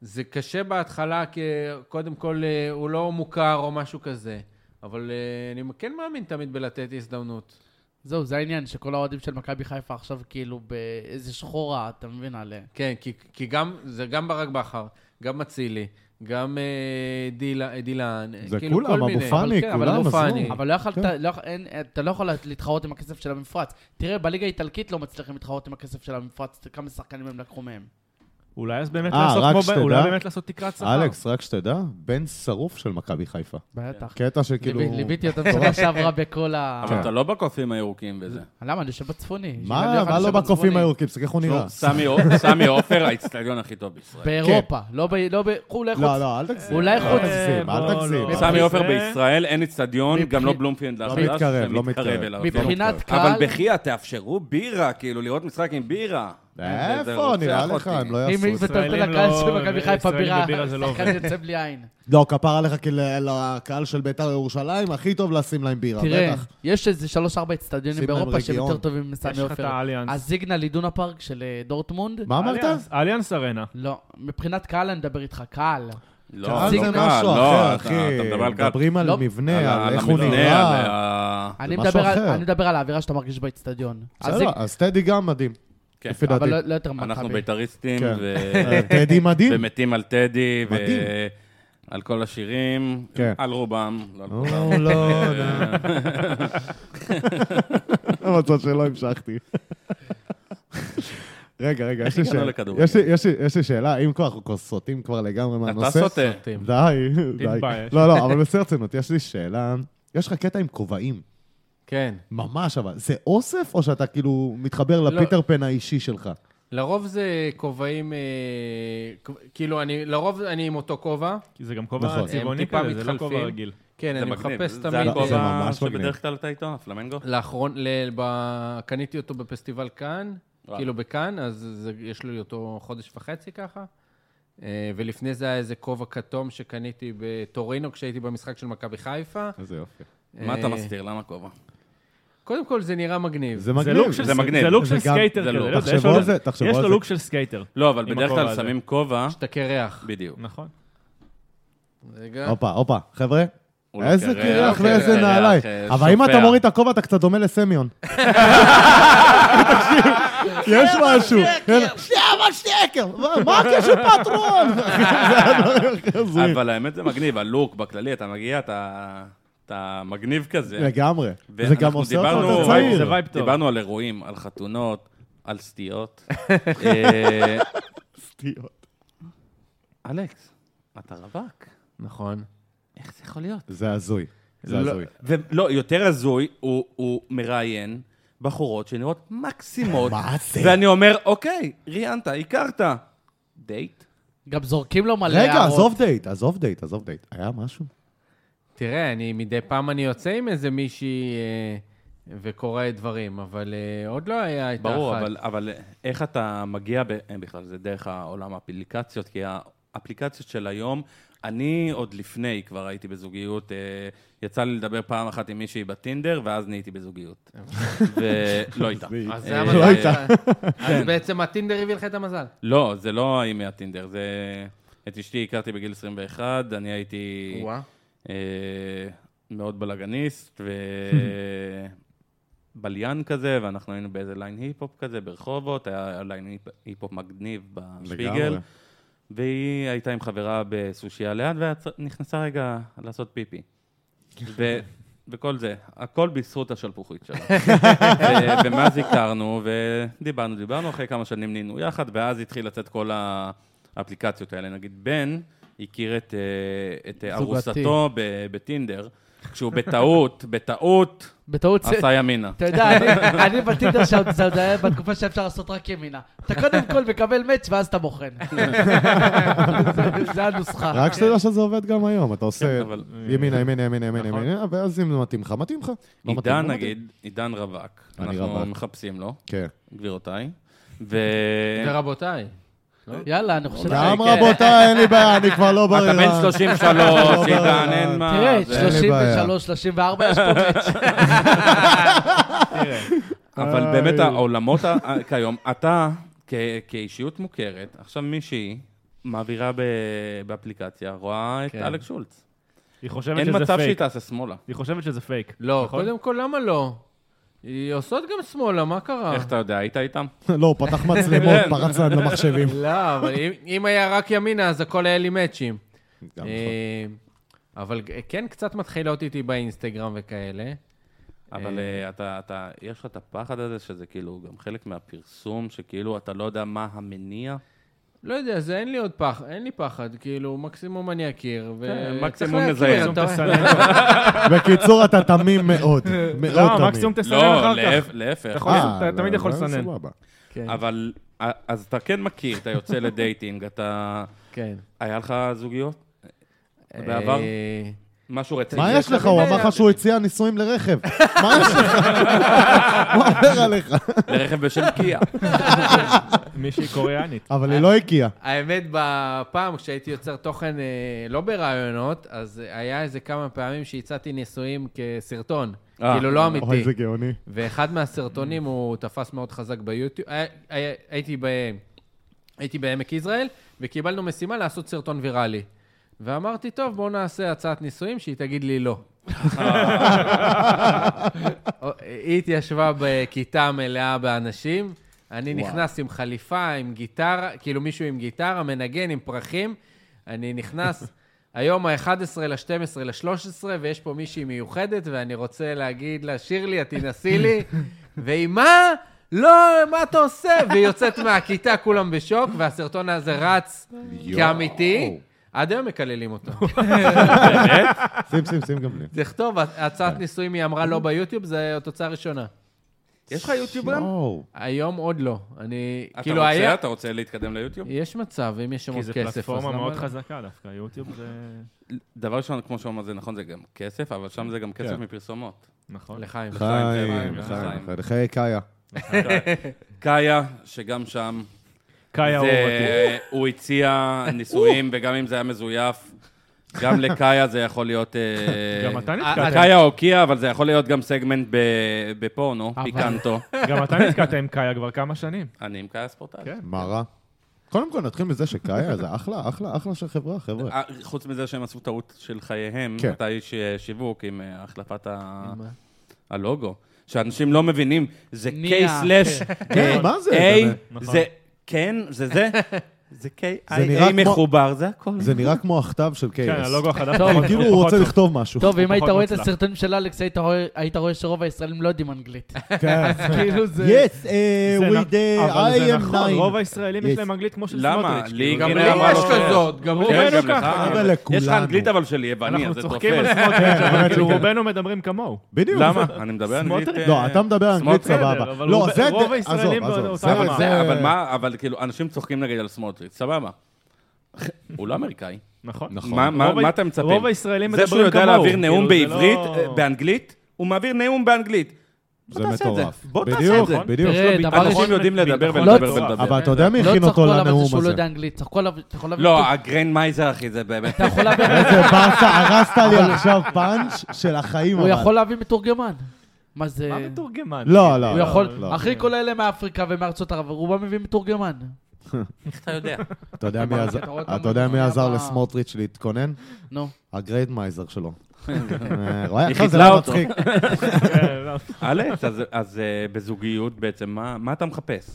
[SPEAKER 3] זה קשה בהתחלה, כי קודם כל אה, הוא לא מוכר או משהו כזה, אבל אה, אני כן מאמין תמיד בלתת הזדמנות.
[SPEAKER 5] זהו, זה העניין, שכל האוהדים של מכבי חיפה עכשיו כאילו באיזה שחורה, אתה מבין עליהם.
[SPEAKER 3] כן, כי, כי גם, זה גם ברק בכר, גם אצילי, גם אה, דילה- דילן, אה,
[SPEAKER 7] זה
[SPEAKER 3] כאילו כל
[SPEAKER 7] כולם, אבו
[SPEAKER 3] מיני.
[SPEAKER 5] אבל
[SPEAKER 7] פאני,
[SPEAKER 5] כן, אבל
[SPEAKER 7] כולם,
[SPEAKER 3] אבו
[SPEAKER 7] עזבו.
[SPEAKER 3] פאני.
[SPEAKER 5] אבל לא יכולת,
[SPEAKER 7] כן.
[SPEAKER 5] לא יכ- אין- אתה לא יכול להתחרות עם הכסף של המפרץ. תראה, בליגה האיטלקית לא מצליחים להתחרות עם הכסף של המפרץ, כמה שחקנים הם לקחו מהם.
[SPEAKER 4] אולי אז באמת
[SPEAKER 7] אה,
[SPEAKER 4] לעשות
[SPEAKER 7] רק
[SPEAKER 4] כמו...
[SPEAKER 7] שתדע.
[SPEAKER 4] ב- אולי באמת לעשות תקרת שכר.
[SPEAKER 7] אלכס, רק שתדע, בן שרוף של מכבי חיפה.
[SPEAKER 5] בטח.
[SPEAKER 7] קטע שכאילו...
[SPEAKER 5] ליוו- ליוויתי כן. אותם שנה שעברה בכל ה...
[SPEAKER 7] כאילו- כן.
[SPEAKER 1] אבל אתה לא בקופים הירוקים וזה.
[SPEAKER 5] למה? אני יושב בצפוני.
[SPEAKER 7] מה
[SPEAKER 5] שבעה ואחד
[SPEAKER 7] מה
[SPEAKER 5] יושב
[SPEAKER 7] לא בקופים
[SPEAKER 5] בצפוני.
[SPEAKER 7] הירוקים? תסתכל איך הוא נראה.
[SPEAKER 1] לא. סמי עופר- סמי עופר, האיצטדיון הכי טוב בישראל.
[SPEAKER 5] באירופה, לא ב... לא ב... חו"ל, איך
[SPEAKER 7] כן. לא,
[SPEAKER 5] חוץ?
[SPEAKER 7] לא, אל תגזים.
[SPEAKER 5] אולי
[SPEAKER 7] אל
[SPEAKER 5] חוץ-
[SPEAKER 7] תגזים, אל
[SPEAKER 4] לא,
[SPEAKER 7] תגזים.
[SPEAKER 4] לא.
[SPEAKER 1] סמי
[SPEAKER 4] זה-
[SPEAKER 1] עופר בישראל, אין איצטדיון, גם לא
[SPEAKER 5] מבחינת-
[SPEAKER 1] בלומפילד
[SPEAKER 7] לא
[SPEAKER 1] החדש,
[SPEAKER 7] מתקרב,
[SPEAKER 1] זה
[SPEAKER 7] לא מתקרב.
[SPEAKER 1] אליו.
[SPEAKER 5] מבחינת קהל,
[SPEAKER 1] אבל בחייאת, תאפשרו בירה, כאילו, לראות משחק עם בירה. אה, זה
[SPEAKER 7] איפה,
[SPEAKER 1] רוצח
[SPEAKER 7] נראה
[SPEAKER 1] אותי.
[SPEAKER 7] לך, הם לא
[SPEAKER 5] אם
[SPEAKER 7] יעשו את זה.
[SPEAKER 5] מטלטל
[SPEAKER 4] ישראלים
[SPEAKER 5] לקהל
[SPEAKER 4] לא-
[SPEAKER 5] של מכבי חיפה
[SPEAKER 4] ישראלים
[SPEAKER 5] בירה,
[SPEAKER 4] בבירה זה לא עובד.
[SPEAKER 5] שחקן יוצא בלי עין.
[SPEAKER 7] לא, כפר עליך כי ל- לקהל של ביתר ירושלים, הכי טוב לשים להם בירה,
[SPEAKER 5] תראה,
[SPEAKER 7] לא, בטח.
[SPEAKER 5] יש איזה שלוש-ארבע אצטדיונים
[SPEAKER 7] שים להם
[SPEAKER 5] באירופה שהם
[SPEAKER 7] רגיעון.
[SPEAKER 5] יותר טובים
[SPEAKER 4] יש
[SPEAKER 5] מסמי
[SPEAKER 4] לך את
[SPEAKER 5] עופר.
[SPEAKER 4] האליאנס.
[SPEAKER 5] הזיגנה לידונה פארק של אה, דורטמונד?
[SPEAKER 7] מה אמרת?
[SPEAKER 4] אליאנס- אליאנס ארנה.
[SPEAKER 5] לא, מבחינת קהל אני מדבר איתך, קהל.
[SPEAKER 1] לא,
[SPEAKER 7] קהל
[SPEAKER 1] לא
[SPEAKER 7] אה, זה
[SPEAKER 1] קהל,
[SPEAKER 7] משהו
[SPEAKER 1] לא,
[SPEAKER 7] אחר,
[SPEAKER 1] אתה-
[SPEAKER 7] אחי.
[SPEAKER 1] אתה מדבר על קהל.
[SPEAKER 7] מדברים על
[SPEAKER 5] לא.
[SPEAKER 7] מבנה, על
[SPEAKER 1] על
[SPEAKER 7] איך הוא
[SPEAKER 1] המבנה, על
[SPEAKER 7] נראה. אה,
[SPEAKER 1] ה-
[SPEAKER 5] אני
[SPEAKER 7] משהו
[SPEAKER 5] מדבר על-
[SPEAKER 7] אחר.
[SPEAKER 5] אני מדבר על האווירה שאתה מרגיש באצטדיון.
[SPEAKER 7] בסדר,
[SPEAKER 5] הזיג-
[SPEAKER 7] אז טדי גם מדהים,
[SPEAKER 1] כן.
[SPEAKER 7] לפי דעתי.
[SPEAKER 5] אבל לא- לא יותר
[SPEAKER 1] אנחנו
[SPEAKER 5] מכבי.
[SPEAKER 1] בית"ריסטים,
[SPEAKER 7] כן.
[SPEAKER 1] ו-
[SPEAKER 7] אה, טדי מדהים.
[SPEAKER 1] ומתים על טדי,
[SPEAKER 7] מדהים.
[SPEAKER 1] ועל כל השירים,
[SPEAKER 7] כן.
[SPEAKER 1] על רובם, לא על
[SPEAKER 7] או,
[SPEAKER 1] כולם.
[SPEAKER 7] לא,
[SPEAKER 1] אה.
[SPEAKER 7] המצב לא. שלא המשכתי. רגע, רגע, יש לי
[SPEAKER 1] הגענו
[SPEAKER 7] שאלה.
[SPEAKER 1] לכדורגל.
[SPEAKER 7] יש לי- יש לי- יש לי שאלה, אם כבר אנחנו כבר סוטים כבר לגמרי
[SPEAKER 1] אתה
[SPEAKER 7] מהנושא.
[SPEAKER 1] סוטה.
[SPEAKER 7] די, די.
[SPEAKER 4] תתבייש.
[SPEAKER 7] לא, לא, אבל בסרצינות, יש לי שאלה. יש לך קטע עם כובעים,
[SPEAKER 3] כן.
[SPEAKER 7] ממש אבל. זה אוסף, או שאתה כאילו מתחבר
[SPEAKER 3] לא.
[SPEAKER 7] לפיטר פן האישי שלך?
[SPEAKER 3] לרוב זה כובעים, אה, כב- כאילו, אני, לרוב אני עם אותו כובע.
[SPEAKER 4] כי זה גם כובע
[SPEAKER 7] נכון.
[SPEAKER 3] הם
[SPEAKER 4] צבעוני
[SPEAKER 3] טיפה
[SPEAKER 4] כזה, זה לא כובע
[SPEAKER 3] מתחלפים.
[SPEAKER 4] רגיל.
[SPEAKER 3] כן,
[SPEAKER 1] זה
[SPEAKER 3] אני
[SPEAKER 1] מגניב.
[SPEAKER 3] מחפש
[SPEAKER 1] זה
[SPEAKER 3] תמיד... אה,
[SPEAKER 7] זה
[SPEAKER 1] הכובע
[SPEAKER 7] ממש מגניב.
[SPEAKER 1] שבדרך כלל אתה איתו, הפלמנגו?
[SPEAKER 3] לאחרון, ל- ב- קניתי אותו בפסטיבל כאן,
[SPEAKER 1] וואלה.
[SPEAKER 3] כאילו בכאן, אז זה, יש לי אותו חודש וחצי ככה. אה, ולפני זה היה איזה כובע כתום שקניתי בטורינו כשהייתי במשחק של מכבי חיפה.
[SPEAKER 7] איזה יופי.
[SPEAKER 1] מה אתה
[SPEAKER 3] אה,
[SPEAKER 1] מסתיר? למה כובע?
[SPEAKER 3] קודם כל, זה נראה מגניב.
[SPEAKER 7] זה
[SPEAKER 4] זה
[SPEAKER 7] מגניב.
[SPEAKER 4] לוק של
[SPEAKER 1] זה
[SPEAKER 4] סק-
[SPEAKER 1] מגניב.
[SPEAKER 4] זה לוק
[SPEAKER 7] זה
[SPEAKER 4] של
[SPEAKER 7] גם-
[SPEAKER 4] סקייטר.
[SPEAKER 1] זה
[SPEAKER 4] כזה,
[SPEAKER 1] לוק.
[SPEAKER 4] לא יודע,
[SPEAKER 7] תחשבו
[SPEAKER 4] יש לו-
[SPEAKER 7] על זה, תחשבו
[SPEAKER 4] יש
[SPEAKER 7] על
[SPEAKER 4] לו
[SPEAKER 7] זה.
[SPEAKER 4] לוק של סקייטר.
[SPEAKER 1] לא, אבל
[SPEAKER 4] עם
[SPEAKER 1] בדרך
[SPEAKER 4] הכובע
[SPEAKER 1] כלל
[SPEAKER 4] הזה.
[SPEAKER 1] שמים כובע,
[SPEAKER 3] שאתה קרח.
[SPEAKER 1] בדיוק.
[SPEAKER 4] נכון.
[SPEAKER 3] רגע.
[SPEAKER 7] הופה, הופה, חבר'ה.
[SPEAKER 1] אה. הוא לא
[SPEAKER 7] איזה
[SPEAKER 1] קרח,
[SPEAKER 7] קרח
[SPEAKER 1] הוא
[SPEAKER 7] ואיזה
[SPEAKER 1] קרח,
[SPEAKER 7] נעליים.
[SPEAKER 1] אה,
[SPEAKER 7] אבל אם אתה
[SPEAKER 1] שופע.
[SPEAKER 7] מוריד את הכובע, אתה קצת דומה לסמיון. תקשיב, יש משהו. שמה שקר! מה- מה הקשר פטרון? הזוי.
[SPEAKER 1] אבל האמת זה מגניב, הלוק בכללי, אתה מגיע, אתה... אתה מגניב כזה.
[SPEAKER 7] לגמרי. זה
[SPEAKER 1] ואנחנו
[SPEAKER 7] גם עושה אותך
[SPEAKER 1] דיברנו-
[SPEAKER 7] יותר
[SPEAKER 1] וייב,
[SPEAKER 4] זה
[SPEAKER 7] צעיר.
[SPEAKER 4] וייב טוב.
[SPEAKER 1] דיברנו על אירועים, על חתונות, על סטיות. אה, אלכס, אתה רווק,
[SPEAKER 3] נכון.
[SPEAKER 1] איך זה יכול להיות?
[SPEAKER 7] זה הזוי. זה
[SPEAKER 1] לא-
[SPEAKER 7] הזוי.
[SPEAKER 1] ולא, יותר הזוי, הוא- הוא מראיין בחורות שנראות מקסימות.
[SPEAKER 7] מה זה?
[SPEAKER 1] ואני אומר, אוקיי, ראיינת, הכרת. דייט?
[SPEAKER 5] גם זורקים לו מלא
[SPEAKER 7] רגע,
[SPEAKER 5] הערות.
[SPEAKER 7] עזוב דייט, עזוב דייט, עזוב דייט. היה משהו?
[SPEAKER 3] תראה, אני מדי פעם אני יוצא עם איזה מישהי אה, וקורא דברים, אבל אה, עוד לא היה הייתה אחת.
[SPEAKER 1] ברור, אבל- אבל איך אתה מגיע, ב- אין בכלל, זה דרך העולם האפליקציות, כי האפליקציות של היום, אני עוד לפני כבר הייתי בזוגיות, אה, יצא לי לדבר פעם אחת עם מישהי בטינדר, ואז נהייתי בזוגיות. ולא איתה.
[SPEAKER 3] אז זה
[SPEAKER 1] אה,
[SPEAKER 3] המזל
[SPEAKER 1] לא כן.
[SPEAKER 3] שלך. אז בעצם הטינדר הביא לך את המזל.
[SPEAKER 1] לא, זה לא ההיא מהטינדר, זה... את אשתי הכרתי בגיל 21, אני הייתי...
[SPEAKER 3] וואה.
[SPEAKER 1] אה, מאוד בלאגניסט ובליין כזה, ואנחנו היינו באיזה ליין היפ-הופ כזה ברחובות, היה ליין היפ- היפ-הופ מגניב בשפיגל,
[SPEAKER 7] לגמרי.
[SPEAKER 1] והיא הייתה עם חברה בסושיה ליד, ונכנסה רגע לעשות פיפי. ו... וכל זה, הכל בזכות השלפוחית שלה. ו- ומאז הכרנו, ודיברנו, דיברנו, אחרי כמה שנים נהיינו יחד, ואז התחיל לצאת כל האפליקציות האלה. נגיד, בן הכיר את, אה, את אה,
[SPEAKER 5] זוגתי.
[SPEAKER 1] ארוסתו ב- בטינדר, כשהוא בטעות, בטעות,
[SPEAKER 5] בטעות, זה-
[SPEAKER 1] עשה ימינה.
[SPEAKER 5] אתה יודע, אני- אני בטינדר שם, זה עוד היה בתקופה שאפשר לעשות רק ימינה. אתה קודם כל מקבל מאץ' ואז אתה בוחן. זה- זה הנוסחה.
[SPEAKER 7] רק שתדע שזה עובד גם היום, אתה
[SPEAKER 1] כן,
[SPEAKER 7] עושה
[SPEAKER 1] אבל
[SPEAKER 7] ימינה, ימינה, ימינה, ימינה,
[SPEAKER 4] נכון.
[SPEAKER 7] ימינה, ואז אם מתאים לך, מתאים לך. לא מתאים,
[SPEAKER 1] עידן,
[SPEAKER 7] לא מתאים.
[SPEAKER 1] נגיד, עידן רווק.
[SPEAKER 7] אני
[SPEAKER 1] אנחנו
[SPEAKER 7] רווק.
[SPEAKER 1] מחפשים לו,
[SPEAKER 7] כן.
[SPEAKER 1] גבירותיי. ו... אה.
[SPEAKER 3] ורבותיי,
[SPEAKER 5] יאללה, אני חושב...
[SPEAKER 7] גם
[SPEAKER 1] כן.
[SPEAKER 7] רבותיי, אין לי בעיה, אני כבר לא בריא.
[SPEAKER 1] אתה בן 33, עידן, אין מה...
[SPEAKER 5] תראה,
[SPEAKER 1] זה-
[SPEAKER 7] אה, לי
[SPEAKER 5] 33, 34, יש פה מאץ'.
[SPEAKER 4] תראה,
[SPEAKER 1] אבל
[SPEAKER 7] איי.
[SPEAKER 1] באמת העולמות ה- ה- כיום, אתה כ- כאישיות מוכרת, עכשיו מישהי מעבירה ב- באפליקציה, רואה את
[SPEAKER 3] כן.
[SPEAKER 1] אלכס שולץ.
[SPEAKER 4] היא חושבת
[SPEAKER 1] אין
[SPEAKER 4] שזה
[SPEAKER 1] מצב שהיא
[SPEAKER 4] פייק.
[SPEAKER 1] תעשה שמאלה.
[SPEAKER 4] היא חושבת שזה פייק.
[SPEAKER 3] לא,
[SPEAKER 4] נכון?
[SPEAKER 3] קודם כל, למה לא? היא עושות גם שמאלה, מה
[SPEAKER 4] אה.
[SPEAKER 3] קרה?
[SPEAKER 1] איך אתה יודע, היית איתם?
[SPEAKER 7] לא, הוא פתח מצלמות, פרץ להם למחשבים.
[SPEAKER 3] לא, אבל אם- אם היה רק ימינה, אז הכל היה לי מאצ'ים.
[SPEAKER 7] גם
[SPEAKER 3] אה,
[SPEAKER 1] נכון.
[SPEAKER 3] אבל ג- כן קצת מתחילות איתי באינסטגרם וכאלה.
[SPEAKER 1] אבל אה, אתה, אתה, יש לך את הפחד הזה שזה כאילו גם חלק מהפרסום, שכאילו אתה לא יודע מה המניע?
[SPEAKER 3] לא יודע, זה אין לי עוד פחד, אין לי פחד, כאילו, מקסימום אני אכיר. ו-
[SPEAKER 4] אה,
[SPEAKER 1] כן,
[SPEAKER 3] צריך
[SPEAKER 1] מקסימום
[SPEAKER 3] להכיר,
[SPEAKER 1] נזהה.
[SPEAKER 3] אתה-
[SPEAKER 7] בקיצור, אתה תמים מאוד. מאוד
[SPEAKER 4] לא,
[SPEAKER 7] תמים.
[SPEAKER 4] מקסימום תסיים
[SPEAKER 1] לא,
[SPEAKER 4] אחר
[SPEAKER 1] להפ-
[SPEAKER 4] כך. נכון. אתה
[SPEAKER 1] להפך.
[SPEAKER 4] יכול-
[SPEAKER 7] אה,
[SPEAKER 4] אתה תמיד
[SPEAKER 7] לא,
[SPEAKER 4] יכול
[SPEAKER 7] לא,
[SPEAKER 4] לסנן.
[SPEAKER 7] סבבה.
[SPEAKER 3] כן,
[SPEAKER 1] אבל, אה, אז אתה כן מכיר, אתה יוצא לדייטינג, אתה...
[SPEAKER 3] כן.
[SPEAKER 1] היה לך זוגיות? בעבר?
[SPEAKER 3] אה,
[SPEAKER 1] משהו רציני?
[SPEAKER 7] מה יש לך? הוא אמר לך שהוא הציע ניסויים לרכב. מה יש לך? מה עובר עליך?
[SPEAKER 1] לרכב בשם קיה.
[SPEAKER 4] מישהי קוריאנית.
[SPEAKER 7] אבל היא לא הגיעה.
[SPEAKER 3] האמת, בפעם כשהייתי יוצר תוכן אה, לא ברעיונות, אז היה איזה כמה פעמים שהצעתי ניסויים כסרטון.
[SPEAKER 1] אה,
[SPEAKER 3] כאילו, לא
[SPEAKER 7] אוי,
[SPEAKER 3] אמיתי.
[SPEAKER 7] זה גאוני.
[SPEAKER 3] ואחד מהסרטונים הוא תפס מאוד חזק ביוטיוב. הי- הי- הייתי ב... הייתי בעמק יזרעאל, וקיבלנו משימה לעשות סרטון ויראלי. ואמרתי, טוב, בואו נעשה הצעת נישואים שהיא תגיד לי לא. היא התיישבה בכיתה מלאה באנשים, אני נכנס עם חליפה, עם גיטרה, כאילו מישהו עם גיטרה, מנגן עם פרחים, אני נכנס, היום ה-11 ל-12 ל-13, ויש פה מישהי מיוחדת, ואני רוצה להגיד לה, שירלי, את תנסי לי, והיא, מה? לא, מה אתה עושה? והיא יוצאת מהכיתה, כולם בשוק, והסרטון הזה רץ כאמיתי. עד היום מקללים אותו.
[SPEAKER 7] שים, שים, שים גם לי.
[SPEAKER 3] תכתוב,
[SPEAKER 1] כן.
[SPEAKER 3] הצעת נישואים היא אמרה לא ביוטיוב, זה התוצאה הראשונה.
[SPEAKER 1] יש לך יוטיוב גם?
[SPEAKER 7] יואו.
[SPEAKER 3] היום עוד לא. אני,
[SPEAKER 1] אתה
[SPEAKER 3] כאילו
[SPEAKER 1] רוצה?
[SPEAKER 3] היה...
[SPEAKER 1] אתה רוצה להתקדם ליוטיוב?
[SPEAKER 3] יש מצב, אם יש שם
[SPEAKER 4] כי
[SPEAKER 3] עוד
[SPEAKER 4] זו
[SPEAKER 3] כסף, אז
[SPEAKER 4] פלטפורמה
[SPEAKER 3] למה
[SPEAKER 4] מאוד
[SPEAKER 3] לא?
[SPEAKER 4] חזקה דווקא, יוטיוב זה...
[SPEAKER 1] דבר ראשון, כמו שהוא אמר, זה נכון, זה גם כסף, אבל שם זה גם כסף
[SPEAKER 7] כן.
[SPEAKER 1] מפרסומות.
[SPEAKER 4] נכון.
[SPEAKER 3] לחיים.
[SPEAKER 1] לחיים,
[SPEAKER 7] חיים,
[SPEAKER 1] לחיים.
[SPEAKER 7] לחיים, לחיים. חיי קאיה.
[SPEAKER 1] קאיה, שגם שם,
[SPEAKER 4] קאיה
[SPEAKER 1] זה-
[SPEAKER 4] אורבתי.
[SPEAKER 1] הוא הציע נישואים, וגם אם זה היה מזויף, גם לקאיה זה יכול להיות... אה,
[SPEAKER 4] גם אתה
[SPEAKER 3] אה,
[SPEAKER 4] נתקעת,
[SPEAKER 1] קאיה או קיה, אבל זה יכול להיות גם סגמנט ב- בפורנו,
[SPEAKER 5] אבל-
[SPEAKER 1] פיקנטו.
[SPEAKER 4] גם אתה נתקעת עם קאיה כבר כמה שנים.
[SPEAKER 1] אני עם קאיה ספורטאי.
[SPEAKER 4] כן.
[SPEAKER 7] מה רע? קודם כל נתחיל מזה שקאיה זה אחלה, אחלה, אחלה של חברה, חבר'ה.
[SPEAKER 1] אה, חוץ מזה שהם עשו טעות של חייהם,
[SPEAKER 7] כן.
[SPEAKER 1] אתה איש אה, שיווק עם אה, החלפת ה- הלוגו. שאנשים לא מבינים, זה
[SPEAKER 5] נהיה.
[SPEAKER 1] K/slash,
[SPEAKER 7] כן,
[SPEAKER 1] אה,
[SPEAKER 7] מה זה?
[SPEAKER 1] A,
[SPEAKER 7] באמת?
[SPEAKER 4] נכון.
[SPEAKER 1] זה כן, זה זה, זה K, I,
[SPEAKER 7] נראה
[SPEAKER 1] A
[SPEAKER 7] כמו-
[SPEAKER 1] מחובר, זה הכל.
[SPEAKER 7] זה נראה כמו הכתב של
[SPEAKER 4] כן,
[SPEAKER 7] KS.
[SPEAKER 4] הלוגו החדש.
[SPEAKER 5] טוב,
[SPEAKER 4] פחות-
[SPEAKER 7] כאילו
[SPEAKER 4] פחות
[SPEAKER 7] הוא רוצה
[SPEAKER 4] טוב.
[SPEAKER 7] לכתוב משהו.
[SPEAKER 5] טוב, אם היית
[SPEAKER 4] פחות
[SPEAKER 5] רואה את
[SPEAKER 4] מוצלח.
[SPEAKER 5] הסרטונים של אלכס, היית רואה- היית רואה שרוב הישראלים לא יודעים אנגלית.
[SPEAKER 7] כן.
[SPEAKER 5] כאילו זה...
[SPEAKER 7] Yes, uh,
[SPEAKER 4] זה
[SPEAKER 7] with
[SPEAKER 4] נ-
[SPEAKER 7] the
[SPEAKER 4] אבל זה
[SPEAKER 7] I am
[SPEAKER 4] נכון, רוב
[SPEAKER 7] 9.
[SPEAKER 4] הישראלים יש
[SPEAKER 7] Yes.
[SPEAKER 4] להם אנגלית כמו של סמוטריץ'.
[SPEAKER 1] למה? לי
[SPEAKER 4] כאילו,
[SPEAKER 3] גם
[SPEAKER 1] הנה,
[SPEAKER 3] לי
[SPEAKER 1] אמר
[SPEAKER 3] יש
[SPEAKER 1] לו ש-
[SPEAKER 3] כזאת, גם לי
[SPEAKER 1] כן,
[SPEAKER 3] יש.
[SPEAKER 1] גם
[SPEAKER 4] רובנו
[SPEAKER 1] לך,
[SPEAKER 4] ככה.
[SPEAKER 1] אבל- יש לך
[SPEAKER 7] לכולנו.
[SPEAKER 1] אנגלית אבל של יווני, אז
[SPEAKER 4] אנחנו
[SPEAKER 1] זה
[SPEAKER 4] צוחקים על
[SPEAKER 1] תופס.
[SPEAKER 4] סמוטריץ',
[SPEAKER 7] כן,
[SPEAKER 4] אבל כאילו
[SPEAKER 7] כן.
[SPEAKER 4] רובנו מדברים כמוהו.
[SPEAKER 7] בדיוק.
[SPEAKER 1] למה? אני מדבר אנגלית...
[SPEAKER 4] סמוטריץ'.
[SPEAKER 1] אה,
[SPEAKER 7] לא, אתה מדבר אנגלית
[SPEAKER 1] סמוטריץ'.
[SPEAKER 4] בסדר,
[SPEAKER 7] סבבה.
[SPEAKER 4] אבל
[SPEAKER 7] לא,
[SPEAKER 4] רוב-
[SPEAKER 7] זה...
[SPEAKER 4] רוב
[SPEAKER 7] ד-
[SPEAKER 4] הישראלים
[SPEAKER 7] עזוב, עזוב,
[SPEAKER 4] באותה
[SPEAKER 7] זה-
[SPEAKER 4] רמה.
[SPEAKER 7] זה-
[SPEAKER 1] זה, אבל מה, אבל כאילו, אנשים צוחקים נגיד על סמוטריץ', סבבה. הוא לא אמריקאי.
[SPEAKER 4] נכון.
[SPEAKER 7] נכון.
[SPEAKER 1] מה- מה
[SPEAKER 4] רוב ה-
[SPEAKER 1] מה אתם מצפים?
[SPEAKER 4] רוב הישראלים מדברים
[SPEAKER 1] זה שהוא
[SPEAKER 4] כמוהו.
[SPEAKER 1] יודע להעביר נאום
[SPEAKER 4] כאילו, זה
[SPEAKER 1] בעברית,
[SPEAKER 4] לא-
[SPEAKER 1] אה, באנגלית, הוא מעביר נאום באנגלית. בוא
[SPEAKER 7] זה
[SPEAKER 1] תעשה את זה.
[SPEAKER 7] מטורף.
[SPEAKER 1] בוא תעשה
[SPEAKER 7] בדיוק,
[SPEAKER 1] את זה. נכון.
[SPEAKER 7] בדיוק.
[SPEAKER 5] תראה, דבר
[SPEAKER 1] אנשים
[SPEAKER 5] ראשון,
[SPEAKER 1] יודעים לדבר
[SPEAKER 4] ביטחון
[SPEAKER 1] ולדבר
[SPEAKER 5] לא-
[SPEAKER 1] ולדבר.
[SPEAKER 7] אבל אתה יודע מי
[SPEAKER 5] לא
[SPEAKER 7] הכין אותו
[SPEAKER 5] צחקו עליו על זה
[SPEAKER 7] לנאום
[SPEAKER 5] שהוא לא
[SPEAKER 7] הזה?
[SPEAKER 5] יודע אנגלית, צחקו עליו, אתה יכול להבין...
[SPEAKER 1] לא, הגרנד מייזר, אחי, זה באמת...
[SPEAKER 5] אתה יכול להבין...
[SPEAKER 7] איזה באסה, הרסת לי עכשיו פאנץ' של החיים,
[SPEAKER 5] הוא
[SPEAKER 7] אבל.
[SPEAKER 5] יכול להביא מתורגמן. מה זה...
[SPEAKER 4] מה מתורגמן?
[SPEAKER 7] לא, לא.
[SPEAKER 5] הוא יכול...
[SPEAKER 7] לא.
[SPEAKER 5] אחי, כל אלה מאפריקה ומארצות ערב, רובם מביא מתורגמן.
[SPEAKER 1] אתה יודע.
[SPEAKER 7] אתה יודע מי עזר-
[SPEAKER 5] אתה רואה אותם-
[SPEAKER 7] אתה יודע מי
[SPEAKER 5] אתה
[SPEAKER 7] עזר
[SPEAKER 5] יודע מה-
[SPEAKER 7] לסמוטריץ' להתכונן?
[SPEAKER 5] נו.
[SPEAKER 7] הגריידמייזר שלו. אה, רואה,
[SPEAKER 1] היא
[SPEAKER 7] עכשיו זה
[SPEAKER 1] חיתלה
[SPEAKER 7] לא
[SPEAKER 1] אותו.
[SPEAKER 7] מצחיק.
[SPEAKER 4] כן, לא.
[SPEAKER 1] אלכס, אז- אז אה, בזוגיות בעצם, מה מה אתה מחפש?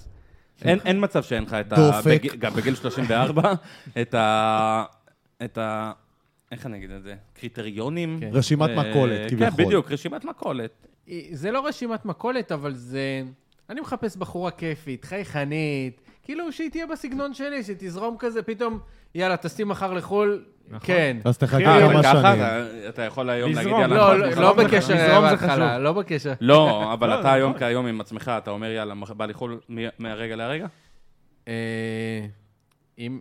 [SPEAKER 1] אין- אין מצב שאין לך את ה...
[SPEAKER 7] דופק.
[SPEAKER 1] בג- גם בגיל 34, את ה... את ה... איך אני אגיד את זה? קריטריונים?
[SPEAKER 3] כן.
[SPEAKER 7] רשימת
[SPEAKER 1] אה,
[SPEAKER 7] מכולת, כביכול.
[SPEAKER 1] כן, בדיוק, רשימת מכולת.
[SPEAKER 3] זה לא רשימת מכולת, אבל זה... אני מחפש בחורה כיפית, חייכנית, כאילו שהיא תהיה בסגנון שלי, שתזרום כזה, פתאום, יאללה, תסעי מחר לחו"ל, כן.
[SPEAKER 7] אז תחכה
[SPEAKER 4] אה,
[SPEAKER 1] אבל
[SPEAKER 7] כמה
[SPEAKER 1] ככה
[SPEAKER 7] שנים.
[SPEAKER 1] אתה- אתה יכול היום להגיד,
[SPEAKER 4] לזרום,
[SPEAKER 1] יאללה,
[SPEAKER 3] לא,
[SPEAKER 1] אנחנו
[SPEAKER 3] לא-
[SPEAKER 1] נזרום
[SPEAKER 3] לא
[SPEAKER 1] לך.
[SPEAKER 3] בקשר
[SPEAKER 4] לזרום זה
[SPEAKER 3] בהתחלה,
[SPEAKER 4] חשוב.
[SPEAKER 3] לא בקשר.
[SPEAKER 1] לא, אבל אתה היום כהיום עם עצמך, אתה אומר, יאללה, מח- בא לחו"ל מ- מהרגע להרגע?
[SPEAKER 3] אה, אם...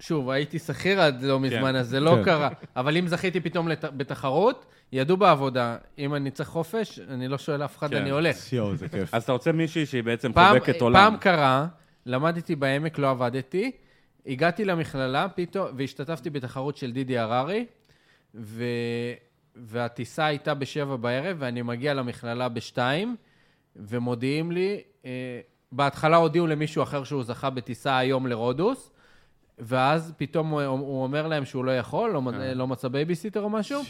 [SPEAKER 3] שוב, הייתי שכיר עד לא מזמן, אז זה לא
[SPEAKER 7] כן.
[SPEAKER 3] קרה. אבל אם זכיתי פתאום לת- בתחרות, ידעו בעבודה, אם אני צריך חופש, אני לא שואל אף אחד,
[SPEAKER 1] כן.
[SPEAKER 3] אני הולך.
[SPEAKER 7] יואו, זה כיף.
[SPEAKER 1] אז אתה רוצה מישהי שהיא בעצם
[SPEAKER 3] פעם, אה,
[SPEAKER 1] חובקת
[SPEAKER 3] פעם
[SPEAKER 1] עולם.
[SPEAKER 3] קרה, למדתי בעמק, לא עבדתי, הגעתי למכללה פתאום, והשתתפתי בתחרות של דידי הררי, ו... והטיסה הייתה בשבע בערב, ואני מגיע למכללה בשתיים, ומודיעים לי, אה, בהתחלה הודיעו למישהו אחר שהוא זכה בטיסה היום לרודוס, ואז פתאום הוא, הוא אומר להם שהוא לא יכול, לא, מ-
[SPEAKER 1] אה.
[SPEAKER 3] לא מצא בייביסיטר או משהו,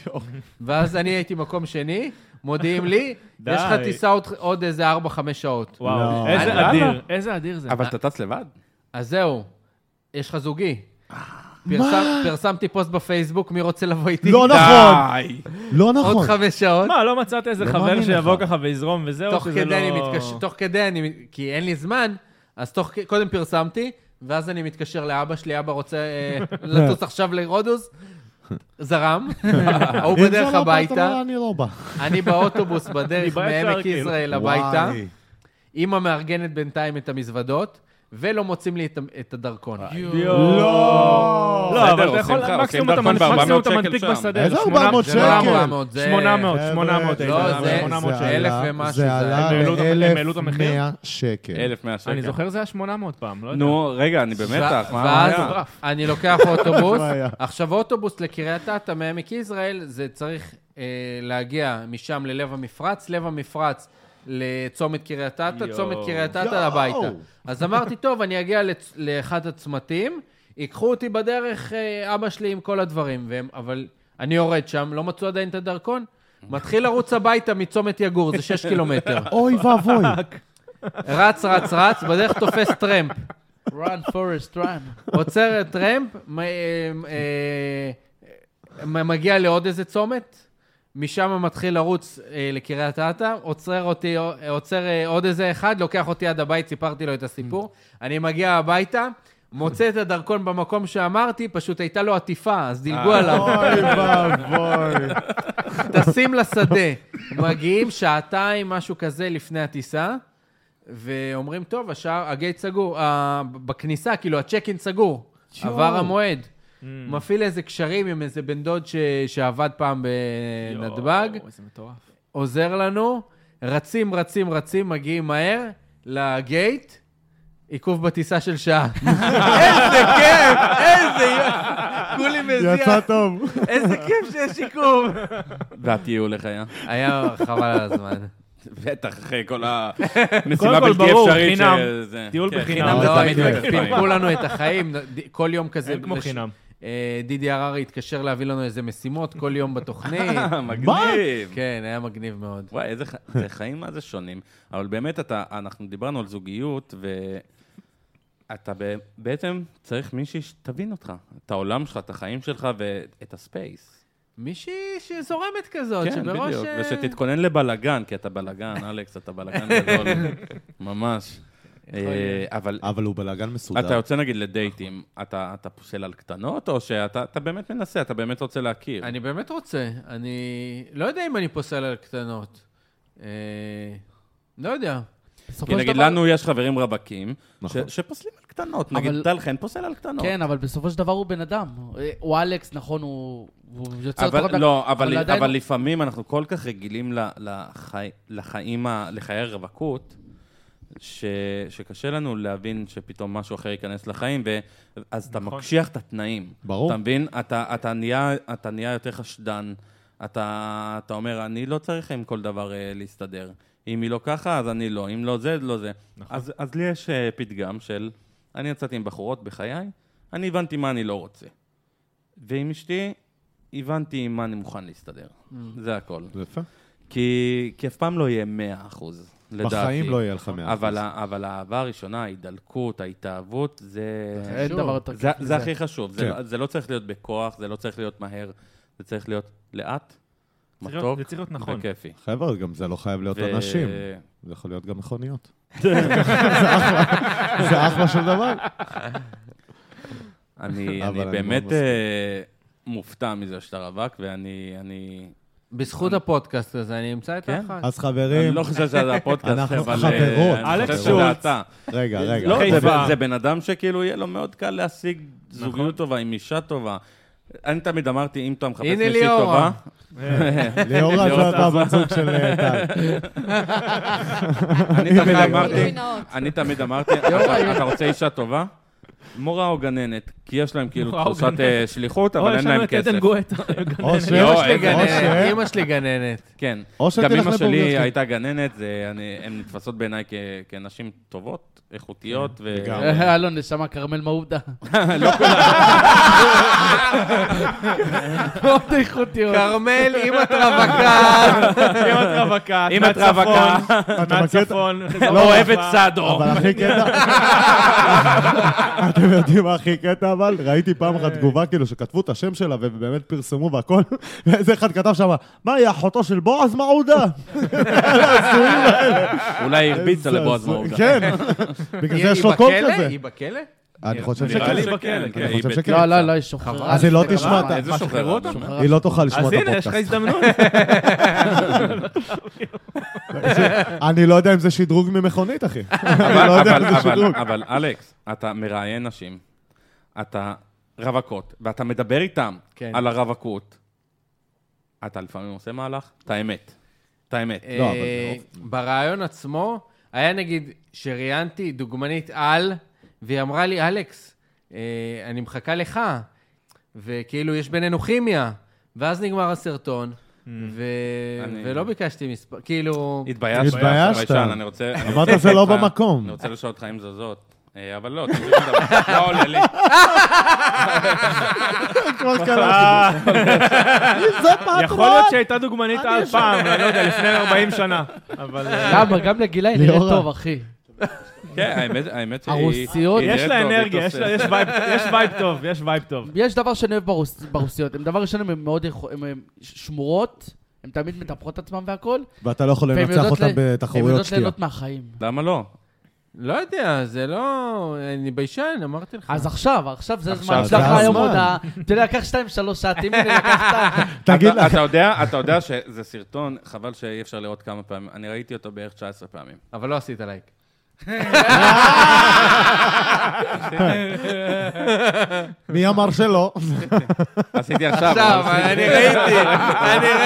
[SPEAKER 3] ואז אני הייתי מקום שני, מודיעים לי,
[SPEAKER 4] די.
[SPEAKER 3] יש לך טיסה עוד, עוד איזה 4-5 שעות.
[SPEAKER 4] וואו,
[SPEAKER 7] לא.
[SPEAKER 4] איזה
[SPEAKER 1] למה?
[SPEAKER 4] אדיר, איזה אדיר זה.
[SPEAKER 1] אבל אתה טס לבד.
[SPEAKER 3] אז זהו, יש לך זוגי.
[SPEAKER 4] אה.
[SPEAKER 3] פרסם- פרסמתי פוסט בפייסבוק, מי רוצה לבוא איתי?
[SPEAKER 7] לא נכון,
[SPEAKER 1] די.
[SPEAKER 7] לא
[SPEAKER 3] עוד
[SPEAKER 7] נכון.
[SPEAKER 3] חמש שעות.
[SPEAKER 4] מה, לא מצאת איזה
[SPEAKER 7] לא
[SPEAKER 4] חבר
[SPEAKER 7] מאמין
[SPEAKER 4] שיבוא
[SPEAKER 7] לך.
[SPEAKER 4] ככה ויזרום וזהו?
[SPEAKER 3] תוך
[SPEAKER 4] שזה
[SPEAKER 3] כדי
[SPEAKER 4] לא-
[SPEAKER 3] אני מתקשר, תוך כדי אני, כי אין לי זמן, אז תוך, כ- קודם פרסמתי, ואז אני מתקשר לאבא שלי, אבא רוצה אה, לטוס עכשיו לרודוס, זרם, ההוא
[SPEAKER 7] אם זה לא
[SPEAKER 3] בדרך
[SPEAKER 7] בא, אתה
[SPEAKER 3] הביתה,
[SPEAKER 7] אומר, אני לא בא.
[SPEAKER 3] אני באוטובוס בדרך
[SPEAKER 4] מבית
[SPEAKER 3] מעמק
[SPEAKER 4] שער,
[SPEAKER 3] יזרעאל הביתה,
[SPEAKER 7] וואי.
[SPEAKER 3] אימא מארגנת בינתיים את המזוודות, ולא מוצאים לי את ה- את הדרכון.
[SPEAKER 4] לא,
[SPEAKER 1] בסדר,
[SPEAKER 4] אבל אתה
[SPEAKER 1] עושים
[SPEAKER 4] יכול,
[SPEAKER 1] לך, עושים
[SPEAKER 4] מקסימום אתה
[SPEAKER 1] דרכון ב-
[SPEAKER 4] מקסימום
[SPEAKER 1] 400
[SPEAKER 4] אתה
[SPEAKER 1] שקל
[SPEAKER 4] מנפיק
[SPEAKER 1] שם.
[SPEAKER 4] בשדה.
[SPEAKER 7] איזה
[SPEAKER 4] זה
[SPEAKER 7] 400
[SPEAKER 3] זה לא
[SPEAKER 7] שקל?
[SPEAKER 3] 400, זה...
[SPEAKER 4] 800,
[SPEAKER 7] חבר'ה,
[SPEAKER 4] 800,
[SPEAKER 3] לא,
[SPEAKER 4] איתן,
[SPEAKER 3] זה-
[SPEAKER 4] 800
[SPEAKER 7] זה
[SPEAKER 4] שקל.
[SPEAKER 3] אלף
[SPEAKER 7] עלה-
[SPEAKER 3] ומשהו,
[SPEAKER 7] זה
[SPEAKER 3] זה-
[SPEAKER 7] עלה
[SPEAKER 4] הם העלו את- הם העלו את המחיר?
[SPEAKER 7] ל-1,100 שקל.
[SPEAKER 1] 1,100 שקל.
[SPEAKER 4] אני זוכר זה היה 800 פעם, לא יודע.
[SPEAKER 1] נו, רגע, אני במתח, מה
[SPEAKER 3] ואז
[SPEAKER 1] היה?
[SPEAKER 3] אני לוקח אוטובוס,
[SPEAKER 7] מה היה?
[SPEAKER 3] עכשיו אוטובוס לקריית אתא מעמק יזרעאל, זה צריך אה, להגיע משם ללב המפרץ, לב המפרץ לצומת קריית אתא,
[SPEAKER 4] יואו.
[SPEAKER 3] צומת קריית אתא
[SPEAKER 7] יואו.
[SPEAKER 3] הביתה. אז אמרתי, טוב, אני אגיע לצ- לאחד הצמתים, ייקחו אותי בדרך אה, אבא שלי עם כל הדברים, והם, אבל אני יורד שם, לא מצאו עדיין את הדרכון. מתחיל לרוץ הביתה מצומת יגור, זה 6 קילומטר.
[SPEAKER 7] אוי ואבוי.
[SPEAKER 3] רץ, רץ, רץ, בדרך תופס טרמפ.
[SPEAKER 5] run forest run.
[SPEAKER 3] עוצר את טרמפ, מ- אה, אה, אה, מגיע לעוד איזה צומת, משם מתחיל לרוץ אה, לקריית אתא, עוצר אותי, אה, עוצר אה, עוד איזה אחד, לוקח אותי עד הבית, סיפרתי לו את הסיפור. אני מגיע הביתה, מוצא את הדרכון במקום שאמרתי, פשוט הייתה לו עטיפה, אז דילגו
[SPEAKER 1] אה.
[SPEAKER 3] עליו.
[SPEAKER 7] אוי ואבוי.
[SPEAKER 3] טסים לשדה, מגיעים שעתיים, משהו כזה, לפני הטיסה, ואומרים, טוב, השער, הגייט סגור, אה, בכניסה, כאילו, הצ'ק אין סגור, עבר המועד. מפעיל איזה קשרים עם איזה בן דוד ש... שעבד פעם
[SPEAKER 4] יואו,
[SPEAKER 3] בנתב"ג,
[SPEAKER 4] איזה מטורף.
[SPEAKER 3] עוזר לנו, רצים, רצים, רצים, מגיעים מהר לגייט, עיכוב בטיסה של שעה. איזה כיף, איזה יופי, כולי מזיע,
[SPEAKER 7] יצא טוב.
[SPEAKER 3] איזה כיף שיש עיכוב.
[SPEAKER 1] והטיול איך היה?
[SPEAKER 3] היה חבל על הזמן.
[SPEAKER 1] בטח, אחרי כל
[SPEAKER 4] קודם
[SPEAKER 1] המשימה
[SPEAKER 4] כל,
[SPEAKER 1] בלתי
[SPEAKER 4] ברור,
[SPEAKER 1] אפשרית.
[SPEAKER 4] חינם.
[SPEAKER 1] שזה-
[SPEAKER 4] טיול
[SPEAKER 1] כן,
[SPEAKER 4] בחינם.
[SPEAKER 1] זה
[SPEAKER 7] אה,
[SPEAKER 3] לא,
[SPEAKER 1] תמיד
[SPEAKER 3] הם
[SPEAKER 1] כיף.
[SPEAKER 3] פינקו לנו את החיים, ד- כל יום כזה.
[SPEAKER 4] אין כמו
[SPEAKER 3] לש-
[SPEAKER 4] חינם.
[SPEAKER 3] אה, דידי הררי התקשר להביא לנו איזה משימות כל יום בתוכנית.
[SPEAKER 1] מגניב.
[SPEAKER 3] כן, היה מגניב מאוד.
[SPEAKER 1] וואי, איזה ח- זה חיים מה זה שונים. אבל באמת, אתה, אנחנו דיברנו על זוגיות, ואתה ב- בעצם צריך מישהי שתבין אותך, את העולם שלך, את החיים שלך ואת הספייס.
[SPEAKER 3] מישהי שזורמת כזאת,
[SPEAKER 1] כן,
[SPEAKER 3] שבראש...
[SPEAKER 1] בדיוק.
[SPEAKER 3] אה,
[SPEAKER 1] ושתתכונן לבלגן, כי אתה בלגן, אלכס, אתה בלגן גדול. ממש. אה, אבל
[SPEAKER 7] אבל הוא בלאגן
[SPEAKER 1] אתה
[SPEAKER 7] מסודר.
[SPEAKER 1] יוצא נגיד לדייטים, אתה אתה פוסל על קטנות, או שאתה אתה באמת מנסה, אתה באמת רוצה להכיר?
[SPEAKER 3] אני באמת רוצה. אני לא יודע אם אני פוסל על קטנות. אה, לא יודע.
[SPEAKER 5] בסופו
[SPEAKER 1] כי
[SPEAKER 5] של
[SPEAKER 1] נגיד
[SPEAKER 5] דבר-
[SPEAKER 1] לנו יש חברים רווקים, ש-
[SPEAKER 7] נכון.
[SPEAKER 1] שפוסלים על קטנות. נגיד
[SPEAKER 5] אבל-
[SPEAKER 1] טל חן פוסל על קטנות.
[SPEAKER 5] כן, אבל בסופו של דבר הוא בן אדם. אה, הוא אלכס, נכון, הוא הוא יוצר
[SPEAKER 1] אבל
[SPEAKER 5] תוכן-
[SPEAKER 1] לא, אבל,
[SPEAKER 5] עדיין-
[SPEAKER 1] אבל לפעמים אנחנו כל כך רגילים ל- לחי, לחיים, ה- לחיי הרווקות, ש, שקשה לנו להבין שפתאום משהו אחר ייכנס לחיים, ו, אז אתה מקשיח את התנאים.
[SPEAKER 7] ברור.
[SPEAKER 1] אתה מבין? אתה, אתה, נהיה, אתה נהיה יותר חשדן. אתה, אתה אומר, אני לא צריך עם כל דבר אה, להסתדר. אם היא לא ככה, אז אני לא. אם לא זה, לא זה. נכון. אז, אז לי יש אה, פתגם של, אני יצאתי עם בחורות בחיי, אני הבנתי מה אני לא רוצה. ועם אשתי, הבנתי עם מה אני מוכן להסתדר.
[SPEAKER 4] Mm.
[SPEAKER 1] זה הכל.
[SPEAKER 7] זה יפה.
[SPEAKER 1] כי, כי אף פעם לא יהיה 100 אחוז, לדעתי.
[SPEAKER 7] בחיים לא יהיה לך 100%.
[SPEAKER 1] אבל, ה- אבל האהבה הראשונה, ההידלקות, ההתאהבות, זה...
[SPEAKER 5] אין
[SPEAKER 3] שוב,
[SPEAKER 5] דבר יותר
[SPEAKER 1] זה,
[SPEAKER 5] כיף
[SPEAKER 1] זה
[SPEAKER 5] מזה.
[SPEAKER 1] הכי חשוב. זה,
[SPEAKER 7] כן.
[SPEAKER 1] לא- זה לא צריך להיות בכוח, זה לא צריך להיות מהר, זה צריך להיות לאט,
[SPEAKER 4] צריך להיות-
[SPEAKER 1] מתוק
[SPEAKER 4] זה צריך להיות נכון.
[SPEAKER 1] וכיפי.
[SPEAKER 7] חבר'ה, גם זה לא חייב להיות
[SPEAKER 1] ו-
[SPEAKER 7] אנשים. זה יכול להיות גם מכוניות. זה אחלה, זה אחלה של דבר.
[SPEAKER 1] אני,
[SPEAKER 7] אבל
[SPEAKER 1] אני
[SPEAKER 7] אני
[SPEAKER 1] באמת
[SPEAKER 7] מאוד מסכים.
[SPEAKER 1] אה, מופתע מזה שאתה רווק, ואני... אני,
[SPEAKER 3] בזכות הפודקאסט הזה אני אמצא את
[SPEAKER 1] כן?
[SPEAKER 3] האחת.
[SPEAKER 7] אז
[SPEAKER 1] אני
[SPEAKER 7] חברים,
[SPEAKER 1] לא חושב שזה הפודקאסט,
[SPEAKER 7] אנחנו
[SPEAKER 1] אבל... אה,
[SPEAKER 7] חברות.
[SPEAKER 1] אני חושב
[SPEAKER 4] אלכס
[SPEAKER 1] שזה
[SPEAKER 4] שולץ.
[SPEAKER 1] אתה.
[SPEAKER 7] רגע, רגע.
[SPEAKER 1] לא, זה-
[SPEAKER 4] חיפה.
[SPEAKER 1] זה בן אדם שכאילו יהיה לו מאוד קל להשיג זוגיות טובה עם אישה טובה. אני תמיד אמרתי, אם אתה מחפש
[SPEAKER 3] הנה
[SPEAKER 1] מישהי טובה...
[SPEAKER 3] ליאורה.
[SPEAKER 7] אה. ליאורה
[SPEAKER 1] ליאור
[SPEAKER 7] זה הבן זוג של אה, טל.
[SPEAKER 1] אני תמיד
[SPEAKER 7] ליאורה.
[SPEAKER 1] אמרתי,
[SPEAKER 3] אה.
[SPEAKER 6] גילוי נאות.
[SPEAKER 1] אני תמיד אמרתי, אתה- אתה רוצה אישה טובה? מורה או גננת, כי יש להם כאילו
[SPEAKER 4] מורה או
[SPEAKER 1] תחושת אה, שליחות, אבל אין להם כסף.
[SPEAKER 4] גואטה.
[SPEAKER 7] או ש-
[SPEAKER 1] לא,
[SPEAKER 3] אמא שלי
[SPEAKER 1] אין-
[SPEAKER 3] גננת,
[SPEAKER 7] אושר.
[SPEAKER 3] אמא שלי גננת.
[SPEAKER 1] כן.
[SPEAKER 7] או שתלך
[SPEAKER 1] גם אמא
[SPEAKER 7] לבוגר
[SPEAKER 1] שלי
[SPEAKER 7] שלך.
[SPEAKER 1] הייתה גננת, זה- אני- הן נתפסות בעיניי כ- כנשים טובות, איכותיות, ו...
[SPEAKER 7] כן, לגמרי.
[SPEAKER 5] אה, אלון, נשמה, כרמל מעודה. מאוד איכותיות.
[SPEAKER 3] כרמל, אם את רווקה,
[SPEAKER 4] אם את רווקה,
[SPEAKER 1] אם את רווקה,
[SPEAKER 7] אתה מכיר את...
[SPEAKER 4] מהצפון,
[SPEAKER 1] לא אוהבת סעדו.
[SPEAKER 7] אבל הכי קטע... אתם יודעים מה הכי קטע אבל? ראיתי פעם אחת תגובה כאילו שכתבו את השם שלה ובאמת פרסמו והכל, ואיזה אחד כתב שם, מה, היא אחותו של בועז מעודה?
[SPEAKER 1] אולי הרביצה לבועז
[SPEAKER 7] זה-
[SPEAKER 1] מעודה.
[SPEAKER 7] כן, בגלל
[SPEAKER 3] היא
[SPEAKER 7] זה
[SPEAKER 3] היא
[SPEAKER 7] יש לו קול
[SPEAKER 3] בכלא?
[SPEAKER 7] כזה.
[SPEAKER 3] היא בכלא?
[SPEAKER 7] אני חושב
[SPEAKER 4] נראה
[SPEAKER 7] שכן.
[SPEAKER 4] לי בכלא, כן.
[SPEAKER 7] אני חושב
[SPEAKER 1] היא
[SPEAKER 7] שכן.
[SPEAKER 5] לא, לא, לא, היא שוחררה.
[SPEAKER 7] אז היא לא
[SPEAKER 5] לפני
[SPEAKER 7] תשמע את
[SPEAKER 5] כמה-
[SPEAKER 7] ה...
[SPEAKER 1] איזה
[SPEAKER 4] מה,
[SPEAKER 1] שוחרר?
[SPEAKER 4] שחררו אותו?
[SPEAKER 5] שוחררה.
[SPEAKER 7] היא לא תוכל לשמוע
[SPEAKER 4] אז
[SPEAKER 7] את
[SPEAKER 4] הנה, יש לך
[SPEAKER 7] הפודקאסט.
[SPEAKER 4] הזדמנות.
[SPEAKER 7] אני לא יודע אם זה שדרוג ממכונית, אחי. אני
[SPEAKER 1] אבל-
[SPEAKER 7] לא יודע אם
[SPEAKER 1] אבל-
[SPEAKER 7] זה
[SPEAKER 1] אבל-
[SPEAKER 7] שדרוג.
[SPEAKER 1] אבל אלכס, אתה מראיין נשים, אתה רווקות, ואתה מדבר איתם
[SPEAKER 3] כן.
[SPEAKER 1] על הרווקות, אתה לפעמים עושה מהלך? את האמת. את האמת.
[SPEAKER 7] לא, אבל זה
[SPEAKER 3] אה,
[SPEAKER 7] רוב.
[SPEAKER 3] ברעיון עצמו, היה נגיד שראיינתי דוגמנית על, והיא אמרה לי, אלכס, אה, אני מחכה לך, וכאילו, יש בינינו כימיה. ואז נגמר הסרטון,
[SPEAKER 7] Hmm.
[SPEAKER 3] ו...
[SPEAKER 1] אני-
[SPEAKER 3] ולא ביקשתי מספר, כאילו...
[SPEAKER 1] התביישת.
[SPEAKER 7] התביישת.
[SPEAKER 1] ביישן, אני רוצה... אני
[SPEAKER 7] אמרת,
[SPEAKER 1] רוצה
[SPEAKER 7] "זה לא
[SPEAKER 1] אותך-
[SPEAKER 7] במקום".
[SPEAKER 1] אני רוצה לשאול אותך אם זו זאת. אה, אבל לא, תמשיך לדבר. לא עולה לי.
[SPEAKER 7] כבר קלטתי.
[SPEAKER 4] אה,
[SPEAKER 1] אוקיי.
[SPEAKER 2] זה פעם
[SPEAKER 4] יכול להיות שהייתה דוגמנית על פעם, אני לא יודע, לפני 40 שנה. אבל... אה,
[SPEAKER 5] למה? גם לגילה היא נראית
[SPEAKER 7] ליאורה.
[SPEAKER 5] טוב, אחי.
[SPEAKER 1] כן, האמת- האמת שהיא...
[SPEAKER 5] הרוסיות-
[SPEAKER 1] היא
[SPEAKER 4] יש
[SPEAKER 1] נראית
[SPEAKER 4] לה
[SPEAKER 1] טוב, היא
[SPEAKER 4] אנרגיה, יש לה-
[SPEAKER 1] תוססת.
[SPEAKER 4] יש וייב- יש וייב טוב, יש וייב טוב.
[SPEAKER 5] יש דבר שאני אוהב ברוס, ברוסיות. הם דבר ראשון, הן מאוד יכול- הן- הן שמורות, הן תמיד מטפחות עצמן והכול,
[SPEAKER 7] ואתה לא יכול
[SPEAKER 5] והן
[SPEAKER 7] לנצח
[SPEAKER 5] יודעות
[SPEAKER 7] אותם
[SPEAKER 5] ל- הן
[SPEAKER 7] בתחרויות
[SPEAKER 5] יודעות
[SPEAKER 7] שתייה.
[SPEAKER 5] ליהנות מהחיים.
[SPEAKER 1] למה לא?
[SPEAKER 3] לא יודע, זה לא... אני ביישן, אמרתי לך.
[SPEAKER 5] אז עכשיו, עכשיו זה הזמן,
[SPEAKER 1] עכשיו
[SPEAKER 5] שלח
[SPEAKER 7] זה
[SPEAKER 5] היום
[SPEAKER 7] הזמן.
[SPEAKER 5] הודעה. אתה יודע, קח שתיים, שלוש שעתים, הנה, לקחת...
[SPEAKER 7] תגיד
[SPEAKER 1] אתה-
[SPEAKER 7] לה,
[SPEAKER 1] אתה יודע, אתה יודע שזה סרטון, חבל שאי אפשר לראות כמה פעמים. אני ראיתי אותו בערך 19 פעמים.
[SPEAKER 3] אבל לא עשית לייק.
[SPEAKER 7] מי אמר שלא? לא,
[SPEAKER 1] עשיתי עכשיו.
[SPEAKER 3] עכשיו,
[SPEAKER 1] אבל עשיתי-
[SPEAKER 3] אני ראיתי, אני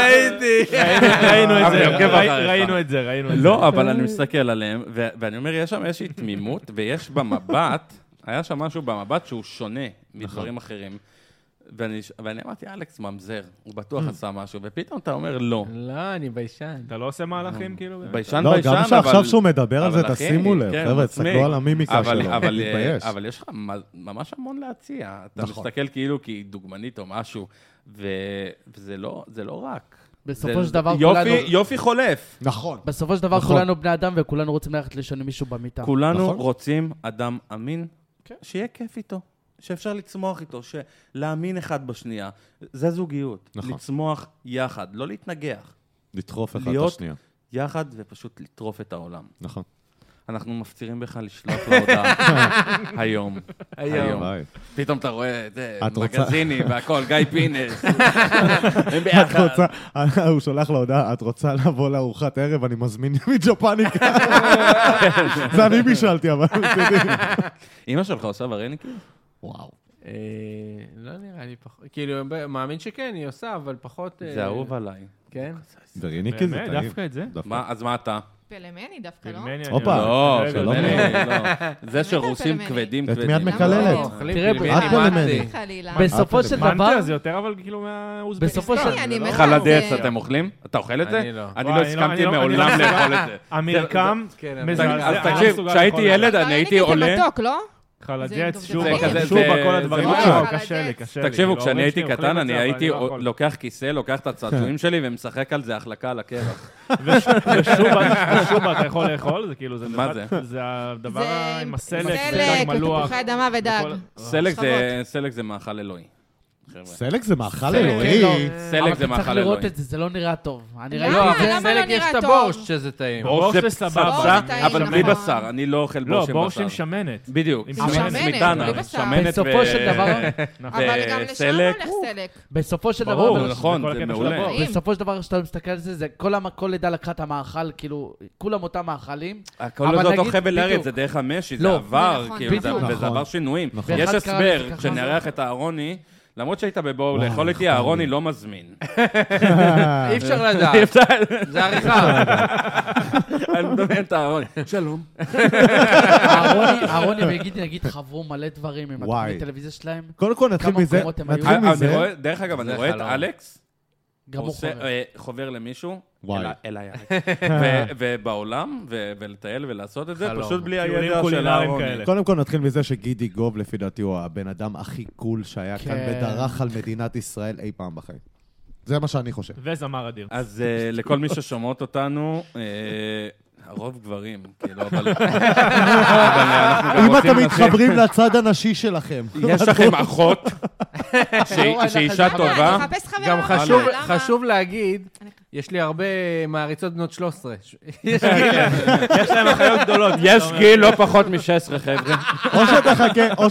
[SPEAKER 3] ראיתי.
[SPEAKER 4] ראינו את
[SPEAKER 1] אבל אני
[SPEAKER 4] זה,
[SPEAKER 1] עוקב
[SPEAKER 4] ראי-
[SPEAKER 1] אחריך.
[SPEAKER 4] ראינו את זה, ראינו את זה.
[SPEAKER 1] לא, אבל אני מסתכל עליהם, ו- ואני אומר, יש שם איזושהי תמימות, ויש במבט, היה שם משהו במבט שהוא שונה
[SPEAKER 7] נכון.
[SPEAKER 1] מדברים אחרים. ואני, ואני אמרתי, אלכס ממזר, הוא בטוח
[SPEAKER 7] Mm.
[SPEAKER 1] עשה משהו, ופתאום אתה אומר, לא.
[SPEAKER 3] לא, אני ביישן.
[SPEAKER 4] אתה לא עושה מהלכים כאילו? באמת?
[SPEAKER 1] ביישן,
[SPEAKER 7] לא,
[SPEAKER 1] ביישן,
[SPEAKER 7] גם
[SPEAKER 1] אבל...
[SPEAKER 7] שעכשיו שהוא מדבר על
[SPEAKER 1] אבל
[SPEAKER 7] זה,
[SPEAKER 1] אחי,
[SPEAKER 7] תשימו לב.
[SPEAKER 1] כן,
[SPEAKER 7] חבר'ה,
[SPEAKER 1] מצחיק.
[SPEAKER 7] תסתכלו על המימיקה
[SPEAKER 1] אבל,
[SPEAKER 7] שלו,
[SPEAKER 1] אבל, אה,
[SPEAKER 7] תתבייש.
[SPEAKER 1] אבל יש לך מ- ממש המון להציע. אתה
[SPEAKER 7] נכון.
[SPEAKER 1] מסתכל כאילו כי היא דוגמנית או משהו, ו- וזה לא, זה לא רק.
[SPEAKER 5] בסופו
[SPEAKER 1] זה-
[SPEAKER 5] של דבר
[SPEAKER 1] יופי-
[SPEAKER 5] כולנו-
[SPEAKER 1] יופי חולף.
[SPEAKER 7] נכון.
[SPEAKER 5] בסופו של דבר
[SPEAKER 7] נכון.
[SPEAKER 5] כולנו בני אדם וכולנו רוצים ללכת לישון עם מישהו במיטה.
[SPEAKER 1] כולנו
[SPEAKER 7] נכון.
[SPEAKER 1] רוצים אדם אמין,
[SPEAKER 5] כן.
[SPEAKER 1] שיהיה כיף איתו, שאפשר לצמוח איתו, להאמין אחד בשנייה. זה זוגיות.
[SPEAKER 7] נכון.
[SPEAKER 1] לצמוח יחד, לא להתנגח.
[SPEAKER 7] לדחוף אחד את
[SPEAKER 1] להיות-
[SPEAKER 7] השנייה.
[SPEAKER 1] יחד ופשוט לטרוף את העולם.
[SPEAKER 7] נכון.
[SPEAKER 1] אנחנו מפצירים בך לשלוח לה הודעה היום. היום.
[SPEAKER 7] ביי.
[SPEAKER 1] פתאום אתה רואה, זה,
[SPEAKER 7] את רוצה-
[SPEAKER 1] מגזיני והכל, גיא פינס. הם
[SPEAKER 7] את
[SPEAKER 1] ביחד.
[SPEAKER 7] רוצה, אה, הוא שולח לה הודעה, את רוצה לבוא לארוחת ערב, אני מזמין מג'פניקה. זה אני בישלתי, אבל תדעי.
[SPEAKER 1] אמא שלך עושה ורניקי?
[SPEAKER 7] וואו.
[SPEAKER 3] אה, לא נראה לי פחות, כאילו, ב- מאמין שכן, היא עושה, אבל פחות... אה,
[SPEAKER 1] זה אהוב עליי.
[SPEAKER 3] כן?
[SPEAKER 7] וריניקי זה
[SPEAKER 4] באמת,
[SPEAKER 7] טעים.
[SPEAKER 4] דווקא את זה?
[SPEAKER 7] דווקא.
[SPEAKER 1] מה, אז מה אתה?
[SPEAKER 6] פלמני דווקא, לא?
[SPEAKER 4] פילמני, אני
[SPEAKER 7] הופה.
[SPEAKER 4] לא-
[SPEAKER 1] לא,
[SPEAKER 4] לא,
[SPEAKER 1] שלום.
[SPEAKER 7] לא.
[SPEAKER 1] לא. זה שרוסים
[SPEAKER 6] אתה פלמני?
[SPEAKER 1] כבדים
[SPEAKER 7] את מי
[SPEAKER 1] כבדים.
[SPEAKER 7] את מקללת?
[SPEAKER 3] לא, אוכלים
[SPEAKER 5] תראה,
[SPEAKER 3] פילמני,
[SPEAKER 7] את
[SPEAKER 3] מנטה.
[SPEAKER 7] פילמני.
[SPEAKER 6] חלילה.
[SPEAKER 5] בסופו של דבר...
[SPEAKER 4] מנטה זה יותר אבל כאילו מהאוזבקיסטן.
[SPEAKER 5] בסופו של-
[SPEAKER 4] זה
[SPEAKER 6] אני
[SPEAKER 4] לא-
[SPEAKER 6] מתה.
[SPEAKER 1] חלדץ,
[SPEAKER 6] זה-
[SPEAKER 1] אתם אוכלים? אתה אוכל את זה?
[SPEAKER 3] אני לא.
[SPEAKER 1] אני
[SPEAKER 4] וואי,
[SPEAKER 1] לא
[SPEAKER 4] אני לא- אני
[SPEAKER 1] הסכמתי
[SPEAKER 4] לא- אני לא
[SPEAKER 1] מעולם
[SPEAKER 4] מסוגל.
[SPEAKER 1] לאכול את זה.
[SPEAKER 4] המרקם
[SPEAKER 3] כן, אבל-
[SPEAKER 1] תקשיב,
[SPEAKER 4] מזעזע.
[SPEAKER 1] אז
[SPEAKER 4] אני לא
[SPEAKER 1] תקשיב,
[SPEAKER 4] מסוגל
[SPEAKER 1] כשהייתי
[SPEAKER 4] לאכול את זה.
[SPEAKER 1] ילד,
[SPEAKER 5] לא,
[SPEAKER 1] אני הייתי עולה...
[SPEAKER 6] זה מתוק, לא? זה גם
[SPEAKER 4] חלדץ,
[SPEAKER 6] זה
[SPEAKER 4] שובה,
[SPEAKER 1] זה כזה,
[SPEAKER 4] שובה,
[SPEAKER 1] זה-
[SPEAKER 4] כל
[SPEAKER 1] זה
[SPEAKER 4] הדברים
[SPEAKER 1] ממש
[SPEAKER 4] האלה,
[SPEAKER 6] חלדץ.
[SPEAKER 4] קשה לי, קשה לי.
[SPEAKER 1] תקשיבו,
[SPEAKER 4] כאילו,
[SPEAKER 1] כשאני
[SPEAKER 4] ההורים
[SPEAKER 1] הייתי
[SPEAKER 4] שלי
[SPEAKER 1] קטן,
[SPEAKER 4] אוכלים את
[SPEAKER 1] אני
[SPEAKER 4] זה, אבל
[SPEAKER 1] הייתי
[SPEAKER 4] לא יכול.
[SPEAKER 1] לוקח כיסא, לוקח את הצעצועים שלי ומשחק על זה החלקה על הקרח.
[SPEAKER 4] ושובה, ושובה אתה יכול לאכול? זה כאילו, זה...
[SPEAKER 1] מה
[SPEAKER 4] לבד-
[SPEAKER 1] זה?
[SPEAKER 4] זה הדבר ה- עם הסלק,
[SPEAKER 6] סלק,
[SPEAKER 4] ודג מלוח.
[SPEAKER 6] ותפוחי אדמה ודג.
[SPEAKER 4] וכל-
[SPEAKER 5] אה.
[SPEAKER 1] סלק זה-
[SPEAKER 6] שכבות.
[SPEAKER 1] סלק זה מאכל אלוהי. חבר'ה.
[SPEAKER 7] סלק זה מאכל
[SPEAKER 5] כן, לא.
[SPEAKER 7] אלוהי.
[SPEAKER 1] סלק זה
[SPEAKER 5] אבל אתה צריך
[SPEAKER 1] מאכל
[SPEAKER 5] לראות
[SPEAKER 1] אלוהי.
[SPEAKER 5] את זה, זה לא נראה טוב. אני
[SPEAKER 6] לא,
[SPEAKER 5] ראיתי
[SPEAKER 3] לא,
[SPEAKER 5] את זה.
[SPEAKER 3] אבל
[SPEAKER 6] למה לא
[SPEAKER 3] סלק יש
[SPEAKER 6] נראה
[SPEAKER 3] את
[SPEAKER 6] טוב?
[SPEAKER 3] הבורשט שזה טעים.
[SPEAKER 4] בורש זה סבבה.
[SPEAKER 6] בורש זה טעים,
[SPEAKER 1] אבל בלי
[SPEAKER 6] נכון.
[SPEAKER 1] בשר, אני לא אוכל
[SPEAKER 4] לא,
[SPEAKER 1] בורש עם
[SPEAKER 4] בורש עם
[SPEAKER 1] בשר.
[SPEAKER 4] שמנת.
[SPEAKER 1] בדיוק.
[SPEAKER 4] עם
[SPEAKER 1] שמנת
[SPEAKER 4] שמנת,
[SPEAKER 1] סמיטנה,
[SPEAKER 6] בלי בשר.
[SPEAKER 1] שמנת
[SPEAKER 5] בסופו של דבר-
[SPEAKER 6] אבל גם לשם
[SPEAKER 1] אה,
[SPEAKER 6] לא
[SPEAKER 1] סלק.
[SPEAKER 6] הולך סלק.
[SPEAKER 5] בסופו של דבר,
[SPEAKER 4] ברור,
[SPEAKER 5] אבל-
[SPEAKER 1] נכון,
[SPEAKER 4] כל
[SPEAKER 1] זה
[SPEAKER 4] הקטע של
[SPEAKER 1] מעולה.
[SPEAKER 4] הבורש.
[SPEAKER 5] בסופו של דבר, כשאתה מסתכל על זה, זה כל המ- כל לידה לקחה את המאכל, כאילו, כולם אותם מאכלים.
[SPEAKER 1] הכל
[SPEAKER 5] אבל
[SPEAKER 1] זה אותו
[SPEAKER 5] נגיד-
[SPEAKER 1] חבל ארץ,
[SPEAKER 5] בדיוק.
[SPEAKER 1] זה דרך המשי,
[SPEAKER 5] לא,
[SPEAKER 1] זה
[SPEAKER 5] זה
[SPEAKER 1] עבר,
[SPEAKER 6] נכון,
[SPEAKER 1] כאילו, זה-
[SPEAKER 6] בדיוק.
[SPEAKER 1] וזה
[SPEAKER 7] נכון.
[SPEAKER 1] עבר שינויים.
[SPEAKER 7] נכון.
[SPEAKER 1] יש
[SPEAKER 5] ואחד קרא
[SPEAKER 1] הסבר,
[SPEAKER 5] לזה ככה,
[SPEAKER 1] כשנארח את אהרוני, למרות שהיית בבואו
[SPEAKER 7] וואי,
[SPEAKER 1] לאכול איתי,
[SPEAKER 7] נכון.
[SPEAKER 1] אהרוני לא מזמין. אה,
[SPEAKER 3] אי אפשר לדעת,
[SPEAKER 1] אי אפשר,
[SPEAKER 3] זה עריכה.
[SPEAKER 1] אני מדמיין את אהרוני. שלום.
[SPEAKER 5] אהרוני- אהרוני וגידי, נגיד, חברו מלא דברים עם
[SPEAKER 7] וואי.
[SPEAKER 5] התוכנית טלוויזיה שלהם.
[SPEAKER 7] קודם כל נתחיל
[SPEAKER 5] כמה
[SPEAKER 7] מזה,
[SPEAKER 5] מקומות הם היו?
[SPEAKER 7] נתחיל
[SPEAKER 1] אני
[SPEAKER 7] מזה,
[SPEAKER 1] רואה- דרך אגב, אני
[SPEAKER 3] זה
[SPEAKER 1] רואה את
[SPEAKER 3] חלום.
[SPEAKER 1] אלכס,
[SPEAKER 5] גם הוא
[SPEAKER 1] עושה,
[SPEAKER 5] חבר.
[SPEAKER 1] אה, חובר למישהו,
[SPEAKER 7] וואי.
[SPEAKER 1] אלי- אליי, אלכס. ו- ובעולם, ו- ולטייל ולעשות את זה,
[SPEAKER 3] חלום.
[SPEAKER 1] פשוט בלי
[SPEAKER 4] טיולים
[SPEAKER 1] הידע של
[SPEAKER 4] קולינריים
[SPEAKER 1] אהרוני.
[SPEAKER 4] כאלה.
[SPEAKER 7] קודם כל נתחיל מזה שגידי גוב, לפי דעתי, הוא הבן אדם הכי קול שהיה כאן
[SPEAKER 5] כן.
[SPEAKER 7] ודרך על מדינת ישראל אי פעם בחיים. זה מה שאני חושב.
[SPEAKER 4] וזמר אדיר.
[SPEAKER 1] אז אה, לכל מי ששומעות אותנו, אה, הרוב גברים, כאילו, אבל... אבל אנחנו גם
[SPEAKER 7] אם
[SPEAKER 1] אה, רוצים
[SPEAKER 7] אתם
[SPEAKER 1] נשים.
[SPEAKER 7] מתחברים לצד הנשי שלכם,
[SPEAKER 1] יש לכם אחות שהיא-
[SPEAKER 5] לא,
[SPEAKER 1] אה, שאישה
[SPEAKER 5] אנחנו-
[SPEAKER 1] טובה,
[SPEAKER 5] אה,
[SPEAKER 6] למה? אני אחפש חבר
[SPEAKER 3] גם
[SPEAKER 6] ממש,
[SPEAKER 3] חשוב-
[SPEAKER 6] למה?
[SPEAKER 3] חשוב להגיד
[SPEAKER 6] אני-
[SPEAKER 3] יש לי הרבה מעריצות בנות 13. יש
[SPEAKER 4] יש להם אחיות גדולות.
[SPEAKER 1] יש
[SPEAKER 4] אתה אומר.
[SPEAKER 1] גיל לא פחות מ-16, חבר'ה.
[SPEAKER 7] או שתחכה, או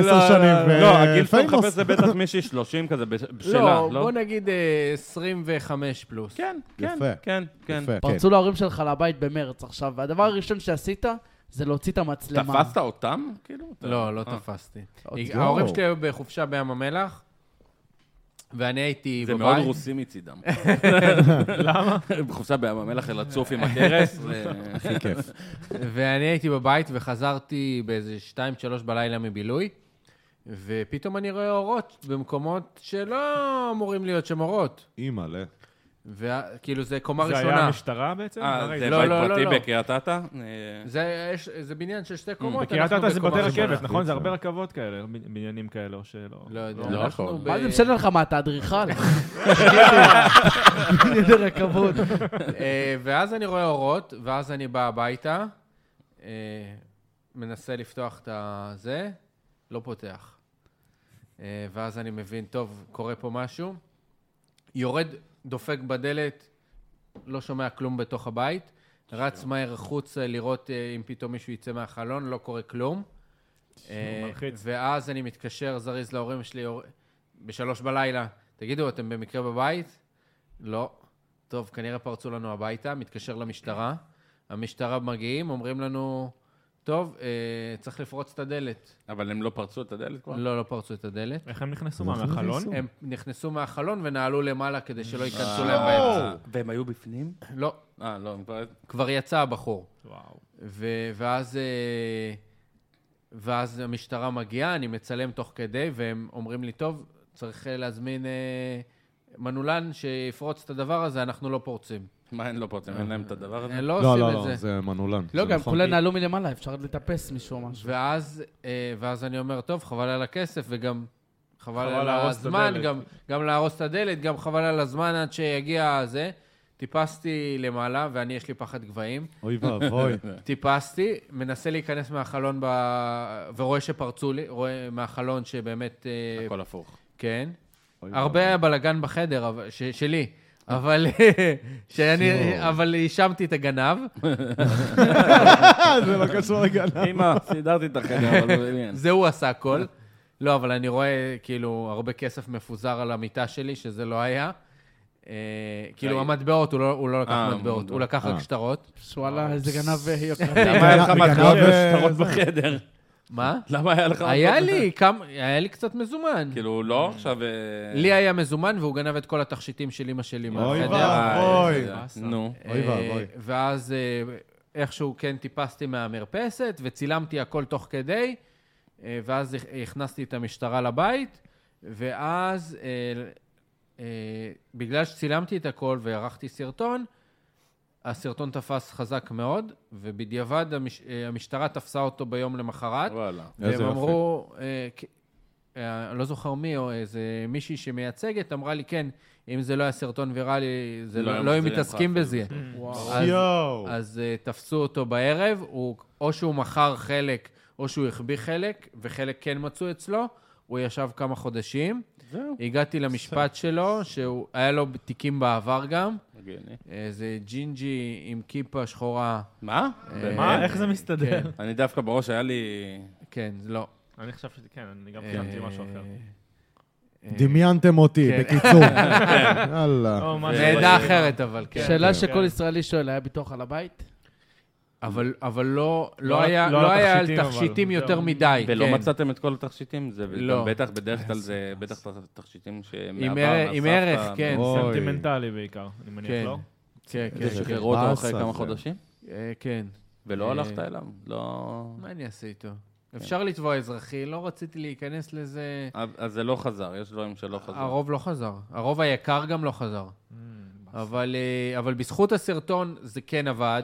[SPEAKER 1] לא,
[SPEAKER 7] עשר
[SPEAKER 1] לא,
[SPEAKER 7] שנים. אה,
[SPEAKER 1] לא,
[SPEAKER 7] ו-
[SPEAKER 1] לא, הגיל שאתה
[SPEAKER 7] פיימוס.
[SPEAKER 1] מחפש זה בטח מישהי 30 כזה, בש- בשלה,
[SPEAKER 3] לא,
[SPEAKER 1] לא?
[SPEAKER 3] בוא נגיד אה, 25 פלוס.
[SPEAKER 1] כן, כן,
[SPEAKER 7] יפה.
[SPEAKER 1] כן, כן.
[SPEAKER 7] יפה, כן.
[SPEAKER 5] פרצו להורים שלך לבית במרץ עכשיו, והדבר הראשון שעשית זה להוציא את המצלמה.
[SPEAKER 1] תפסת אותם? כאילו? אתה-
[SPEAKER 3] לא, לא
[SPEAKER 1] אה.
[SPEAKER 3] תפסתי.
[SPEAKER 5] הוציא-
[SPEAKER 3] ההורים שלי היו בחופשה בים המלח, ואני הייתי
[SPEAKER 1] זה
[SPEAKER 3] בבית.
[SPEAKER 1] מאוד רוסי מצידם. למה? בחופשה בים המלח אל הצוף
[SPEAKER 3] אה,
[SPEAKER 1] עם הכרס. זה-
[SPEAKER 7] הכי כיף.
[SPEAKER 3] ואני הייתי בבית וחזרתי באיזה 2-3 בלילה מבילוי, ופתאום אני רואה אורות במקומות שלא אמורים להיות שם אורות.
[SPEAKER 7] אימא'לה.
[SPEAKER 3] וכאילו, זה קומה
[SPEAKER 4] זה
[SPEAKER 3] ראשונה.
[SPEAKER 4] היה המשטרה בעצם?
[SPEAKER 1] אה,
[SPEAKER 4] הרי
[SPEAKER 1] זה
[SPEAKER 3] לא,
[SPEAKER 1] בית
[SPEAKER 3] לא, לא,
[SPEAKER 1] פרטי
[SPEAKER 3] לא.
[SPEAKER 1] בקריית אתא? אה,
[SPEAKER 3] זה, יש, זה בניין של שתי קומות.
[SPEAKER 4] Mm, בקריית
[SPEAKER 3] אנחנו
[SPEAKER 4] אתא זה
[SPEAKER 3] בקומה
[SPEAKER 4] בתי
[SPEAKER 3] ראשונה.
[SPEAKER 4] רכבת, נכון? זה
[SPEAKER 1] אה.
[SPEAKER 4] הרבה
[SPEAKER 7] אי
[SPEAKER 4] רכבות כאלה, ב- בניינים כאלה, או שלא.
[SPEAKER 3] לא יודע.
[SPEAKER 1] לא
[SPEAKER 3] אנחנו
[SPEAKER 1] יכול.
[SPEAKER 3] ב-
[SPEAKER 5] מה זה משנה לך מה, אתה אדריכל? בדיוק רכבות.
[SPEAKER 3] אה, ואז אני רואה אורות, ואז אני בא הביתה, אה, מנסה לפתוח את הזה, לא פותח. אה, ואז אני מבין, טוב, קורה פה משהו. יורד, דופק בדלת, לא שומע כלום בתוך הבית, רץ מהר החוצה לראות אה, אם פתאום מישהו יצא מהחלון, לא קורה כלום. אה,
[SPEAKER 4] מלחיץ.
[SPEAKER 3] ואז אני מתקשר זריז להורים שלי הור- בשלוש בלילה, תגידו, אתם במקרה בבית? לא. טוב, כנראה פרצו לנו הביתה, מתקשר למשטרה. המשטרה מגיעים, אומרים לנו, טוב, אה, צריך לפרוץ את הדלת.
[SPEAKER 1] אבל הם לא פרצו את הדלת כבר?
[SPEAKER 3] לא, לא פרצו את הדלת.
[SPEAKER 4] איך הם נכנסו? מה, מהחלון?
[SPEAKER 3] הם נכנסו מהחלון ונעלו למעלה כדי שלא ייכנסו להם באמצע.
[SPEAKER 1] והם היו בפנים?
[SPEAKER 3] לא,
[SPEAKER 1] אה, לא, הם כבר...
[SPEAKER 3] כבר יצא הבחור.
[SPEAKER 4] וואו.
[SPEAKER 3] ו- ואז, אה, ואז המשטרה מגיעה, אני מצלם תוך כדי, והם אומרים לי, טוב, צריך אה, להזמין אה, מנעולן שיפרוץ את הדבר הזה, אנחנו לא פורצים.
[SPEAKER 1] מה, הם לא פרצים? אין להם את הדבר הזה?
[SPEAKER 3] הם לא
[SPEAKER 7] לא,
[SPEAKER 3] עושים
[SPEAKER 7] לא,
[SPEAKER 3] את
[SPEAKER 7] לא,
[SPEAKER 3] זה.
[SPEAKER 7] זה מנעולן.
[SPEAKER 5] לא,
[SPEAKER 7] זה
[SPEAKER 5] גם
[SPEAKER 7] נכון.
[SPEAKER 5] כולם נעלו מלמעלה, אפשר לטפס מישהו או משהו.
[SPEAKER 3] ואז, אה, ואז אני אומר, טוב, חבל על הכסף, וגם חבל,
[SPEAKER 4] חבל
[SPEAKER 3] על
[SPEAKER 4] להרוס את
[SPEAKER 3] הזמן,
[SPEAKER 4] הדלת."
[SPEAKER 3] גם, גם להרוס את הדלת, גם חבל על הזמן עד שיגיע זה. טיפסתי למעלה, ואני, יש לי פחד גבהים.
[SPEAKER 7] אוי ואבוי.
[SPEAKER 3] טיפסתי, מנסה להיכנס מהחלון ב... ורואה שפרצו לי, רואה מהחלון שבאמת... אה,
[SPEAKER 1] הכל הפוך.
[SPEAKER 3] כן.
[SPEAKER 7] אוי
[SPEAKER 3] הרבה
[SPEAKER 7] ואבוי.
[SPEAKER 3] היה בלאגן בחדר, אבל- ש- שלי. אבל שאני,
[SPEAKER 7] יואו.
[SPEAKER 3] אבל האשמתי את הגנב,
[SPEAKER 7] זה לא קשור לגנב.
[SPEAKER 1] אמא, סידרתי את החדר, אבל לא עניין.
[SPEAKER 3] זה הוא עשה הכל. לא, אבל אני רואה כאילו הרבה כסף מפוזר על המיטה שלי, שזה לא היה. אה, כאילו
[SPEAKER 1] ראית.
[SPEAKER 3] המטבעות, הוא לא- הוא לא לקח
[SPEAKER 1] אה,
[SPEAKER 3] מטבעות, הוא
[SPEAKER 1] מטבעות.
[SPEAKER 3] לקח רק
[SPEAKER 7] אה.
[SPEAKER 3] שטרות.
[SPEAKER 5] וואלה, איזה גנב אה, יוקרתי.
[SPEAKER 1] למה היה לך
[SPEAKER 7] מגנב,
[SPEAKER 1] מטבעות
[SPEAKER 7] אה,
[SPEAKER 1] ושטרות
[SPEAKER 7] זה.
[SPEAKER 1] בחדר?
[SPEAKER 3] מה?
[SPEAKER 1] למה היה לך...
[SPEAKER 3] היה
[SPEAKER 1] מטבעות?
[SPEAKER 3] לי, כמה- היה לי קצת מזומן.
[SPEAKER 1] לא כאילו, לא עכשיו... אה,
[SPEAKER 3] לי היה מזומן, והוא גנב את כל התכשיטים של אמא שלי
[SPEAKER 7] אוי
[SPEAKER 3] מהחדר.
[SPEAKER 1] אה,
[SPEAKER 7] ואבוי.
[SPEAKER 1] זה- נו.
[SPEAKER 7] אוי ואבוי.
[SPEAKER 3] אה, ואז אה, איכשהו כן טיפסתי מהמרפסת, וצילמתי הכל תוך כדי, אה, ואז הכ- הכנסתי את המשטרה לבית, ואז אה, אה, בגלל שצילמתי את הכל וערכתי סרטון, הסרטון תפס חזק מאוד, ובדיעבד המש, אה, המשטרה תפסה אותו ביום למחרת.
[SPEAKER 1] וואלה.
[SPEAKER 7] איזה
[SPEAKER 3] והם
[SPEAKER 7] יופי.
[SPEAKER 3] אמרו, אה, כ- אה, אני לא זוכר מי, או איזה מישהי שמייצגת, אמרה לי, כן, אם זה לא היה סרטון ויראלי, זה
[SPEAKER 1] לא
[SPEAKER 3] לא,
[SPEAKER 1] היה
[SPEAKER 3] לא היו
[SPEAKER 1] מחזירים
[SPEAKER 3] מתעסקים
[SPEAKER 1] לך אפילו.
[SPEAKER 3] בזה.
[SPEAKER 5] וואו.
[SPEAKER 3] אז,
[SPEAKER 7] יואו.
[SPEAKER 3] אז אה, תפסו אותו בערב, הוא, או שהוא מכר חלק, או שהוא החביא חלק, וחלק כן מצאו אצלו, הוא ישב כמה חודשים.
[SPEAKER 1] זהו.
[SPEAKER 3] הגעתי למשפט שלו, שהוא היה לו תיקים בעבר גם, אה,
[SPEAKER 1] הגיוני.
[SPEAKER 3] איזה ג'ינג'י עם כיפה שחורה.
[SPEAKER 1] מה?
[SPEAKER 4] מה?
[SPEAKER 1] באמת?
[SPEAKER 4] איך זה מסתדר?
[SPEAKER 1] אני דווקא בראש היה לי...
[SPEAKER 3] כן, זה לא. אה,
[SPEAKER 4] אני חשבתי, כן, אני גם חשבתי משהו אחר.
[SPEAKER 7] דמיינתם אותי,
[SPEAKER 3] כן.
[SPEAKER 7] בקיצור. יאללה.
[SPEAKER 3] אה,
[SPEAKER 4] או, משהו
[SPEAKER 1] זה-
[SPEAKER 3] מעדה אחרת, אבל כן.
[SPEAKER 5] שאלה
[SPEAKER 4] כן.
[SPEAKER 5] שכל ישראלי שואל, היה ביטוח על הבית?
[SPEAKER 3] אבל, אבל לא,
[SPEAKER 4] לא
[SPEAKER 3] לא
[SPEAKER 4] על-
[SPEAKER 3] היה,
[SPEAKER 4] לא על
[SPEAKER 3] לא היה על
[SPEAKER 4] התכשיטים, אבל.
[SPEAKER 3] תכשיטים
[SPEAKER 4] זהו.
[SPEAKER 3] יותר מדי.
[SPEAKER 1] ולא
[SPEAKER 3] כן.
[SPEAKER 1] מצאתם את כל התכשיטים? זה
[SPEAKER 3] לא.
[SPEAKER 1] בטח, בדרך כלל זה בטח תכשיטים
[SPEAKER 3] עם,
[SPEAKER 1] שמעבר,
[SPEAKER 3] ערך- עם ערך, כן.
[SPEAKER 7] אוי.
[SPEAKER 4] סנטימנטלי בעיקר, אני מניח,
[SPEAKER 3] כן.
[SPEAKER 4] לא?
[SPEAKER 3] כן, כן. כן.
[SPEAKER 1] שחררו אותו אחרי
[SPEAKER 7] באסה
[SPEAKER 1] כמה
[SPEAKER 7] זה.
[SPEAKER 1] חודשים?
[SPEAKER 3] אה, כן.
[SPEAKER 1] ולא
[SPEAKER 3] אה.
[SPEAKER 1] הלכת אליו? לא...
[SPEAKER 3] מה אני אעשה איתו? אפשר לתבוע אזרחי, לא רציתי להיכנס לזה.
[SPEAKER 1] אז זה לא חזר, יש דברים שלא חזרו.
[SPEAKER 3] הרוב לא חזר. הרוב היקר גם לא חזר.
[SPEAKER 4] Mm,
[SPEAKER 3] אבל, אה, אבל בזכות הסרטון זה כן עבד,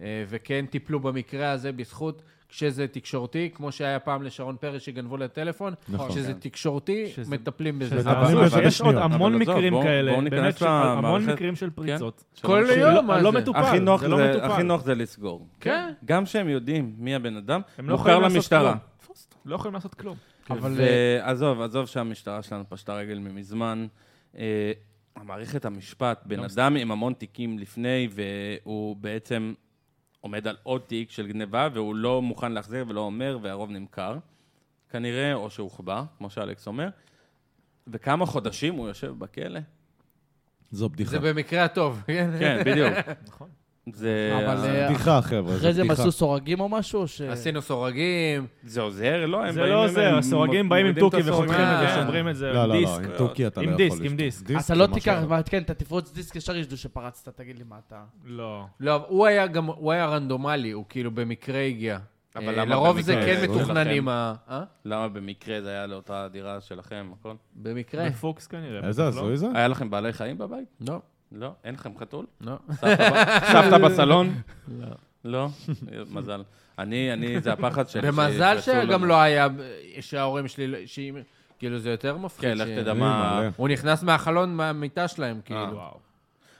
[SPEAKER 3] אה, וכן טיפלו במקרה הזה בזכות, כשזה תקשורתי, כמו שהיה פעם לשרון פרס שגנבו לה טלפון,
[SPEAKER 7] נכון.
[SPEAKER 3] כשזה תקשורתי,
[SPEAKER 4] כן. שזה-
[SPEAKER 3] מטפלים בזה.
[SPEAKER 4] שזה
[SPEAKER 7] מטפלים
[SPEAKER 4] אבל-
[SPEAKER 7] בזה
[SPEAKER 4] אבל יש עוד
[SPEAKER 7] בשניות.
[SPEAKER 4] המון
[SPEAKER 1] אבל עזוב,
[SPEAKER 4] מקרים
[SPEAKER 1] בואו-
[SPEAKER 4] כאלה,
[SPEAKER 1] בואו ניכנס
[SPEAKER 4] באמת, של-
[SPEAKER 1] למערכת.
[SPEAKER 4] המון מקרים של פריצות.
[SPEAKER 3] כל
[SPEAKER 1] שלא-
[SPEAKER 3] יום, מה
[SPEAKER 4] לא
[SPEAKER 3] זה?
[SPEAKER 4] מטופל,
[SPEAKER 1] הכי נוח
[SPEAKER 4] זה לא
[SPEAKER 1] זה-
[SPEAKER 4] מטופל.
[SPEAKER 1] הכי נוח זה לסגור.
[SPEAKER 3] כן.
[SPEAKER 1] גם שהם יודעים מי הבן אדם,
[SPEAKER 4] הם לא
[SPEAKER 1] מוכר
[SPEAKER 4] יכולים לעשות
[SPEAKER 1] למשטרה.
[SPEAKER 4] כלום. לא יכולים לעשות כלום.
[SPEAKER 3] אה,
[SPEAKER 1] אה, ועזוב, עזוב שהמשטרה שלנו פשטה רגל מזמן. אה, מערכת המשפט, בן
[SPEAKER 4] לא
[SPEAKER 1] אדם עם המון תיקים לפני, והוא בעצם עומד על עוד תיק של גניבה, והוא לא מוכן להחזיר ולא אומר, והרוב נמכר. כנראה, או שהוחבא, כמו שאלכס אומר. וכמה חודשים הוא יושב בכלא?
[SPEAKER 7] זו בדיחה.
[SPEAKER 3] זה במקרה הטוב.
[SPEAKER 1] כן, בדיוק.
[SPEAKER 4] נכון.
[SPEAKER 1] זה...
[SPEAKER 5] אבל,
[SPEAKER 1] זה-
[SPEAKER 5] אה,
[SPEAKER 7] בדיחה, חבר'ה, זו
[SPEAKER 5] אחרי זה הם
[SPEAKER 7] בדיחה.
[SPEAKER 5] עשו סורגים או משהו? ש-
[SPEAKER 3] עשינו סורגים.
[SPEAKER 1] זה עוזר? לא, הם
[SPEAKER 4] זה
[SPEAKER 1] באים
[SPEAKER 4] לא
[SPEAKER 1] עם-
[SPEAKER 4] עוזר,
[SPEAKER 1] הם
[SPEAKER 4] הסורגים באים עם
[SPEAKER 1] מורידים את
[SPEAKER 4] טוקי וחותכים
[SPEAKER 1] הסורגים,
[SPEAKER 4] את זה,
[SPEAKER 1] כן.
[SPEAKER 4] שומרים את זה.
[SPEAKER 7] לא, לא, לא,
[SPEAKER 1] דיסק.
[SPEAKER 7] עם טורקי אתה
[SPEAKER 4] עם
[SPEAKER 7] לא יכול
[SPEAKER 4] דיסק,
[SPEAKER 7] לשתות.
[SPEAKER 4] עם דיסק.
[SPEAKER 5] אתה לא
[SPEAKER 7] זה משהו
[SPEAKER 5] תיקח,
[SPEAKER 7] אחר.
[SPEAKER 5] מה- כן, אתה תפרוץ דיסק, ישר ישדו שפרצת, תגיד לי מה אתה...
[SPEAKER 4] לא.
[SPEAKER 3] לא, אבל הוא היה גם, הוא היה רנדומלי, הוא כאילו במקרה הגיע.
[SPEAKER 1] אבל
[SPEAKER 3] אה,
[SPEAKER 1] למה
[SPEAKER 3] לרוב זה
[SPEAKER 1] במקרה?
[SPEAKER 3] כן
[SPEAKER 1] זה לא
[SPEAKER 3] מתוכננים
[SPEAKER 1] לכם.
[SPEAKER 3] ה... אה?
[SPEAKER 1] למה במקרה זה היה לאותה דירה שלכם, הכל?
[SPEAKER 3] במקרה.
[SPEAKER 1] נכון.
[SPEAKER 4] בפוקס כנראה.
[SPEAKER 7] איזה
[SPEAKER 4] בטח לא.
[SPEAKER 7] הזוי זה?
[SPEAKER 1] היה לכם בעלי חיים בבית?
[SPEAKER 3] לא,
[SPEAKER 1] לא? אין לכם חתול?
[SPEAKER 3] לא.
[SPEAKER 1] סבתא ב- סבתא בסלון? לא. לא? מזל. אני, אני, זה הפחד שלי.
[SPEAKER 3] במזל
[SPEAKER 1] שיפרצו לנו.
[SPEAKER 3] שגם לא היה, שההורים שלי, לא- שאם- כאילו זה יותר מפחיד.
[SPEAKER 1] כן, לך
[SPEAKER 3] ש-
[SPEAKER 1] תדע אה. מה...
[SPEAKER 7] מלא.
[SPEAKER 3] הוא נכנס מהחלון מהמיטה שלהם, כאילו.
[SPEAKER 4] וואו.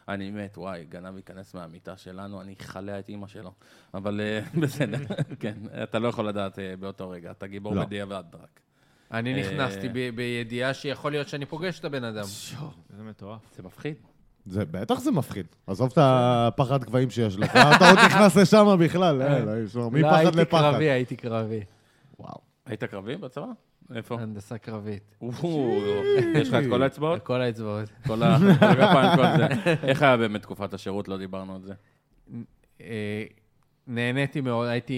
[SPEAKER 1] אני מת, וואי, גנב ייכנס מהמיטה שלנו, אני אכלע את אימא שלו. אבל אה, בסדר, כן. אתה לא יכול לדעת אה, באותו רגע, אתה גיבור
[SPEAKER 7] לא.
[SPEAKER 1] בדיעבד רק.
[SPEAKER 3] אני
[SPEAKER 1] אה.
[SPEAKER 3] נכנסתי ב- בידיעה שיכול להיות שאני פוגש את הבן אדם.
[SPEAKER 4] זה מטורף.
[SPEAKER 1] זה מפחיד.
[SPEAKER 7] זה בטח זה מפחיד. עזוב את הפחד גבהים שיש לך, אה, אתה עוד נכנס לשם בכלל, אה, לא, אי אפשר,
[SPEAKER 3] לא,
[SPEAKER 7] מפחד
[SPEAKER 3] הייתי
[SPEAKER 7] לפחד.
[SPEAKER 3] קרבי, הייתי קרבי.
[SPEAKER 1] היית קרבי בצבא? איפה?
[SPEAKER 3] הנדסה קרבית.
[SPEAKER 1] וואו, יש לך את כל האצבעות?
[SPEAKER 3] לכל האצבעות.
[SPEAKER 1] כל ה- כל הגפיים, כל זה. איך היה באמת תקופת השירות? לא דיברנו על זה.
[SPEAKER 3] אה, נהניתי מאוד, הייתי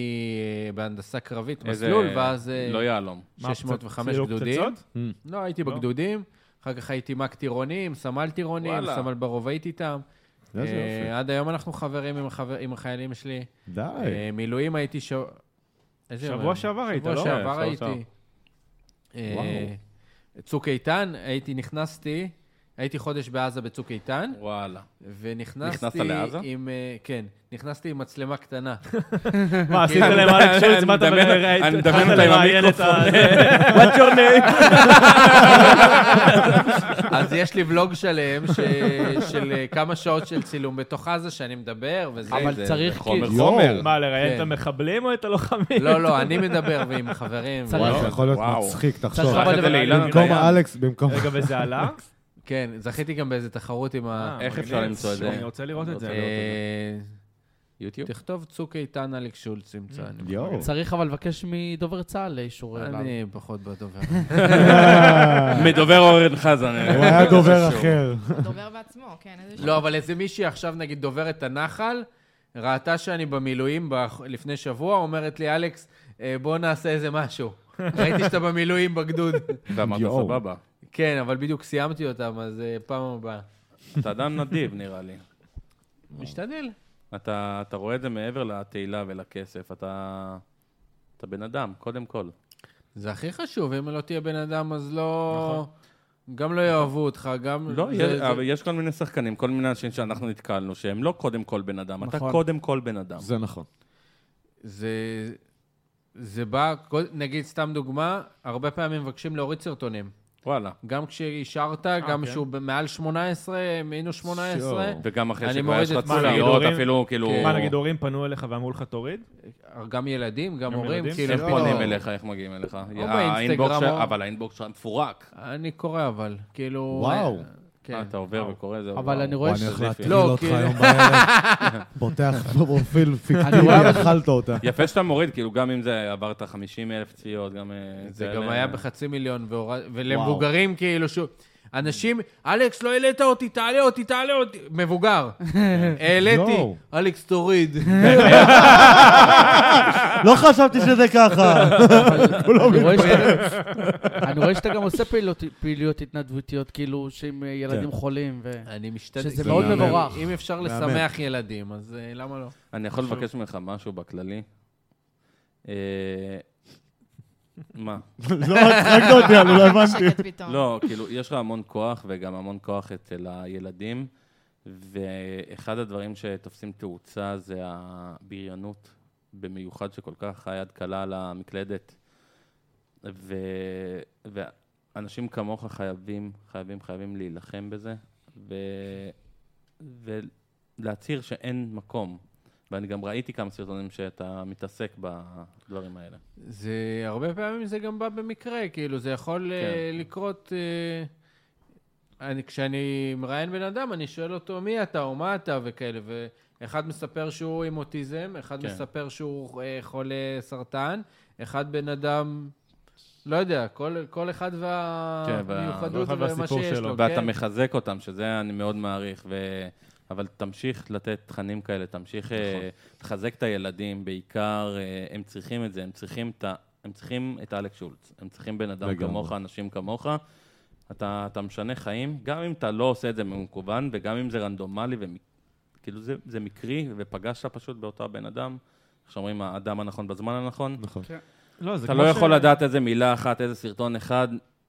[SPEAKER 3] אה, בהנדסה קרבית,
[SPEAKER 1] איזה-
[SPEAKER 3] מסלול, ואז אה,
[SPEAKER 1] לא יהלום.
[SPEAKER 4] מה,
[SPEAKER 3] 605
[SPEAKER 4] פצצ-
[SPEAKER 3] גדודים.
[SPEAKER 4] פצצות?
[SPEAKER 3] לא, הייתי
[SPEAKER 4] לא?
[SPEAKER 3] בגדודים, אחר כך הייתי מ"ק טירונים, סמל טירונים,
[SPEAKER 1] וואלה.
[SPEAKER 3] סמל ברובאית איתם.
[SPEAKER 7] איזה
[SPEAKER 3] אה,
[SPEAKER 7] יופי.
[SPEAKER 3] עד היום אנחנו חברים עם החבר- עם החיילים שלי.
[SPEAKER 7] די.
[SPEAKER 3] אה, מילואים הייתי ש... איזה יום
[SPEAKER 4] שבוע
[SPEAKER 3] היום?
[SPEAKER 4] שעבר היית, לא?
[SPEAKER 3] שבוע שעבר
[SPEAKER 1] שבוע שעבר.
[SPEAKER 3] הייתי. אה, צוק איתן, הייתי, נכנסתי, הייתי חודש בעזה בצוק איתן,
[SPEAKER 1] וואלה.
[SPEAKER 3] ונכנסתי...
[SPEAKER 1] נכנסת לעזה?
[SPEAKER 3] עם, אה, כן, נכנסתי עם מצלמה קטנה.
[SPEAKER 4] מה, עשית להם אלכס שולץ? מה אתה מראיין?
[SPEAKER 1] כן. אני מדמיין אותה עם
[SPEAKER 4] What's your name?
[SPEAKER 3] אז יש לי ולוג שלם ש... של אה, כמה שעות של צילום בתוך עזה שאני מדבר, וזה...
[SPEAKER 1] זה-
[SPEAKER 5] אבל צריך
[SPEAKER 1] זה חומר
[SPEAKER 5] כאילו...
[SPEAKER 1] חומר.
[SPEAKER 4] מה, לראיין
[SPEAKER 3] כן.
[SPEAKER 4] את המחבלים או את הלוחמים?
[SPEAKER 3] לא, לא, אני מדבר ועם חברים.
[SPEAKER 5] צריך-
[SPEAKER 7] וואי, זה יכול להיות
[SPEAKER 1] וואו.
[SPEAKER 7] מצחיק,
[SPEAKER 5] צריך
[SPEAKER 7] תחשוב.
[SPEAKER 5] אבל-
[SPEAKER 1] שלח את זה לאילן
[SPEAKER 7] במקום
[SPEAKER 1] דיין.
[SPEAKER 7] אלכס, במקום...
[SPEAKER 4] רגע, וזה עלה?
[SPEAKER 3] כן, זכיתי גם באיזה תחרות עם ה...
[SPEAKER 4] אה,
[SPEAKER 1] אה, איך
[SPEAKER 4] מגניב.
[SPEAKER 1] אפשר למצוא את זה?
[SPEAKER 4] אני לא רוצה לראות את זה.
[SPEAKER 3] אה, לא
[SPEAKER 1] יוטיוב?
[SPEAKER 3] תכתוב צוק איתן אלכס שולץ ימצא. אני
[SPEAKER 7] יואו.
[SPEAKER 5] צריך אבל לבקש מדובר צה"ל אישור. אליו.
[SPEAKER 3] אה, אני פחות בדובר.
[SPEAKER 1] מדובר אורן חזן. אה.
[SPEAKER 7] הוא היה דובר אחר.
[SPEAKER 6] הוא דובר בעצמו, כן, איזה
[SPEAKER 3] לא, אבל איזה מישהי עכשיו, נגיד, דוברת הנחל, ראתה שאני במילואים בח- לפני שבוע, אומרת לי, אלכס, אה, בוא נעשה איזה משהו. ראיתי שאתה במילואים בגדוד.
[SPEAKER 1] ואמרת
[SPEAKER 7] יואו.
[SPEAKER 1] סבבה.
[SPEAKER 3] כן, אבל בדיוק סיימתי אותם, אז אה, פעם הבאה.
[SPEAKER 1] אתה אדם נדיב, נראה לי.
[SPEAKER 3] משתדל.
[SPEAKER 1] אתה אתה רואה את זה מעבר לתהילה ולכסף. אתה... אתה בן אדם, קודם כל.
[SPEAKER 3] זה הכי חשוב, אם לא תהיה בן אדם, אז לא... גם לא יאהבו אותך, גם...
[SPEAKER 1] נכון. לא,
[SPEAKER 3] זה-
[SPEAKER 1] יש-
[SPEAKER 3] זה-
[SPEAKER 1] אבל יש כל מיני שחקנים, כל מיני אנשים שאנחנו נתקלנו, שהם לא קודם כל בן אדם. אתה
[SPEAKER 5] נכון.
[SPEAKER 1] קודם כל בן אדם.
[SPEAKER 7] זה נכון.
[SPEAKER 3] זה... זה בא, כל- נגיד, סתם דוגמה, הרבה פעמים מבקשים להוריד סרטונים.
[SPEAKER 1] וואלה.
[SPEAKER 3] גם כשאישרת,
[SPEAKER 1] אה,
[SPEAKER 3] גם
[SPEAKER 4] כן.
[SPEAKER 3] שהוא ב- מעל 18, מינוס 18,
[SPEAKER 7] שואו.
[SPEAKER 1] וגם אחרי
[SPEAKER 3] אני
[SPEAKER 1] שכבר
[SPEAKER 3] מוריד
[SPEAKER 1] יש לך
[SPEAKER 3] את כולם.
[SPEAKER 1] צפיות,
[SPEAKER 4] הגידורים-
[SPEAKER 1] אפילו כאילו...
[SPEAKER 4] מה, נגיד הורים פנו אליך ואמרו לך תוריד?
[SPEAKER 3] גם ילדים, גם
[SPEAKER 4] גם
[SPEAKER 3] הורים,
[SPEAKER 4] ילדים?
[SPEAKER 3] כאילו...
[SPEAKER 1] איך
[SPEAKER 3] לא.
[SPEAKER 1] כן, פונים אליך, איך מגיעים אליך?
[SPEAKER 3] באינסטגרם,
[SPEAKER 1] האינבוקס של-
[SPEAKER 3] או-
[SPEAKER 1] אבל האינבוקס שלך מפורק.
[SPEAKER 3] אני קורא, אבל, כאילו...
[SPEAKER 7] וואו.
[SPEAKER 1] אה,
[SPEAKER 3] כן.
[SPEAKER 1] אתה עובר וקורא, זה...
[SPEAKER 5] אבל אני רואה
[SPEAKER 7] וואי,
[SPEAKER 5] ש...
[SPEAKER 7] אני הולך להטריל
[SPEAKER 3] לא,
[SPEAKER 7] אותך
[SPEAKER 3] כאילו-
[SPEAKER 7] היום בערב. פותח פרופיל פיקטיבי,
[SPEAKER 5] רואה-
[SPEAKER 7] אכלת אותה.
[SPEAKER 1] יפה שאתה מוריד, כאילו, גם אם זה עברת 50 אלף צפיות, גם... אה,
[SPEAKER 5] כן,
[SPEAKER 3] זה
[SPEAKER 1] כאלה.
[SPEAKER 3] גם היה בחצי מיליון, והורד- ולמבוגרים, כאילו, שוב... אנשים, אלכס, לא העלית אותי, תעלה אותי, תעלה אותי. מבוגר. העליתי,
[SPEAKER 7] יואו.
[SPEAKER 3] אלכס, תוריד.
[SPEAKER 7] לא חשבתי שזה ככה.
[SPEAKER 5] אני רואה שאתה- אני רואה שאתה גם עושה פעילות- פעילויות התנדבותיות, כאילו, שעם אה, ילדים חולים ו...
[SPEAKER 3] אני משתדל.
[SPEAKER 5] שזה
[SPEAKER 3] כי
[SPEAKER 5] מאוד
[SPEAKER 3] אם-
[SPEAKER 5] מבורך.
[SPEAKER 3] אם אפשר לשמח ילדים, אז אה, למה לא?
[SPEAKER 1] אני יכול לבקש ממך משהו בכללי? אה, מה?
[SPEAKER 7] לא, הצחקת אותי, אני לא הבנתי.
[SPEAKER 6] שקט פתאום.
[SPEAKER 1] לא, כאילו, יש לך המון כוח, וגם המון כוח אצל הילדים, ואחד הדברים שתופסים תאוצה זה הבריונות, במיוחד שכל כך היד קלה על המקלדת. ו... ואנשים כמוך חייבים, חייבים, חייבים להילחם בזה, ו... ולהצהיר שאין מקום. ואני גם ראיתי כמה סרטונים שאתה מתעסק בדברים האלה.
[SPEAKER 3] זה, הרבה פעמים זה גם בא במקרה, כאילו, זה יכול אה, לקרות... אה, אני, כשאני מראיין בן אדם, אני שואל אותו מי אתה או מה אתה וכאלה, ואחד מספר שהוא עם אוטיזם, אחד
[SPEAKER 1] כן.
[SPEAKER 3] כן. מספר שהוא אה, חולה סרטן, אחד בן אדם, לא יודע, כל, כל אחד
[SPEAKER 1] כן, וה-
[SPEAKER 4] כל
[SPEAKER 3] והמיוחדות
[SPEAKER 4] אחד
[SPEAKER 3] ומה
[SPEAKER 4] והסיפור
[SPEAKER 3] שיש
[SPEAKER 4] שלו.
[SPEAKER 3] לו,
[SPEAKER 1] ואתה
[SPEAKER 3] כן.
[SPEAKER 1] מחזק אותם, שזה אני מאוד מעריך. ו... אבל תמשיך לתת תכנים כאלה, תמשיך
[SPEAKER 3] נכון.
[SPEAKER 1] אה, תחזק את הילדים, בעיקר אה, הם צריכים את זה, הם צריכים את, ה... הם צריכים את אלכס שולץ, הם צריכים בן אדם
[SPEAKER 7] לגמרי.
[SPEAKER 1] כמוך, אנשים כמוך. אתה, אתה משנה חיים, גם אם אתה לא עושה את זה במקוון, וגם אם זה רנדומלי, וכאילו זה, זה מקרי, ופגשת פשוט באותו הבן אדם, איך שאומרים, האדם הנכון בזמן הנכון,
[SPEAKER 7] נכון.
[SPEAKER 4] לא, זה
[SPEAKER 1] אתה
[SPEAKER 4] כמו
[SPEAKER 1] לא
[SPEAKER 4] ש-
[SPEAKER 1] יכול לדעת איזה מילה אחת, איזה סרטון אחד,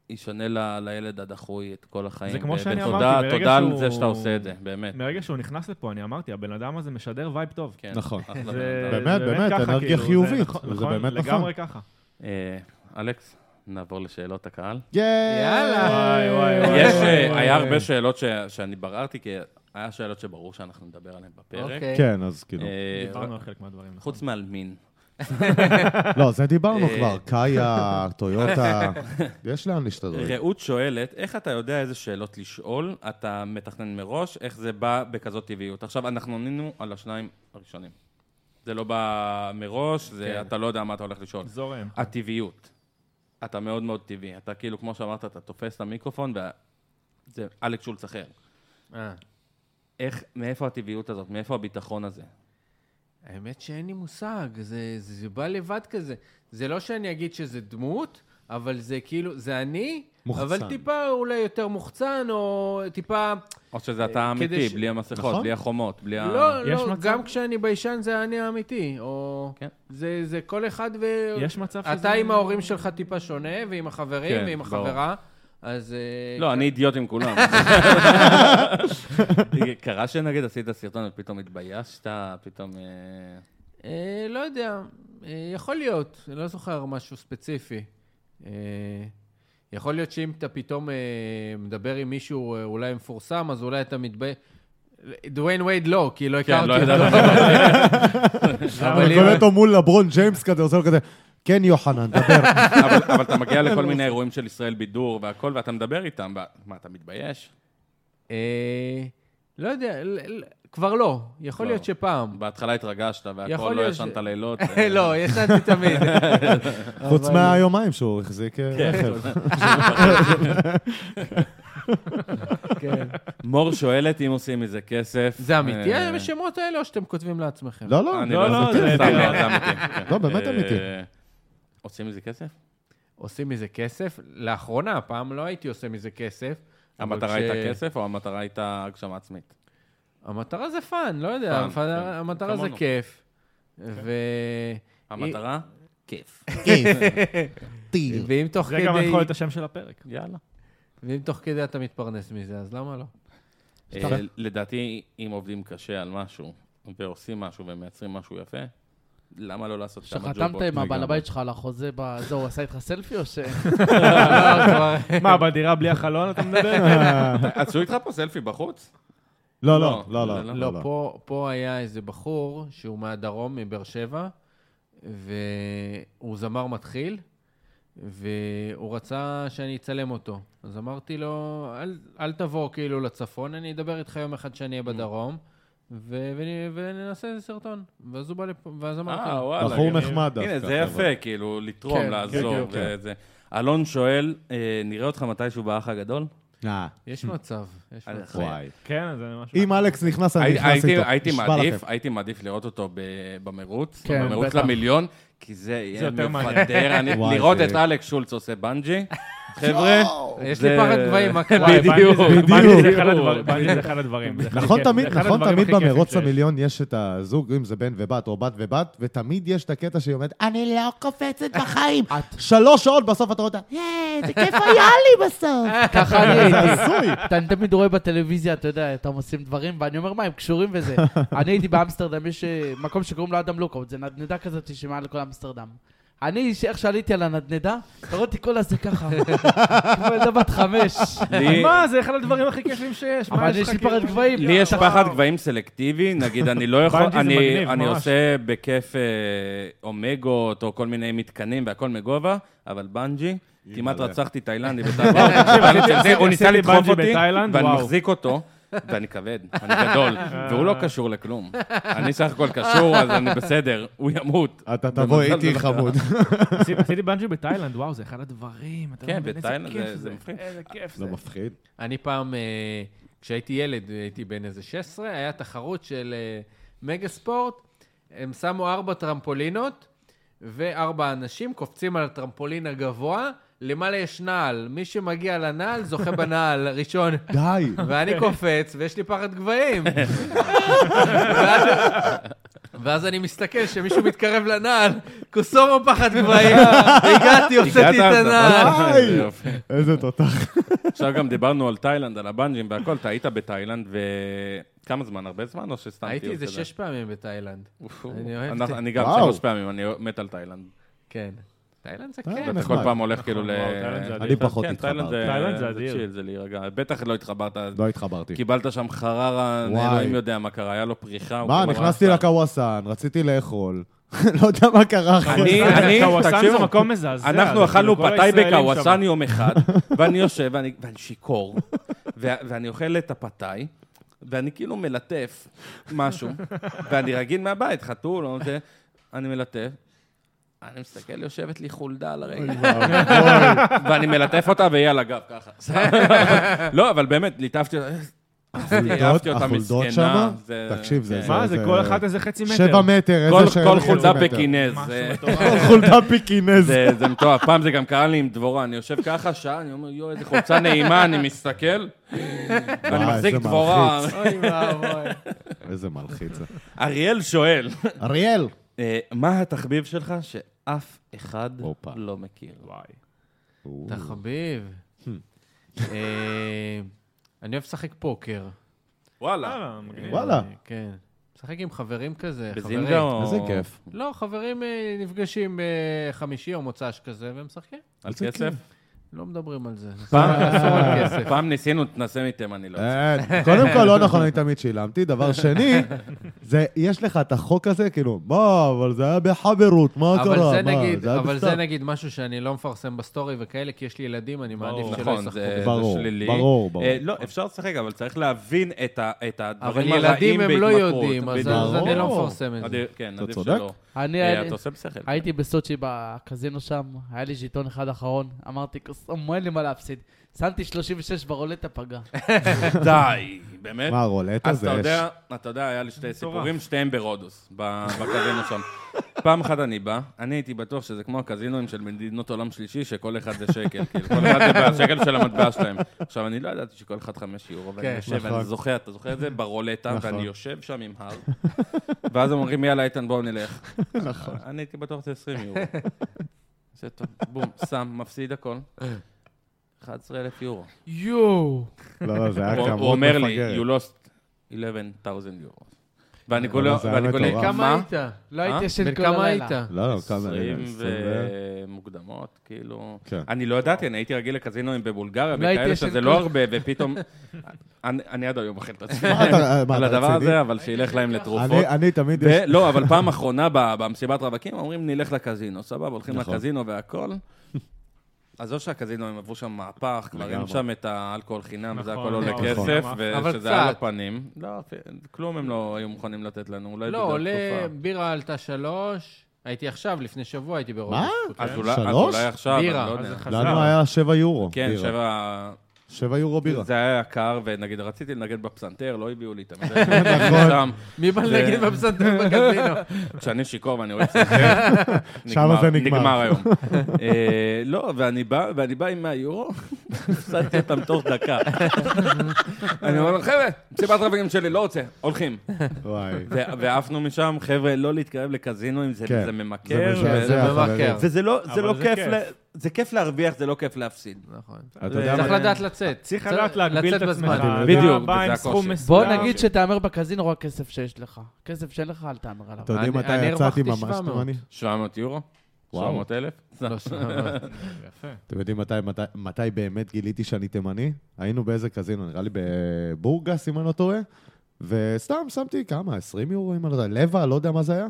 [SPEAKER 1] ישנה ל- לילד הדחוי את כל החיים.
[SPEAKER 4] זה כמו
[SPEAKER 1] ו-
[SPEAKER 4] שאני
[SPEAKER 1] ותודה-
[SPEAKER 4] אמרתי, ברגע
[SPEAKER 1] תודה על
[SPEAKER 4] שהוא-
[SPEAKER 1] זה שאתה עושה את זה, באמת.
[SPEAKER 4] מרגע שהוא נכנס לפה, אני אמרתי, הבן אדם הזה משדר וייב טוב.
[SPEAKER 1] כן,
[SPEAKER 7] נכון.
[SPEAKER 1] אחלה בן
[SPEAKER 4] זה-
[SPEAKER 1] אדם.
[SPEAKER 7] באמת,
[SPEAKER 4] זה
[SPEAKER 7] באמת,
[SPEAKER 4] ככה,
[SPEAKER 7] אנרגיה
[SPEAKER 4] כאילו, זה
[SPEAKER 7] חיובית.
[SPEAKER 4] נכון,
[SPEAKER 7] זה
[SPEAKER 4] נכון,
[SPEAKER 7] באמת
[SPEAKER 4] לגמרי ככה.
[SPEAKER 1] אה, אלכס, נעבור לשאלות הקהל.
[SPEAKER 7] יאללה.
[SPEAKER 4] וואי, וואי, וואי.
[SPEAKER 1] יש,
[SPEAKER 4] וואי,
[SPEAKER 1] אה,
[SPEAKER 4] וואי,
[SPEAKER 1] היה
[SPEAKER 4] וואי.
[SPEAKER 1] הרבה שאלות ש- שאני בררתי, כי היה שאלות שברור שאנחנו נדבר עליהן בפרק.
[SPEAKER 3] אוקיי.
[SPEAKER 7] כן, אז כאילו...
[SPEAKER 1] אה,
[SPEAKER 4] דיברנו על חלק מהדברים. נכון.
[SPEAKER 1] חוץ מעל מין.
[SPEAKER 7] לא, זה דיברנו
[SPEAKER 1] אה.
[SPEAKER 7] כבר, קאיה, טויוטה, יש לאן
[SPEAKER 3] אוקיי.
[SPEAKER 7] להשתדרג.
[SPEAKER 1] רעות שואלת, איך אתה יודע איזה שאלות לשאול? אתה מתכנן מראש, איך זה בא בכזאת טבעיות? עכשיו, אנחנו ענינו על השניים הראשונים. זה לא בא מראש, זה
[SPEAKER 4] כן.
[SPEAKER 1] אתה לא יודע מה אתה הולך לשאול.
[SPEAKER 4] זורם.
[SPEAKER 1] הטבעיות. אתה מאוד מאוד טבעי. אתה כאילו, כמו שאמרת, אתה תופס את המיקרופון, וזה אלכס שולץ אחר.
[SPEAKER 3] אה,
[SPEAKER 1] איך, מאיפה הטבעיות הזאת? מאיפה הביטחון הזה?
[SPEAKER 3] האמת שאין לי מושג, זה, זה, זה בא לבד כזה. זה לא שאני אגיד שזה דמות, אבל זה כאילו, זה אני,
[SPEAKER 7] מוחצן.
[SPEAKER 3] אבל טיפה אולי יותר מוחצן, או טיפה...
[SPEAKER 1] או שזה אתה
[SPEAKER 3] אה, כדי
[SPEAKER 1] אמיתי,
[SPEAKER 3] ש-
[SPEAKER 1] בלי המסכות,
[SPEAKER 7] נכון.
[SPEAKER 1] בלי החומות, בלי ה...
[SPEAKER 3] לא,
[SPEAKER 4] אה, יש
[SPEAKER 3] לא,
[SPEAKER 4] מצב-
[SPEAKER 3] גם כשאני ביישן זה אני האמיתי, או...
[SPEAKER 1] כן.
[SPEAKER 3] זה זה כל אחד ו...
[SPEAKER 4] יש מצב שזה...
[SPEAKER 3] אתה עם ההורים שלך טיפה שונה, ועם החברים,
[SPEAKER 1] כן,
[SPEAKER 3] ועם
[SPEAKER 1] ברור.
[SPEAKER 3] החברה, אז... אה,
[SPEAKER 1] לא,
[SPEAKER 3] כן.
[SPEAKER 1] אני אידיוט עם כולם. קרה שנגיד עשית סרטון ופתאום התביישת, פתאום... אה,
[SPEAKER 3] אה, לא יודע, אה, יכול להיות, אני לא זוכר משהו ספציפי. אה, יכול להיות שאם אתה פתאום אה, מדבר עם מישהו אה, אולי מפורסם, אז אולי אתה מתבייש. דוויין וייד לא, כי לא הכרתי
[SPEAKER 1] לא
[SPEAKER 3] אותו.
[SPEAKER 1] ידעתי.
[SPEAKER 3] אבל
[SPEAKER 7] אני
[SPEAKER 3] אם-
[SPEAKER 7] קונה אותו מול לברון ג'יימס כזה, עושה לו כזה, כן, יוחנן, דבר.
[SPEAKER 1] אבל אבל אתה מגיע לכל מיני אירועים של ישראל בידור והכל, ואתה מדבר איתם, ו- מה, אתה מתבייש?
[SPEAKER 3] אה, לא יודע, ל- ל- כבר לא. יכול
[SPEAKER 1] כבר.
[SPEAKER 3] להיות שפעם.
[SPEAKER 1] בהתחלה התרגשת והכל,
[SPEAKER 3] יכול
[SPEAKER 1] לא
[SPEAKER 3] להיות ש-
[SPEAKER 1] ישנת לילות. אה,
[SPEAKER 3] לא, ישנתי תמיד.
[SPEAKER 7] חוץ מהיומיים שהוא החזיק אה, רכב.
[SPEAKER 1] מור שואלת אם עושים מזה כסף.
[SPEAKER 3] זה אמיתי
[SPEAKER 1] אה,
[SPEAKER 3] השמות האלה, או שאתם כותבים לעצמכם?
[SPEAKER 7] לא, לא,
[SPEAKER 1] אני
[SPEAKER 4] לא,
[SPEAKER 1] לא,
[SPEAKER 4] לא,
[SPEAKER 1] זה
[SPEAKER 4] זה-
[SPEAKER 1] סתם, לא, זה אמיתי. כן.
[SPEAKER 7] לא, באמת
[SPEAKER 1] אה,
[SPEAKER 7] אמיתי.
[SPEAKER 1] עושים מזה כסף?
[SPEAKER 3] עושים מזה כסף? לאחרונה, פעם לא הייתי עושה מזה כסף. אבל
[SPEAKER 1] המטרה
[SPEAKER 3] כש-
[SPEAKER 1] הייתה כסף או המטרה הייתה הגשמה עצמית?
[SPEAKER 3] המטרה זה פאן, לא יודע,
[SPEAKER 1] פאן,
[SPEAKER 3] פאן,
[SPEAKER 1] כן.
[SPEAKER 3] המטרה זה
[SPEAKER 1] כמונו.
[SPEAKER 3] כיף. ו...
[SPEAKER 1] המטרה? אה, כיף.
[SPEAKER 8] כיף. טיר.
[SPEAKER 3] ואם תוך
[SPEAKER 4] זה גם
[SPEAKER 3] כדי...
[SPEAKER 4] יכול להיות השם של הפרק.
[SPEAKER 1] יאללה.
[SPEAKER 3] ואם תוך כדי אתה מתפרנס מזה, אז למה לא?
[SPEAKER 1] אה, לדעתי, אם עובדים קשה על משהו, ועושים משהו ומייצרים משהו יפה, למה לא לעשות כמה
[SPEAKER 5] שחתמת
[SPEAKER 1] ג'ובות?
[SPEAKER 5] עם הבעל הבית שלך על החוזה, בזה הוא עשה איתך סלפי או ש...
[SPEAKER 3] לא, כבר-
[SPEAKER 4] מה, בדירה בלי החלון אתה מדבר?
[SPEAKER 1] עשו איתך פה סלפי בחוץ?
[SPEAKER 7] לא,
[SPEAKER 1] לא,
[SPEAKER 7] לא, לא,
[SPEAKER 1] לא,
[SPEAKER 7] לא.
[SPEAKER 3] לא, פה- פה היה איזה בחור שהוא מהדרום, מבאר שבע, והוא זמר מתחיל, והוא רצה שאני אצלם אותו. אז אמרתי לו, אל, אל תבוא כאילו לצפון, אני אדבר איתך יום אחד שאני אהיה בדרום, ו- ו- ונעשה איזה סרטון. ואז הוא בא לפה, ואז אמרתי
[SPEAKER 1] אה,
[SPEAKER 3] לו,
[SPEAKER 1] וואלה.
[SPEAKER 7] בחור
[SPEAKER 1] גם-
[SPEAKER 7] נחמד דווקא.
[SPEAKER 1] הנה, זה
[SPEAKER 7] חבר'ה.
[SPEAKER 1] יפה, כאילו, לתרום,
[SPEAKER 3] כן,
[SPEAKER 1] לעזור.
[SPEAKER 4] כן, כן.
[SPEAKER 1] וזה. אלון שואל, אה, נראה אותך מתישהו באח הגדול?
[SPEAKER 7] אה,
[SPEAKER 3] יש מצב, יש
[SPEAKER 1] אה,
[SPEAKER 3] מצב.
[SPEAKER 7] וואי.
[SPEAKER 4] כן, זה משהו.
[SPEAKER 7] אם אלכס נכנס, אני
[SPEAKER 1] הי-
[SPEAKER 7] נכנס
[SPEAKER 1] הייתי-
[SPEAKER 7] איתו.
[SPEAKER 1] הייתי
[SPEAKER 7] נשבע
[SPEAKER 1] מעדיף,
[SPEAKER 7] לכם.
[SPEAKER 1] הייתי מעדיף לראות אותו ב- במרוץ,
[SPEAKER 5] כן,
[SPEAKER 1] במרוץ
[SPEAKER 5] בטח.
[SPEAKER 1] למיליון, כי זה יהיה
[SPEAKER 4] יותר מעניין.
[SPEAKER 1] מפדר. אני-
[SPEAKER 7] וואי,
[SPEAKER 1] לראות
[SPEAKER 7] זה-
[SPEAKER 1] את אלכס שולץ עושה בנג'י, חבר'ה,
[SPEAKER 3] יש
[SPEAKER 1] זה-
[SPEAKER 3] לי פחד גבהים, מה קרה?
[SPEAKER 4] וואי, בנדי זה-
[SPEAKER 7] בדיוק.
[SPEAKER 4] בנדי זה אחד הדבר-
[SPEAKER 1] בדיוק.
[SPEAKER 4] בנדי זה אחד הדברים. זה הכי
[SPEAKER 7] נכון
[SPEAKER 4] כיף.
[SPEAKER 7] תמיד,
[SPEAKER 4] כן, זה אחד
[SPEAKER 7] נכון
[SPEAKER 4] הדברים
[SPEAKER 7] תמיד
[SPEAKER 4] הכי כיפים
[SPEAKER 7] במרוץ
[SPEAKER 4] שיש.
[SPEAKER 7] המיליון יש את הזוג, אם זה בן ובת או בת ובת, ותמיד יש את הקטע שהיא אומרת,
[SPEAKER 8] אני לא קופצת בחיים.
[SPEAKER 1] אה,
[SPEAKER 7] שלוש שעות בסוף אתה רואה אותה.
[SPEAKER 8] היי, איזה כיף היה לי בסוף.
[SPEAKER 1] אה,
[SPEAKER 5] ככה אני
[SPEAKER 7] זה
[SPEAKER 5] הייתי.
[SPEAKER 7] הזוי.
[SPEAKER 5] אתה אני תמיד רואה בטלוויזיה, אתה יודע, אתם עושים דברים, ואני אומר, מה, הם קשורים וזה. אני הייתי באמסטרדם, יש אה, מקום שקוראים לו אדם לוקאוט, זה נדנדה כזאת שמעל כל אמסטרדם. אני, ש- איך שעליתי על הנדנדה, קראתי כל הזה ככה. כמו ילדה בת חמש.
[SPEAKER 1] לי-
[SPEAKER 4] מה, זה אחד הדברים הכי כיפים שיש. מה
[SPEAKER 5] אבל
[SPEAKER 4] יש
[SPEAKER 5] יש
[SPEAKER 4] לך,
[SPEAKER 5] לי
[SPEAKER 4] כאילו?
[SPEAKER 5] פחד גבהים.
[SPEAKER 1] לי יש פחד גבהים סלקטיבי, נגיד, אני לא יכול,
[SPEAKER 4] בנג'י זה
[SPEAKER 1] אני-
[SPEAKER 4] מגניב,
[SPEAKER 1] אני
[SPEAKER 4] ממש.
[SPEAKER 1] עושה בכיף אה, אומגות או כל מיני מתקנים והכל מגובה, אבל בנג'י, כמעט
[SPEAKER 7] אימא'לה.
[SPEAKER 1] רצחתי תאילנדי בתאילנדי, הוא ניסה
[SPEAKER 4] לא, עשיתי
[SPEAKER 1] לדחוף
[SPEAKER 4] בנג'י
[SPEAKER 1] אותי,
[SPEAKER 4] בתאילנד,
[SPEAKER 1] ואני
[SPEAKER 4] וואו.
[SPEAKER 1] מחזיק אותו. ואני כבד, אני גדול, והוא לא קשור לכלום. אני סך הכל קשור, אז אני בסדר, הוא ימות.
[SPEAKER 7] אתה
[SPEAKER 4] לא
[SPEAKER 7] תבוא
[SPEAKER 1] במזל
[SPEAKER 7] איתי
[SPEAKER 1] זה
[SPEAKER 7] חמוד.
[SPEAKER 4] עשיתי- עשיתי בנג'י בתאילנד, וואו, זה אחד הדברים. אתה לא
[SPEAKER 1] כן,
[SPEAKER 4] מבין, איזה
[SPEAKER 1] בתאילנד
[SPEAKER 4] כיף לא
[SPEAKER 1] זה- זה מפחיד.
[SPEAKER 4] איזה כיף זה.
[SPEAKER 7] זה מפחיד.
[SPEAKER 3] אני פעם, אה, כשהייתי ילד, הייתי בן איזה 16, היה תחרות של אה, מגה ספורט, הם שמו ארבע טרמפולינות, וארבע אנשים קופצים על הטרמפולין הגבוה, למעלה יש נעל, מי שמגיע לנעל זוכה בנעל ראשון.
[SPEAKER 7] די.
[SPEAKER 3] ואני קופץ, ויש לי פחד גבהים. ואז- ואז אני מסתכל שמישהו מתקרב לנעל, קוסומו פחד גבהים, הגעתי, הוצאתי את
[SPEAKER 1] הגעת,
[SPEAKER 3] הנעל.
[SPEAKER 1] אבל- יופי.
[SPEAKER 7] איזה תותח.
[SPEAKER 1] עכשיו גם דיברנו על תאילנד, על הבנג'ים והכל, אתה היית בתאילנד וכמה זמן? הרבה זמן או שסתם
[SPEAKER 3] הייתי
[SPEAKER 1] טיול
[SPEAKER 3] איזה
[SPEAKER 1] כזה?
[SPEAKER 3] שש פעמים בתאילנד.
[SPEAKER 1] אוף,
[SPEAKER 3] אני אוהב
[SPEAKER 1] אנחנו-
[SPEAKER 3] את-
[SPEAKER 1] אני גם
[SPEAKER 7] וואו.
[SPEAKER 1] שלוש פעמים, אני מת על תאילנד.
[SPEAKER 3] כן. תאילנד זה
[SPEAKER 7] אה,
[SPEAKER 3] כיף.
[SPEAKER 1] ואתה
[SPEAKER 7] נחמד.
[SPEAKER 1] כל פעם הולך כאילו ל...
[SPEAKER 4] כן, וואו, תאילנד זה
[SPEAKER 7] אני
[SPEAKER 4] אדיר.
[SPEAKER 7] פחות
[SPEAKER 1] כן, תאילנד
[SPEAKER 7] התחברתי.
[SPEAKER 1] זה-
[SPEAKER 4] תאילנד זה
[SPEAKER 1] זה
[SPEAKER 4] אדיר.
[SPEAKER 1] צ'יל, זה להירגע. בטח לא התחברת, אז
[SPEAKER 7] לא התחברתי.
[SPEAKER 1] קיבלת שם חררה,
[SPEAKER 7] וואי.
[SPEAKER 1] אלוהים יודע מה קרה, היה לו פריחה. הוא
[SPEAKER 7] מה,
[SPEAKER 1] כמעט
[SPEAKER 7] נכנסתי
[SPEAKER 1] רצה.
[SPEAKER 7] לקוואסן, רציתי לאכול. לא יודע מה קרה אחרי
[SPEAKER 1] אני-
[SPEAKER 7] זה.
[SPEAKER 1] אני-
[SPEAKER 4] קוואסן
[SPEAKER 1] תקשיבו,
[SPEAKER 4] זה מקום מזעזע. זה
[SPEAKER 1] אנחנו
[SPEAKER 4] כאילו
[SPEAKER 1] אכלנו
[SPEAKER 4] כל
[SPEAKER 1] פתאי
[SPEAKER 4] הישראלים
[SPEAKER 1] בקוואסן
[SPEAKER 4] שם.
[SPEAKER 1] יום אחד, ואני יושב ואני ואני שיכור, ו- ואני אוכל את הפתאי, ואני כאילו מלטף משהו, ואני רגיל מהבית, חתול, או זה, אני מלטף. אני מסתכל, יושבת לי חולדה על הרגל, ואני מלטף אותה והיא על הגב, ככה. לא, אבל באמת, ליטפתי אותה,
[SPEAKER 7] החולדות-
[SPEAKER 1] אהבתי אותה
[SPEAKER 7] החולדות
[SPEAKER 1] מסכנה,
[SPEAKER 7] שמה?
[SPEAKER 1] זה-
[SPEAKER 7] תקשיב,
[SPEAKER 1] כן.
[SPEAKER 7] זה...
[SPEAKER 4] מה, זה כל אחת איזה חצי מטר.
[SPEAKER 7] שבע מטר,
[SPEAKER 1] כל-
[SPEAKER 7] איזה
[SPEAKER 1] כל
[SPEAKER 7] חצי
[SPEAKER 1] חולדה
[SPEAKER 7] מטר.
[SPEAKER 1] פקינז.
[SPEAKER 4] משהו
[SPEAKER 1] זה-
[SPEAKER 4] מטורף.
[SPEAKER 7] כל חולדה פקינז.
[SPEAKER 1] זה זה מטורף. פעם זה גם קרה לי עם דבורה, אני יושב ככה שעה, אני אומר, יואו, איזה חולצה נעימה, אני מסתכל, ואני
[SPEAKER 7] וואי,
[SPEAKER 1] מחזיק
[SPEAKER 7] זה
[SPEAKER 1] דבורה.
[SPEAKER 7] מלחיץ.
[SPEAKER 3] אוי ואבוי.
[SPEAKER 7] איזה מלחיץ זה.
[SPEAKER 1] אריאל שואל,
[SPEAKER 7] אריאל!
[SPEAKER 1] אה, מה התחביב שלך שאף אחד
[SPEAKER 7] הופה.
[SPEAKER 1] לא מכיר?
[SPEAKER 4] וואי.
[SPEAKER 3] תחביב.
[SPEAKER 1] Hmm.
[SPEAKER 3] אה, אני אוהב לשחק פוקר.
[SPEAKER 1] וואלה.
[SPEAKER 4] אה, מגניב.
[SPEAKER 7] וואלה.
[SPEAKER 3] אה, כן. משחק עם חברים כזה. חברים-
[SPEAKER 1] בזינגה או...
[SPEAKER 7] איזה כיף.
[SPEAKER 3] לא, חברים אה, נפגשים בחמישי או מוצ"ש כזה, והם משחקים.
[SPEAKER 1] על כסף?
[SPEAKER 3] לא מדברים על זה.
[SPEAKER 1] פעם-
[SPEAKER 3] אסור על כסף.
[SPEAKER 1] פעם ניסינו, תנסה מתימן, אני לא
[SPEAKER 7] אה,
[SPEAKER 1] יודע.
[SPEAKER 7] אין. קודם כל, לא נכון, אני תמיד שילמתי. דבר שני, זה, יש לך את החוק הזה, כאילו, מה, אבל זה היה בחברות, מה
[SPEAKER 1] אוקיי,
[SPEAKER 7] קרה?
[SPEAKER 3] אבל זה
[SPEAKER 7] מה,
[SPEAKER 3] נגיד,
[SPEAKER 7] היה
[SPEAKER 3] אבל זה
[SPEAKER 7] בסתם."
[SPEAKER 3] נגיד משהו שאני לא מפרסם בסטורי וכאלה, כי יש לי ילדים, אני מעדיף שלא
[SPEAKER 1] נכון,
[SPEAKER 3] ישחקו.
[SPEAKER 1] זה
[SPEAKER 7] ברור,
[SPEAKER 1] זה שלילי.
[SPEAKER 7] ברור, ברור.
[SPEAKER 1] אה, לא, אפשר לשחק, אבל צריך להבין את ה- את
[SPEAKER 3] אבל
[SPEAKER 1] הדברים הרעים
[SPEAKER 3] ילדים הם לא
[SPEAKER 1] בהתמכרות.
[SPEAKER 3] יודעים, אז
[SPEAKER 1] בדיוק.
[SPEAKER 3] אז אני לא
[SPEAKER 7] ברור.
[SPEAKER 3] מפרסם את זה.
[SPEAKER 1] עדיף- כן,
[SPEAKER 7] אתה
[SPEAKER 1] עדיף
[SPEAKER 7] צודק.
[SPEAKER 1] שלא.
[SPEAKER 5] אני
[SPEAKER 1] אה,
[SPEAKER 5] אני-
[SPEAKER 1] אתה עושה בשכל.
[SPEAKER 5] הייתי בסוצ'י בקזינו שם, היה לי ז'יטון אחד אחרון, אמרתי, "קוסומו, אין לי מה להפסיד. שמתי 36 ברולטה פגע.
[SPEAKER 1] די, באמת?
[SPEAKER 7] מה, רולטה
[SPEAKER 1] אז
[SPEAKER 7] זה
[SPEAKER 1] אתה
[SPEAKER 7] אש.
[SPEAKER 1] יודע, אתה יודע, היה לי שתי סיפורים, שתיהם ברודוס, ב- בקזינו שם. פעם אחת אני בא, אני הייתי בטוח שזה כמו הקזינואים של מדינות עולם שלישי, שכל אחד זה שקל, כאילו, כל אחד זה בשקל של המטבע שלהם. עכשיו, אני לא ידעתי שכל אחד חמש יורו, ואני
[SPEAKER 3] כן,
[SPEAKER 1] יושב,
[SPEAKER 7] נכון.
[SPEAKER 1] אני זוכר, אתה זוכר את זה? ברולטה,
[SPEAKER 7] נכון.
[SPEAKER 1] ואני יושב שם עם הר, ואז הם אומרים, יאללה, איתן, בואו נלך. נכון. אני הייתי בטוח שזה 20 יורו. זה טוב, בום, שם, מפסיד הכל. 11,000 יורו.
[SPEAKER 5] יואו.
[SPEAKER 7] לא, זה
[SPEAKER 1] הוא-
[SPEAKER 7] היה כמות מפגרת.
[SPEAKER 1] הוא אומר לי, you lost 11,000 יורו. ואני כולה,
[SPEAKER 7] זה היה
[SPEAKER 1] ואני
[SPEAKER 7] מטורף.
[SPEAKER 1] כולה,
[SPEAKER 3] כמה
[SPEAKER 1] מה?
[SPEAKER 3] היית?
[SPEAKER 5] לא
[SPEAKER 1] אה?
[SPEAKER 5] הייתי ישן
[SPEAKER 3] בן
[SPEAKER 5] כל
[SPEAKER 3] כמה
[SPEAKER 5] הלילה.
[SPEAKER 3] היית?
[SPEAKER 7] לא, לא, כמה...
[SPEAKER 1] 20
[SPEAKER 7] ו...
[SPEAKER 1] ומוקדמות, כאילו...
[SPEAKER 7] כן.
[SPEAKER 1] אני לא ידעתי, אני הייתי רגיל לקזינואים בבולגריה,
[SPEAKER 5] לא הייתי
[SPEAKER 1] וכאלה
[SPEAKER 5] ישן
[SPEAKER 1] שזה
[SPEAKER 5] כל-
[SPEAKER 1] לא הרבה, ופתאום... אני אני עד היום אוכל את עצמי
[SPEAKER 7] מה, אתה- מה,
[SPEAKER 1] על
[SPEAKER 7] אתה
[SPEAKER 1] הדבר
[SPEAKER 7] רציני?
[SPEAKER 1] הזה, אבל שילך להם לתרופות.
[SPEAKER 7] אני- אני תמיד... יש-
[SPEAKER 1] ו- לא, אבל פעם אחרונה ב- במסיבת רווקים, אומרים נלך לקזינו, סבבה, הולכים
[SPEAKER 7] נכון.
[SPEAKER 1] לקזינו והכל. אז לא שהקזינו, הם עברו שם מהפך, כבר אין
[SPEAKER 7] לגמרי.
[SPEAKER 1] שם את האלכוהול חינם, וזה
[SPEAKER 4] נכון,
[SPEAKER 1] הכל עולה
[SPEAKER 4] נכון.
[SPEAKER 1] כסף,
[SPEAKER 4] נכון.
[SPEAKER 3] אבל
[SPEAKER 1] ושזה על
[SPEAKER 3] קצת.
[SPEAKER 1] הפנים. לא, כלום הם לא היו מוכנים לתת לנו, אולי
[SPEAKER 3] לא,
[SPEAKER 1] בגלל
[SPEAKER 3] עולה,
[SPEAKER 1] תקופה.
[SPEAKER 3] בירה עלתה שלוש, הייתי עכשיו, לפני שבוע הייתי ברוב.
[SPEAKER 7] מה?
[SPEAKER 1] אז אולי- אז
[SPEAKER 7] שלוש?
[SPEAKER 1] אולי עכשיו, אני
[SPEAKER 3] בירה.
[SPEAKER 1] לא
[SPEAKER 4] אז
[SPEAKER 1] יודע.
[SPEAKER 4] זה חזר.
[SPEAKER 7] לנו היה שבע יורו.
[SPEAKER 1] כן,
[SPEAKER 7] בירה.
[SPEAKER 1] שבע...
[SPEAKER 7] שבע יורו בירה.
[SPEAKER 1] זה היה יקר, ונגיד רציתי לנגן בפסנתר, לא הביאו לי את המדע.
[SPEAKER 7] נכון.
[SPEAKER 3] מי בא לנגד בפסנתר בקזינו?
[SPEAKER 1] כשאני שיכור ואני רואה פסנתר,
[SPEAKER 7] שמה זה נגמר.
[SPEAKER 1] נגמר היום. אה, לא, ואני בא, ואני בא עם 100 יורו, הפסדתי אותם תוך דקה. אני אומר לו, חבר'ה, מסיבת רווקים שלי, לא רוצה, הולכים.
[SPEAKER 7] וואי.
[SPEAKER 1] ו- ועפנו משם, חבר'ה, לא להתקרב לקזינואים, זה
[SPEAKER 7] כן.
[SPEAKER 1] זה
[SPEAKER 7] זה
[SPEAKER 1] ממכר.
[SPEAKER 7] מזעזע,
[SPEAKER 1] ו-
[SPEAKER 3] ממכר.
[SPEAKER 7] חברים.
[SPEAKER 1] וזה לא, זה
[SPEAKER 4] אבל
[SPEAKER 1] לא
[SPEAKER 4] זה
[SPEAKER 1] כיף,
[SPEAKER 4] כיף.
[SPEAKER 1] ל- זה כיף להרוויח, זה לא כיף להפסיד.
[SPEAKER 3] נכון.
[SPEAKER 7] אתה יודע
[SPEAKER 3] צריך
[SPEAKER 7] מה?
[SPEAKER 3] לדעת לצאת.
[SPEAKER 4] צריך לדעת להגביל את
[SPEAKER 3] לצאת
[SPEAKER 4] עצמך.
[SPEAKER 3] בזמן.
[SPEAKER 4] אתה
[SPEAKER 1] בדיוק,
[SPEAKER 4] בא
[SPEAKER 1] וזה
[SPEAKER 4] עם
[SPEAKER 1] הקושי.
[SPEAKER 4] סכום מסוים.
[SPEAKER 5] בוא נגיד שתהמר בקזינו רק כסף שיש לך. כסף שאין לך, אל תהמר עליו.
[SPEAKER 7] אתה יודעים
[SPEAKER 3] אני-
[SPEAKER 7] מתי
[SPEAKER 3] אני
[SPEAKER 7] יצאתי
[SPEAKER 3] הרווחתי
[SPEAKER 7] ממש
[SPEAKER 3] 700.
[SPEAKER 7] דומני?
[SPEAKER 1] 700 יורו?
[SPEAKER 7] וואו.
[SPEAKER 1] 700 אלף?
[SPEAKER 3] לא,
[SPEAKER 4] יפה.
[SPEAKER 7] אתם יודעים מתי, מתי, מתי באמת גיליתי שאני תימני? היינו באיזה קזינו, נראה לי בבורגס, אם אני לא טועה, וסתם שמתי כמה, 20 יורו, אם אני לא יודע, רבע, לא יודע מה זה היה.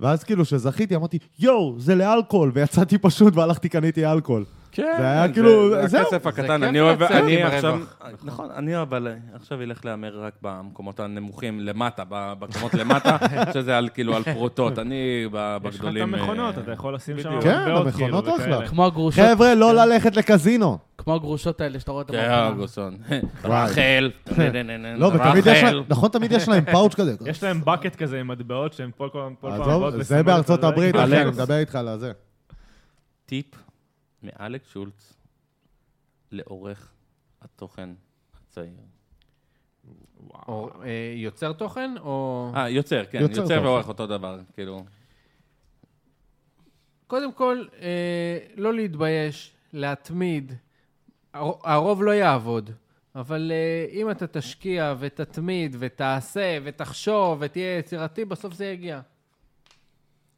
[SPEAKER 7] ואז כאילו, כשזכיתי, אמרתי, יואו, זה לאלכוהול, ויצאתי פשוט והלכתי, קניתי אלכוהול.
[SPEAKER 1] כן,
[SPEAKER 7] זה היה כאילו- זהו.
[SPEAKER 1] הכסף הקטן,
[SPEAKER 3] כיף
[SPEAKER 1] אני אוהב,
[SPEAKER 3] לצאת
[SPEAKER 1] אני
[SPEAKER 3] עם
[SPEAKER 1] עכשיו,
[SPEAKER 3] הרווח.
[SPEAKER 1] נכון, אני אבל אה, עכשיו אלך להמר רק במקומות הנמוכים למטה, ב- בקומות למטה, שזה על כאילו על פרוטות, אני ב-
[SPEAKER 4] יש לך את
[SPEAKER 1] בגדולים... אה,
[SPEAKER 4] המכונות, אתה יכול לשים שם
[SPEAKER 1] בדיוק.
[SPEAKER 7] כן,
[SPEAKER 4] מטבעות,
[SPEAKER 7] המכונות
[SPEAKER 4] כאילו,
[SPEAKER 7] אחלה.
[SPEAKER 4] וכאלה.
[SPEAKER 5] כמו הגרושות,
[SPEAKER 7] חבר'ה, לא ללכת לקזינו.
[SPEAKER 5] כמו הגרושות האלה שאתה רואה אותן.
[SPEAKER 1] כן,
[SPEAKER 5] בהפגנה.
[SPEAKER 1] ארגוסון.
[SPEAKER 7] וואי.
[SPEAKER 1] רחל.
[SPEAKER 7] לא, ותמיד יש להם,
[SPEAKER 1] רחל.
[SPEAKER 7] נכון, תמיד יש להם פאוץ' כזה.
[SPEAKER 4] יש להם בקט כזה עם מטבעות שהם כל פעם... כל פעם באות
[SPEAKER 7] עזוב, זה
[SPEAKER 4] לסמן
[SPEAKER 7] בארצות
[SPEAKER 4] אותו,
[SPEAKER 7] הברית, אחי, אני
[SPEAKER 1] אלכס.
[SPEAKER 7] מדבר איתך על זה.
[SPEAKER 1] טיפ מאלכס שולץ לעורך התוכן הצעיר.
[SPEAKER 3] או, אה, יוצר תוכן או...
[SPEAKER 1] אה, יוצר, כן,
[SPEAKER 7] יוצר
[SPEAKER 1] יוצר
[SPEAKER 7] תוכן.
[SPEAKER 1] ועורך אותו דבר, כאילו.
[SPEAKER 3] קודם כל, אה, לא להתבייש, להתמיד. הר- הרוב לא יעבוד, אבל אה, אם אתה תשקיע ותתמיד ותעשה ותחשוב ותהיה יצירתי, בסוף זה יגיע.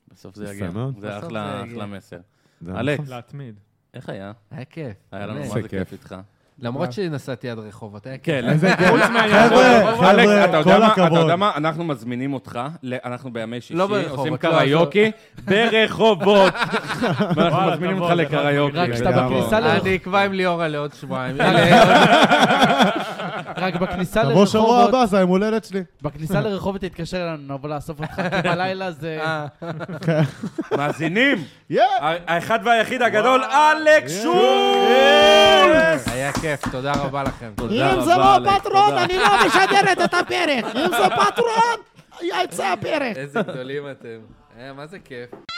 [SPEAKER 1] בסוף זה
[SPEAKER 7] יפה
[SPEAKER 1] יגיע.
[SPEAKER 7] מאוד.
[SPEAKER 1] זה
[SPEAKER 3] בסוף
[SPEAKER 1] אחלה
[SPEAKER 3] זה יגיע.
[SPEAKER 1] אחלה מסר.
[SPEAKER 7] זה נכון.
[SPEAKER 1] אלכס,
[SPEAKER 4] להתמיד.
[SPEAKER 1] איך היה?
[SPEAKER 3] היה כיף.
[SPEAKER 1] היה לנו
[SPEAKER 3] באמת.
[SPEAKER 1] מה זה
[SPEAKER 7] זה
[SPEAKER 1] כיף
[SPEAKER 7] כיף. כן,
[SPEAKER 1] איתך.
[SPEAKER 3] למרות שנסעתי עד רחובות, היה כיף.
[SPEAKER 1] כן,
[SPEAKER 7] איזה כיף.
[SPEAKER 1] אלכס,
[SPEAKER 7] חבר'ה, חבר'ה,
[SPEAKER 1] אתה יודע
[SPEAKER 7] כל
[SPEAKER 1] מה- אתה
[SPEAKER 7] הכבוד.
[SPEAKER 1] יודע מה? אנחנו מזמינים אותך, ל- אנחנו בימי שישי
[SPEAKER 3] לא ברחובות,
[SPEAKER 1] עושים
[SPEAKER 3] לא,
[SPEAKER 1] קריוקי ברחובות. ואנחנו
[SPEAKER 4] וואלה,
[SPEAKER 1] מזמינים אותך
[SPEAKER 4] תבוא, זה
[SPEAKER 1] לקריוקי.
[SPEAKER 5] רק כשאתה
[SPEAKER 7] לגמרי.
[SPEAKER 5] בכניסה לרחוב.
[SPEAKER 3] אני אקבע עם ליאורה לעוד שבועיים. הנה,
[SPEAKER 5] רק בכניסה
[SPEAKER 7] תבוא שבוע
[SPEAKER 5] לרחובות,
[SPEAKER 7] הבא, זה היום הולדת שלי.
[SPEAKER 5] בכניסה לרחובות תתקשר אלינו, נבוא לאסוף אותך, כי בלילה זה...
[SPEAKER 1] מאזינים,
[SPEAKER 7] יאה!
[SPEAKER 1] ה- האחד והיחיד הגדול, אלכס שולץ!
[SPEAKER 3] היה כיף, תודה רבה לכם.
[SPEAKER 1] תודה
[SPEAKER 8] אם זה
[SPEAKER 1] רבה,
[SPEAKER 8] לא
[SPEAKER 1] אלכס,
[SPEAKER 8] פטרון,
[SPEAKER 1] תודה.
[SPEAKER 8] אני לא משדרת את הפרק. אם זה פטרון, יצא הפרק.
[SPEAKER 3] איזה גדולים אתם. אה, מה זה כיף.